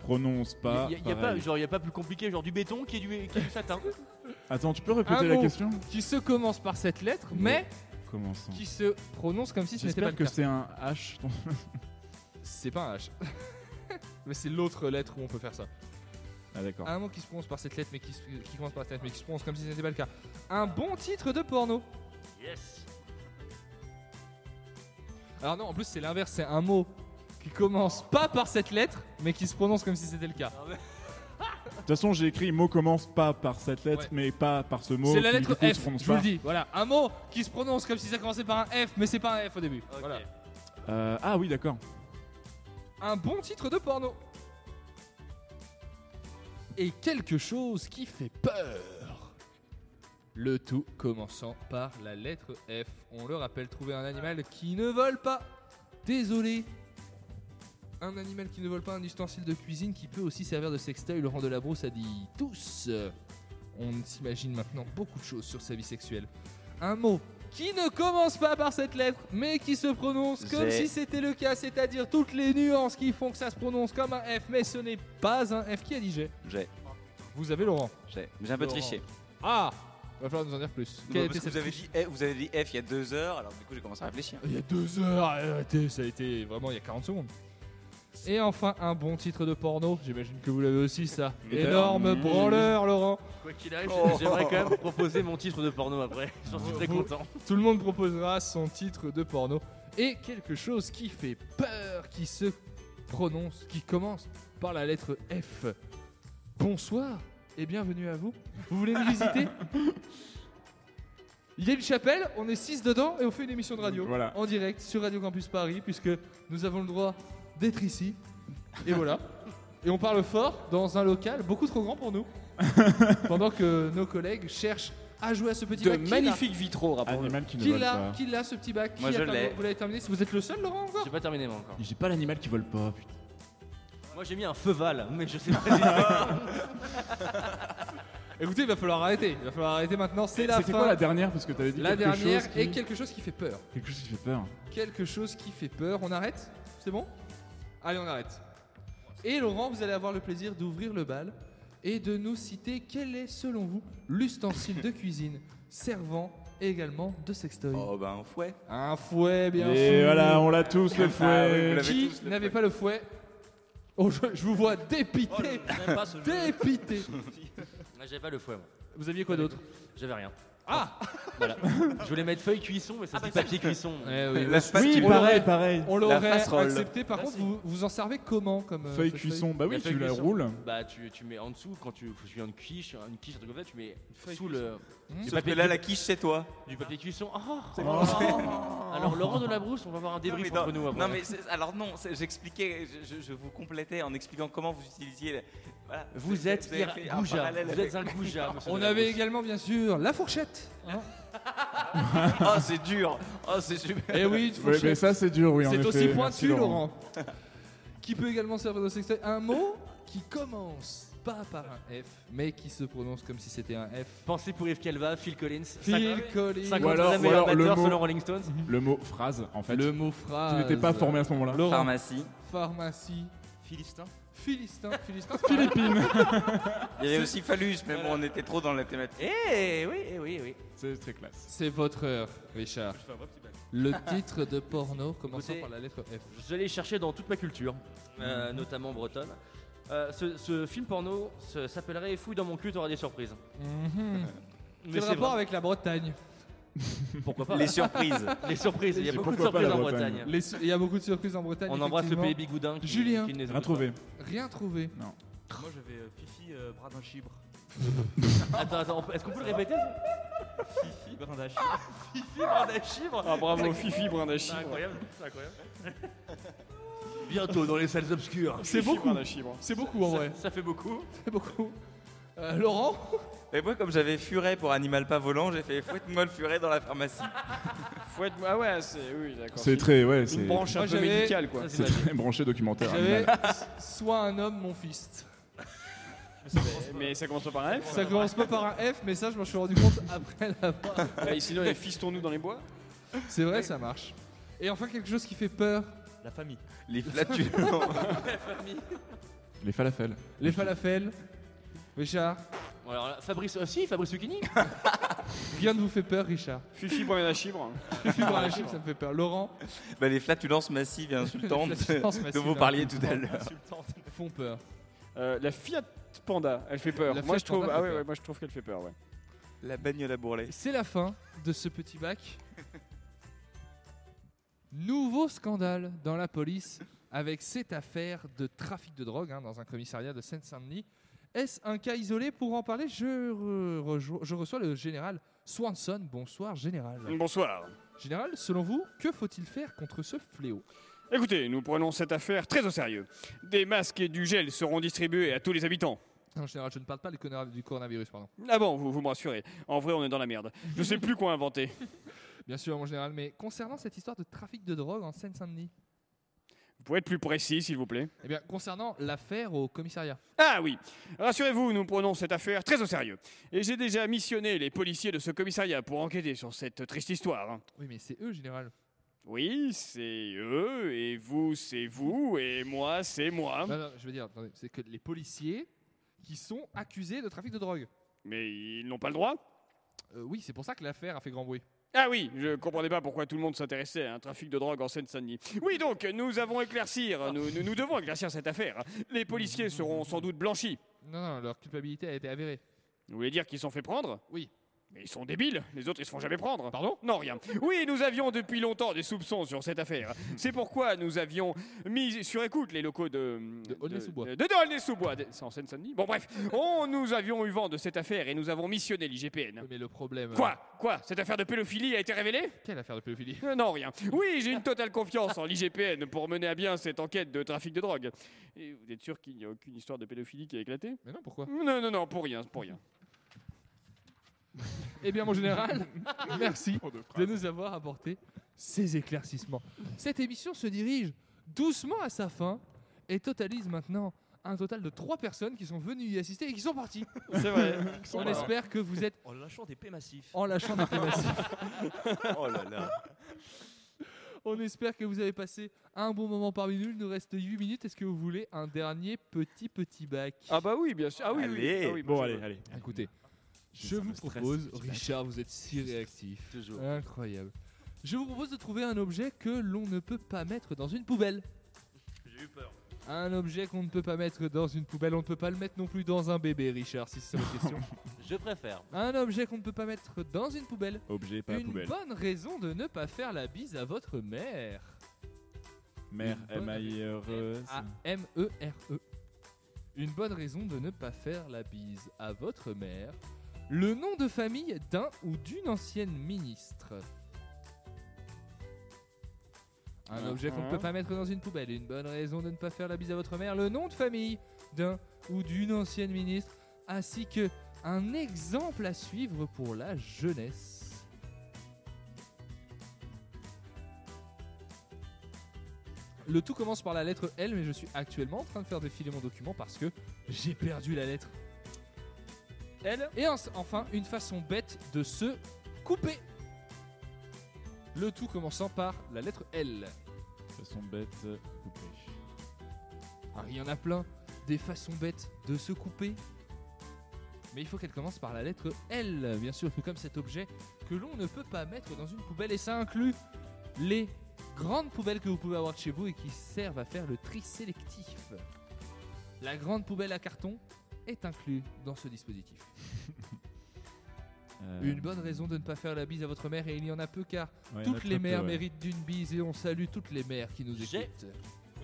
Prononce pas.
Il n'y a, pas,
Bah, pareil.
genre, y a pas plus compliqué, genre du béton qui est du, qui est du satin.
Attends, tu peux répéter la question
qui se commence par cette lettre, mais
Commençons.
qui se prononce comme si ce n'était pas
J'espère
le
que
cas.
c'est un H. ton-
C'est pas un H. [laughs] mais c'est l'autre lettre où on peut faire ça.
ah d'accord.
Un mot qui se prononce par cette lettre, mais qui, se- qui commence par cette lettre, mais qui se prononce comme si ce n'était pas le cas. Un bon titre de porno.
Yes.
Alors non, en plus c'est l'inverse, c'est un mot qui commence pas par cette lettre, mais qui se prononce comme si c'était le cas.
De toute façon, j'ai écrit mot commence pas par cette lettre,
Ouais.
mais pas par ce mot.
C'est la
qui,
lettre
du coup, se
F,
prononce
je vous le
pas.
dis. Voilà, un mot qui se prononce comme si ça commençait par un F, mais c'est pas un F au début. Voilà.
Euh, ah oui, d'accord.
Un bon titre de porno. Et quelque chose qui fait peur. Le tout commençant par la lettre F. On le rappelle, trouver un animal qui ne vole pas. Désolé. Un animal qui ne vole pas, un ustensile de cuisine qui peut aussi servir de sextoy. Laurent Delabrousse a dit tous. On s'imagine maintenant beaucoup de choses sur sa vie sexuelle. Un mot qui ne commence pas par cette lettre, mais qui se prononce comme
Zé.
si c'était le cas, c'est-à-dire toutes les nuances qui font que ça se prononce comme un F, mais ce n'est pas un F qui a dit j'ai.
J'ai.
Vous avez Laurent
J'ai. J'ai un peu
Laurent.
triché.
Ah Va falloir nous en dire plus.
Non,
Quelle
parce
était
que vous,
cette
avez dit F, vous avez dit F il y a deux heures, alors du coup j'ai commencé à réfléchir.
Il y a deux heures, arrêtez, ça a été vraiment il y a 40 secondes. Et enfin, un bon titre de porno, j'imagine que vous l'avez aussi ça. Énorme
Mmh.
branleur, Laurent.
Quoi qu'il arrive,
Oh.
j'aimerais quand même proposer mon titre de porno après. [laughs] J'en suis très
Vous-
content.
Tout le monde proposera son titre de porno. Et quelque chose qui fait peur, qui se prononce, qui commence par la lettre F. Bonsoir et bienvenue à vous. Vous voulez nous visiter Il y a une chapelle, on est six dedans et on fait une émission de radio
Voilà.
en direct sur Radio Campus Paris puisque nous avons le droit d'être ici. Et voilà. Et on parle fort dans un local beaucoup trop grand pour nous. Pendant que nos collègues cherchent à jouer à ce petit
De
hein.
bac qui est là.
magnifiques vitraux, rappelons-le.
Animal qui ne
Qui
vole
l'a
pas.
Qui l'a ce petit bac
Moi,
Qui a
je
terminé
l'ai.
Vous l'avez terminé Vous êtes le seul Laurent encore
J'ai pas terminé moi encore.
J'ai pas l'animal qui vole pas. putain.
Moi j'ai mis un feuval, mais je sais [laughs] pas.
Écoutez, il va falloir arrêter. Il va falloir arrêter maintenant. C'est la
C'était
fin.
quoi la dernière Parce que t'avais dit
La
quelque chose
dernière
qui-
et quelque chose qui fait peur.
Quelque chose qui fait peur.
Quelque chose qui fait peur. On arrête C'est bon Allez, on arrête. Et Laurent, vous allez avoir le plaisir d'ouvrir le bal et de nous citer quel est, selon vous, l'ustensile de cuisine servant également de sextoy.
Oh bah un fouet.
Un fouet, bien
Et
sûr.
voilà, on l'a tous, le fouet. Ah oui, vous l'avez
Qui
tous,
n'avait pas le fouet Oh, je, je vous vois dépité.
j'aime Oh, pas ce jeu. [laughs]
dépité.
Moi, J'avais pas le fouet moi.
Vous aviez quoi d'autre
J'avais rien. Ah Voilà. Je voulais mettre feuille cuisson, mais ça se dit papier cuisson.
Eh oui,
[laughs] La
on-
spatule.
oui,
Oui,
on l'aurait-
pareil, pareil.
On
La
l'aurait
casserole.
accepté. Par contre, vous, vous en servez comment comme euh,
Feuille
cette
cuisson, bah oui,
La feuille
tu la
cuisson.
roules.
Bah tu, tu mets en dessous quand tu faut que tu fais une quiche, une quiche un truc comme ça, tu mets
feuille
sous le
Hmm.
du
Sauf que
papier
là
cu-
la quiche c'est toi.
du papier cuisson. Oh,
C'est
Oh.
[laughs]
bon.
Alors Laurent de la Brousse, on va avoir un
Non, mais
débrief
non,
entre nous après.
non, mais c'est- alors non, c'est- j'expliquais, je, je- je vous complétais en expliquant comment vous utilisiez. la- voilà.
vous êtes
avez
un
fait un
goujat.
parallèle
Vous
avec-
êtes un goujat. monsieur
On
de la
avait
Brousse.
également, bien sûr, la fourchette. hein.
oh c'est dur, oh c'est super.
Eh oui, une
Ouais, mais ça, c'est dur, oui, en
C'est
effet.
aussi
Merci,
pointu, Laurent.
Laurent.
qui peut également servir de sextoy. Un mot qui commence pas par un F, mais qui se prononce comme si c'était un F.
Pensez pour Yves Calva, Phil Collins.
Phil Collins.
Ou
50
alors-
ans
ou alors le
batteur
mot-
selon Rolling Stones.
Le mot phrase, en fait.
Le mot phrase.
Tu n'étais pas formé à ce moment-là.
Laurent.
Pharmacie.
Pharmacie.
Philistin.
Philistin. [laughs] Philistin.
Philippine.
Il y avait aussi phallus, mais bon on était trop dans la thématique.
Eh oui, eh oui, eh oui.
C'est très classe.
C'est votre heure, Richard.
fais un vrai petit bac.
Le titre de porno commençant
Écoutez,
par la lettre F.
Je l'ai cherché dans toute ma culture, euh, notamment bretonne. Euh, ce, ce film porno se- s'appellerait Fouille dans mon cul, t'auras des surprises.
Mhm.
Mais
Quel
c'est
rapport
vrai.
avec la Bretagne
Pourquoi pas
Les
[laughs]
surprises.
Les surprises, il y a
Et
beaucoup de
pourquoi pas
surprises
la
en
Bretagne
Bretagne.
Les su- Il y a beaucoup de surprises en Bretagne.
On embrasse le
effectivement.
pays Bigoudin qui,
Julien.
qui ne les écoute
Rien trouvé.
Rien trouvé.
Non.
Moi j'avais euh, Fifi euh, bras d'un chibre.
pas. Attends, attends, on peut- est-ce qu'on peut le répéter
Fifi bras d'un chibre.
Fifi, brin d'achivre
Ah bravo, Fifi, brin
C'est
d'achivre.
incroyable, c'est incroyable. Bientôt dans les salles obscures.
C'est
Fifi,
beaucoup.
brin d'achivre.
C'est beaucoup en vrai. Ah,
Ça fait beaucoup.
C'est beaucoup. Euh, Laurent
Et moi comme j'avais furet pour animal pas volant, j'ai fait fouette-moi le furet dans la pharmacie.
Faut être- Ah ouais, c'est. Oui, d'accord.
C'est très, ouais,
Une
c'est
branche un
Moi,
peu
j'avais-
médicale, [laughs] quoi.
c'est [laughs] très [laughs] branché documentaire.
J'avais
animal.
soit un homme, mon fils.
Mais ça commence pas par un F.
Ça commence pas par un F, mais ça, je m'en suis rendu compte après l'avoir.
Bah, sinon, il y a fistons-nous dans les bois.
C'est vrai, ça marche.
[laughs]
Et enfin, quelque chose qui fait peur.
La famille.
Les flatulences.
Les falafels.
Les falafels. Richard.
Alors, là, Fabrice aussi, Fabrice Lucchini
Rien ne vous fait peur, Richard.
Fifi pour la chibre.
Fifi pour la chibre, ça me fait peur. Laurent.
Bah, les flatulences massives et insultantes
Les flatulences
[laughs] dont
massives,
hein.
vous parliez tout à
insultantes,
l'heure.
insultantes, hein. Font peur.
Euh, la Fiat Panda, elle fait peur.
La
Moi
Fiat
je, trouve,
Panda
ah
fait
ouais,
peur.
ouais, moi je trouve qu'elle fait peur. Ouais.
La bagnole à bourrelet.
C'est la fin de ce petit bac. Nouveau scandale dans la police avec cette affaire de trafic de drogue hein, dans un commissariat de Seine-Saint-Denis. Est-ce un cas isolé Pour en parler, je, re- rejo- je reçois le général Swanson. Bonsoir, général.
Bonsoir.
Général, selon vous, que faut-il faire contre ce fléau
Écoutez, nous prenons cette affaire très au sérieux. Des masques et du gel seront distribués à tous les habitants.
Non, général, je ne parle pas du corona- du coronavirus, pardon.
Ah bon, vous, vous me rassurez. En vrai, on est dans la merde. Je sais plus quoi inventer.
Bien sûr, mon général, mais concernant cette histoire de trafic de drogue en Seine-Saint-Denis
Vous pouvez être plus précis, s'il vous plaît
Eh bien, concernant l'affaire au commissariat.
Ah oui, rassurez-vous, nous prenons cette affaire très au sérieux. Et j'ai déjà missionné les policiers de ce commissariat pour enquêter sur cette triste histoire. hein.
Oui, mais c'est eux, général.
Oui, c'est eux, et vous, c'est vous, et moi, c'est moi.
Non, non, je veux dire, attendez, c'est que les policiers qui sont accusés de trafic de drogue.
Mais ils n'ont pas le droit
Euh, oui, c'est pour ça que l'affaire a fait grand bruit.
Ah oui, je comprenais pas pourquoi tout le monde s'intéressait à un trafic de drogue en Seine-Saint-Denis. Oui, donc, nous avons éclaircir, nous, nous, nous devons éclaircir cette affaire. Les policiers seront sans doute blanchis.
Non, non, leur culpabilité a été avérée.
Vous voulez dire qu'ils s'en fait prendre
Oui.
Mais ils sont débiles, les autres ils se font jamais prendre.
Pardon
Non, rien. Oui, nous avions depuis longtemps des soupçons sur cette affaire. C'est pourquoi nous avions mis sur écoute les locaux de. De
Aulnay-sous-Bois.
De, de Aulnay-sous-Bois. de- C'est en Seine-Saint-Denis Bon, bref, on, nous avions eu vent de cette affaire et nous avons missionné l'IGPN.
mais le problème.
Quoi Quoi Cette affaire de pédophilie a été révélée
Quelle affaire de pédophilie
Euh, Non, rien. Oui, j'ai une totale confiance en l'IGPN pour mener à bien cette enquête de trafic de drogue. Et vous êtes sûr qu'il n'y a aucune histoire de pédophilie qui a éclaté
Mais non, pourquoi
Non, non, non, pour rien, pour rien.
[laughs] Eh bien, mon [laughs] général, merci de nous avoir apporté ces éclaircissements. Cette émission se dirige doucement à sa fin et totalise maintenant un total de trois personnes qui sont venues y assister et qui sont parties.
C'est vrai.
On espère que vous êtes
En lâchant des P massifs.
en lâchant [laughs] des clés massifs.
Oh là là.
On espère que vous avez passé un bon moment parmi nous. Il nous reste 8 minutes. Est-ce que vous voulez un dernier petit petit bac
Ah bah oui, bien sûr. Ah oui, oui.
Allez.
Ah oui,
Bon,
moi, je
allez,
veux.
allez.
Écoutez, je vous propose, Richard, vous êtes si réactif.
Toujours.
Incroyable. Je vous propose de trouver un objet que l'on ne peut pas mettre dans une poubelle.
J'ai eu peur.
Un objet qu'on ne peut pas mettre dans une poubelle, on ne peut pas le mettre non plus dans un bébé, Richard, si c'est ça votre [laughs] question.
Je préfère.
Un objet qu'on ne peut pas mettre dans une poubelle.
Objet, pas
une
poubelle.
bonne raison de ne pas faire la bise à votre mère.
Mère,
Une bonne-
M-I-R-E.
A-M-E-R-E. Une bonne raison de ne pas faire la bise à votre mère. Le nom de famille d'un ou d'une ancienne ministre. Un
Ah.
objet qu'on ne peut pas mettre dans une poubelle. Une bonne raison de ne pas faire la bise à votre mère. Le nom de famille d'un ou d'une ancienne ministre. Ainsi que un exemple à suivre pour la jeunesse. Le tout commence par la lettre L, mais je suis actuellement en train de faire défiler mon document parce que j'ai perdu la lettre L. Et en- enfin, une façon bête de se couper. Le tout commençant par la lettre L.
Façon bête, coupée.
Ah, il y en a plein des façons bêtes de se couper. Mais il faut qu'elle commence par la lettre L, bien sûr, tout comme cet objet que l'on ne peut pas mettre dans une poubelle. Et ça inclut les grandes poubelles que vous pouvez avoir de chez vous et qui servent à faire le tri sélectif. La grande poubelle à carton est inclue dans ce dispositif.
Euh,
Une bonne raison de ne pas faire la bise à votre mère, et il y en a peu car
Ouais, euh, il y en a
toutes
très
les
peu,
mères
ouais.
méritent d'une bise et on salue toutes les mères qui nous
J'ai-
écoutent.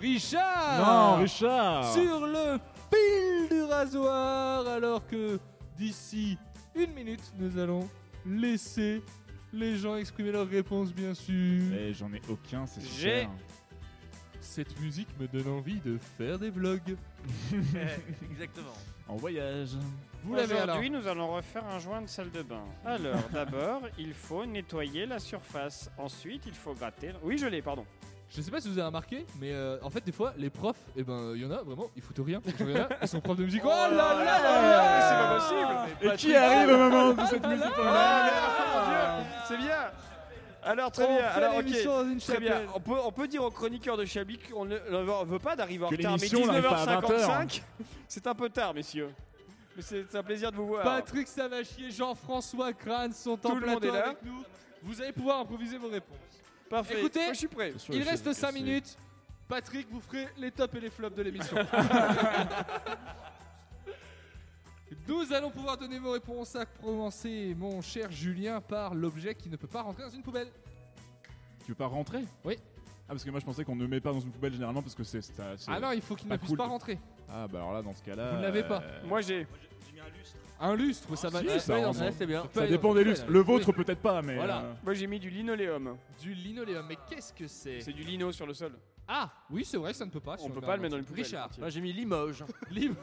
Richard
Non,
Ah.
Richard
Sur le fil du rasoir, alors que d'ici une minute, nous allons laisser les gens exprimer leurs réponses, bien sûr.
Eh, J'en ai aucun, c'est
J'ai-
super.
Cette musique me donne envie de faire des vlogs.
[laughs] Exactement.
En voyage.
Vous l'avez alors
Aujourd'hui, nous allons refaire un joint de salle de bain. Alors, [laughs] d'abord, il faut nettoyer la surface. Ensuite, il faut gratter. Oui, je l'ai, pardon.
Je sais pas si vous avez remarqué, mais euh, en fait, des fois, les profs, et ben, il y en a vraiment, ils foutent rien. Genre, y en a, ils sont profs de musique. Oh là
Ah,
là là là
C'est pas possible
Ah
Et qui arrive au moment de cette musique
Ah, mais, ah, mon Dieu, C'est bien ah, Alors très
On
bien,
fait
alors
l'émission
ok,
dans une
très bien.
chapelle.
On peut, on peut dire aux chroniqueurs de Chablis qu'on ne, ne veut pas d'arriver en
Que
retard, mais
l'émission n'arrive pas à
19h55, c'est un peu tard, messieurs. Mais c'est c'est un plaisir de vous voir.
Patrick Savachier, Jean-François Crane sont
Tout
en
le
plateau
monde est là.
avec nous. Vous allez pouvoir improviser vos réponses.
Parfait.
Écoutez,
Moi, je suis prêt. Attention,
il
les
reste
chaises
5
cassées.
minutes. Patrick, vous ferez les tops et les flops de l'émission. [laughs] Nous allons pouvoir donner vos réponses à commencer, mon cher Julien, par l'objet qui ne peut pas rentrer dans une poubelle.
Tu veux pas rentrer
Oui.
Ah, parce que moi je pensais qu'on ne met pas dans une poubelle généralement parce que c'est. c'est- c'est
Ah non, il faut qu'il ne puisse
cool.
pas rentrer.
Ah, bah alors là, dans ce cas-là.
Vous ne l'avez pas.
euh,
Moi j'ai.
Un lustre, ça va.
Ah, si, ça
Ouais,
rentre.
ouais, c'est bien.
Ça
peut aller
dépend
dans-
des
peut
lustres.
aller.
Le vôtre,
Oui.
peut-être pas, mais,
Voilà.
euh,
Moi j'ai mis du linoléum.
Du linoléum, mais qu'est-ce que c'est
C'est du lino sur le sol.
Ah oui, c'est vrai, ça ne peut pas. si
On peut
regarde
pas le mettre dans une
truc.
poubelle.
Richard,
Moi,
j'ai mis Limoges.
Lim-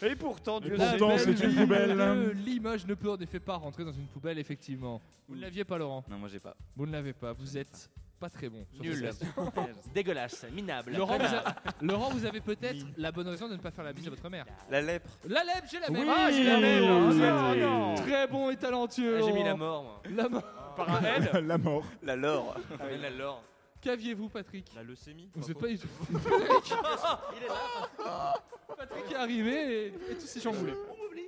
Et pourtant,
Et
Dieu
pourtant,
sait.
c'est une
poubelle.
Le Limoges ne peut en effet pas rentrer dans une poubelle, effectivement. Vous ne l'aviez pas, Laurent
Non, moi j'ai pas.
Vous ne l'avez pas, vous êtes pas très bon. sur
Nul.
cette question.
[laughs] Dégueulasse, minable.
Laurent, vous,
connard.
a- Laurent, vous avez peut-être la bonne raison de ne pas faire la bise à votre mère.
La lèpre.
La lèpre, j'ai la
Oui.
même.
Ah, j'ai la lèpre,
Oh,
oui.
non.
Ah, non.
Très bon et talentueux.
Ah, j'ai mis
Laurent.
la mort, moi.
La mort.
Par un L
euh, [laughs] La mort.
La lore.
la lore.
Qu'aviez-vous, Patrick
La leucémie.
Vous n'êtes pas du tout.
Il est là.
Patrick est arrivé et, et tout s'est chamboulé.
On m'oublie.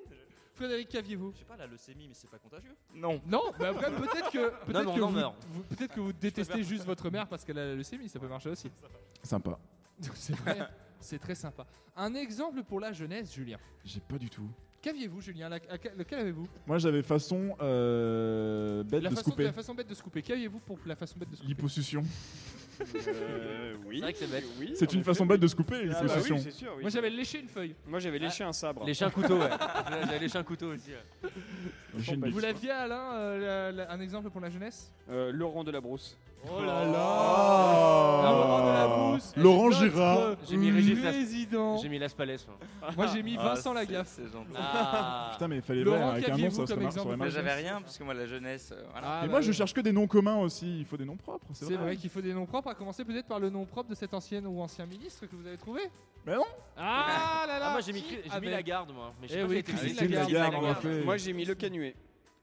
Frédéric, qu'aviez-vous
Je sais pas, la leucémie, mais c'est pas contagieux.
Non.
Non, mais après peut-être que
Non,
peut-être
mais on
que,
en
vous-
meurt.
vous- peut-être que vous détestez juste votre mère parce qu'elle a la leucémie, ça peut marcher aussi.
Sympa.
C'est vrai, c'est très sympa. Un exemple pour la jeunesse, Julien.
J'ai pas du tout.
Qu'aviez-vous, Julien La- à- Lequel avez-vous
Moi j'avais façon euh, bête
la
de se
façon,
couper.
la façon bête de se couper. Qu'aviez-vous pour la façon bête de se couper
L'hyposuction.
Euh, oui. C'est
vrai que c'est bête.
Oui,
C'est une façon bête de se couper,
Ah bah
l'hyposuction.
oui, c'est sûr. oui.
Moi j'avais léché une feuille.
Moi j'avais léché un sabre.
Lécher un couteau, ouais. [laughs] J'ai léché un couteau aussi. ouais.
Lécher une bite.
Vous l'aviez, Alain, euh, la- la- un exemple pour la jeunesse
Euh, Laurent de la Brousse.
Oh là là
Ah. Laurent Girard.
J'ai mis Régis Las-
Président.
J'ai mis Las Palais. Moi,
Moi j'ai mis
Ah,
Vincent
c'est-
Lagaffe.
c'est gentil.
Ah.
Putain, mais il fallait
Laurent,
voir avec un nom,
qu'aviez-vous
ça, ça
comme
marche, ça
exemple
aurait
Moi
marché.
j'avais rien, parce que moi la jeunesse. euh, voilà.
Ah,
Et
bah
moi je
oui.
cherche que des noms communs aussi, il faut des noms propres, c'est
C'est
vrai.
vrai qu'il faut des noms propres, à commencer peut-être par le nom propre de cet ancien ou ancien ministre que vous avez trouvé.
Mais non
Ah là là
Ah, moi j'ai mis,
qui
Cri- j'ai mis
avait-
la garde, moi. Mais je sais
Eh
pas
oui,
si elle était
Christine
Christine
Lagarde.
Lagarde.
Lagarde, en effet.
Moi j'ai mis le canuet.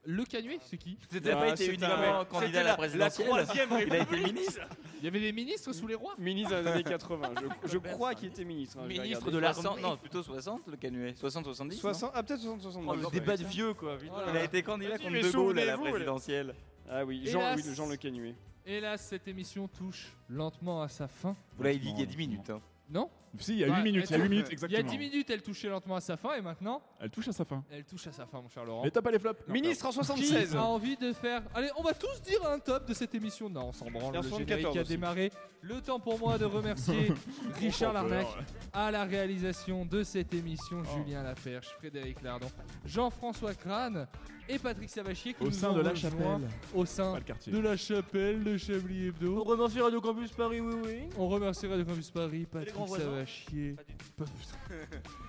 Le canuet, c'est qui
C'était pas été
c'était
uniquement
un-
candidat
c'était
à la présidentielle.
La troisième
Il a été
République.
ministre.
Il y avait des ministres sous les rois
Ministre dans les années 80. Je, je crois qu'il était ministre. hein, je vais
Ministre
regarder.
de l'armée. Non, plutôt 60 le canuet. 60-70
60, ah peut-être 60, 70.
Oh, le débat de vieux quoi. putain.
Voilà.
Il a été candidat
Vas-y,
contre
mais
De Gaulle à la
souvenez-vous, là.
présidentielle.
Ah oui, Jean,
Hélas.
oui, le Jean Le Canuet.
Hélas, cette émission touche lentement à sa fin.
Vous l'avez dit il y a 10 minutes. hein.
Non
Si, il y a 8
Ouais,
minutes, il y a
attends.
8 minutes,
Il y a
exactement.
10 minutes, elle touchait lentement à sa fin et maintenant,
Elle touche à sa fin.
elle touche à sa fin, mon cher Laurent.
Mais t'as pas les flops Non,
Ministre en
Qui
76.
a envie de faire Allez, on va tous dire un top de cette émission. Non, on s'en branle.
Et en
Le
74
générique a
aussi.
démarré. Le temps pour moi de
[laughs]
remercier Richard
pardon.
Larnac à la réalisation de cette émission,
Oh.
Julien Laperche, Frédéric Lardon, Jean-François Crane et Patrick Savachier qui
Au
nous
sein
ont
de la
rejoints
chapelle.
Au sein
Pas le quartier.
de la chapelle de Chablis Hebdo.
remercie Radio Campus Paris, oui, oui.
On remercie Radio Campus Paris, Patrick
grands voisins
Savachier. Pas-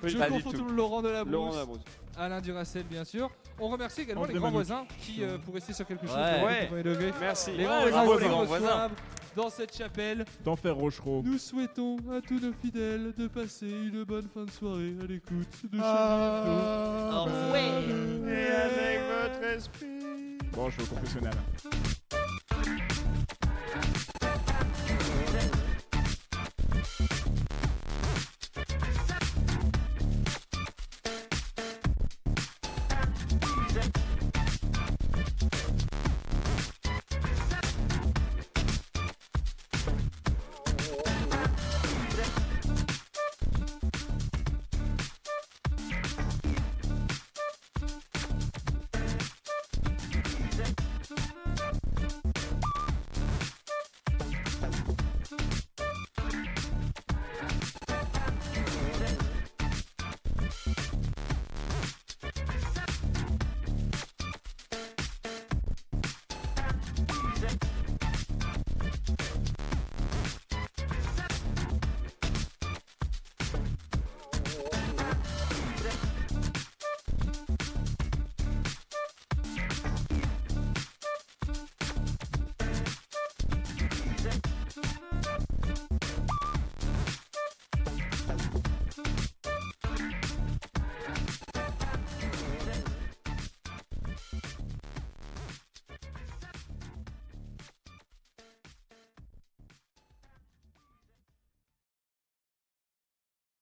Je
Pas du
confonds
tout.
tout le Laurent de la
Laurent
Brousse.
Labrousse.
Alain Duracel, bien sûr. On remercie également
André
les grands
Manouche.
voisins qui, euh, pour rester sur quelque chose,
Ouais.
de
Ouais.
80 degrés.
Merci.
Les grands voisins
bravo,
qui
les
nous
grands
reçoivent dans cette chapelle.
D'enfer Rochereau.
Nous souhaitons à tous nos fidèles de passer une bonne fin de soirée à l'écoute de
Ah,
Au revoir.
Ah.
Et avec votre esprit.
Bon, je suis au confessionnal.
Chablis Hebdo.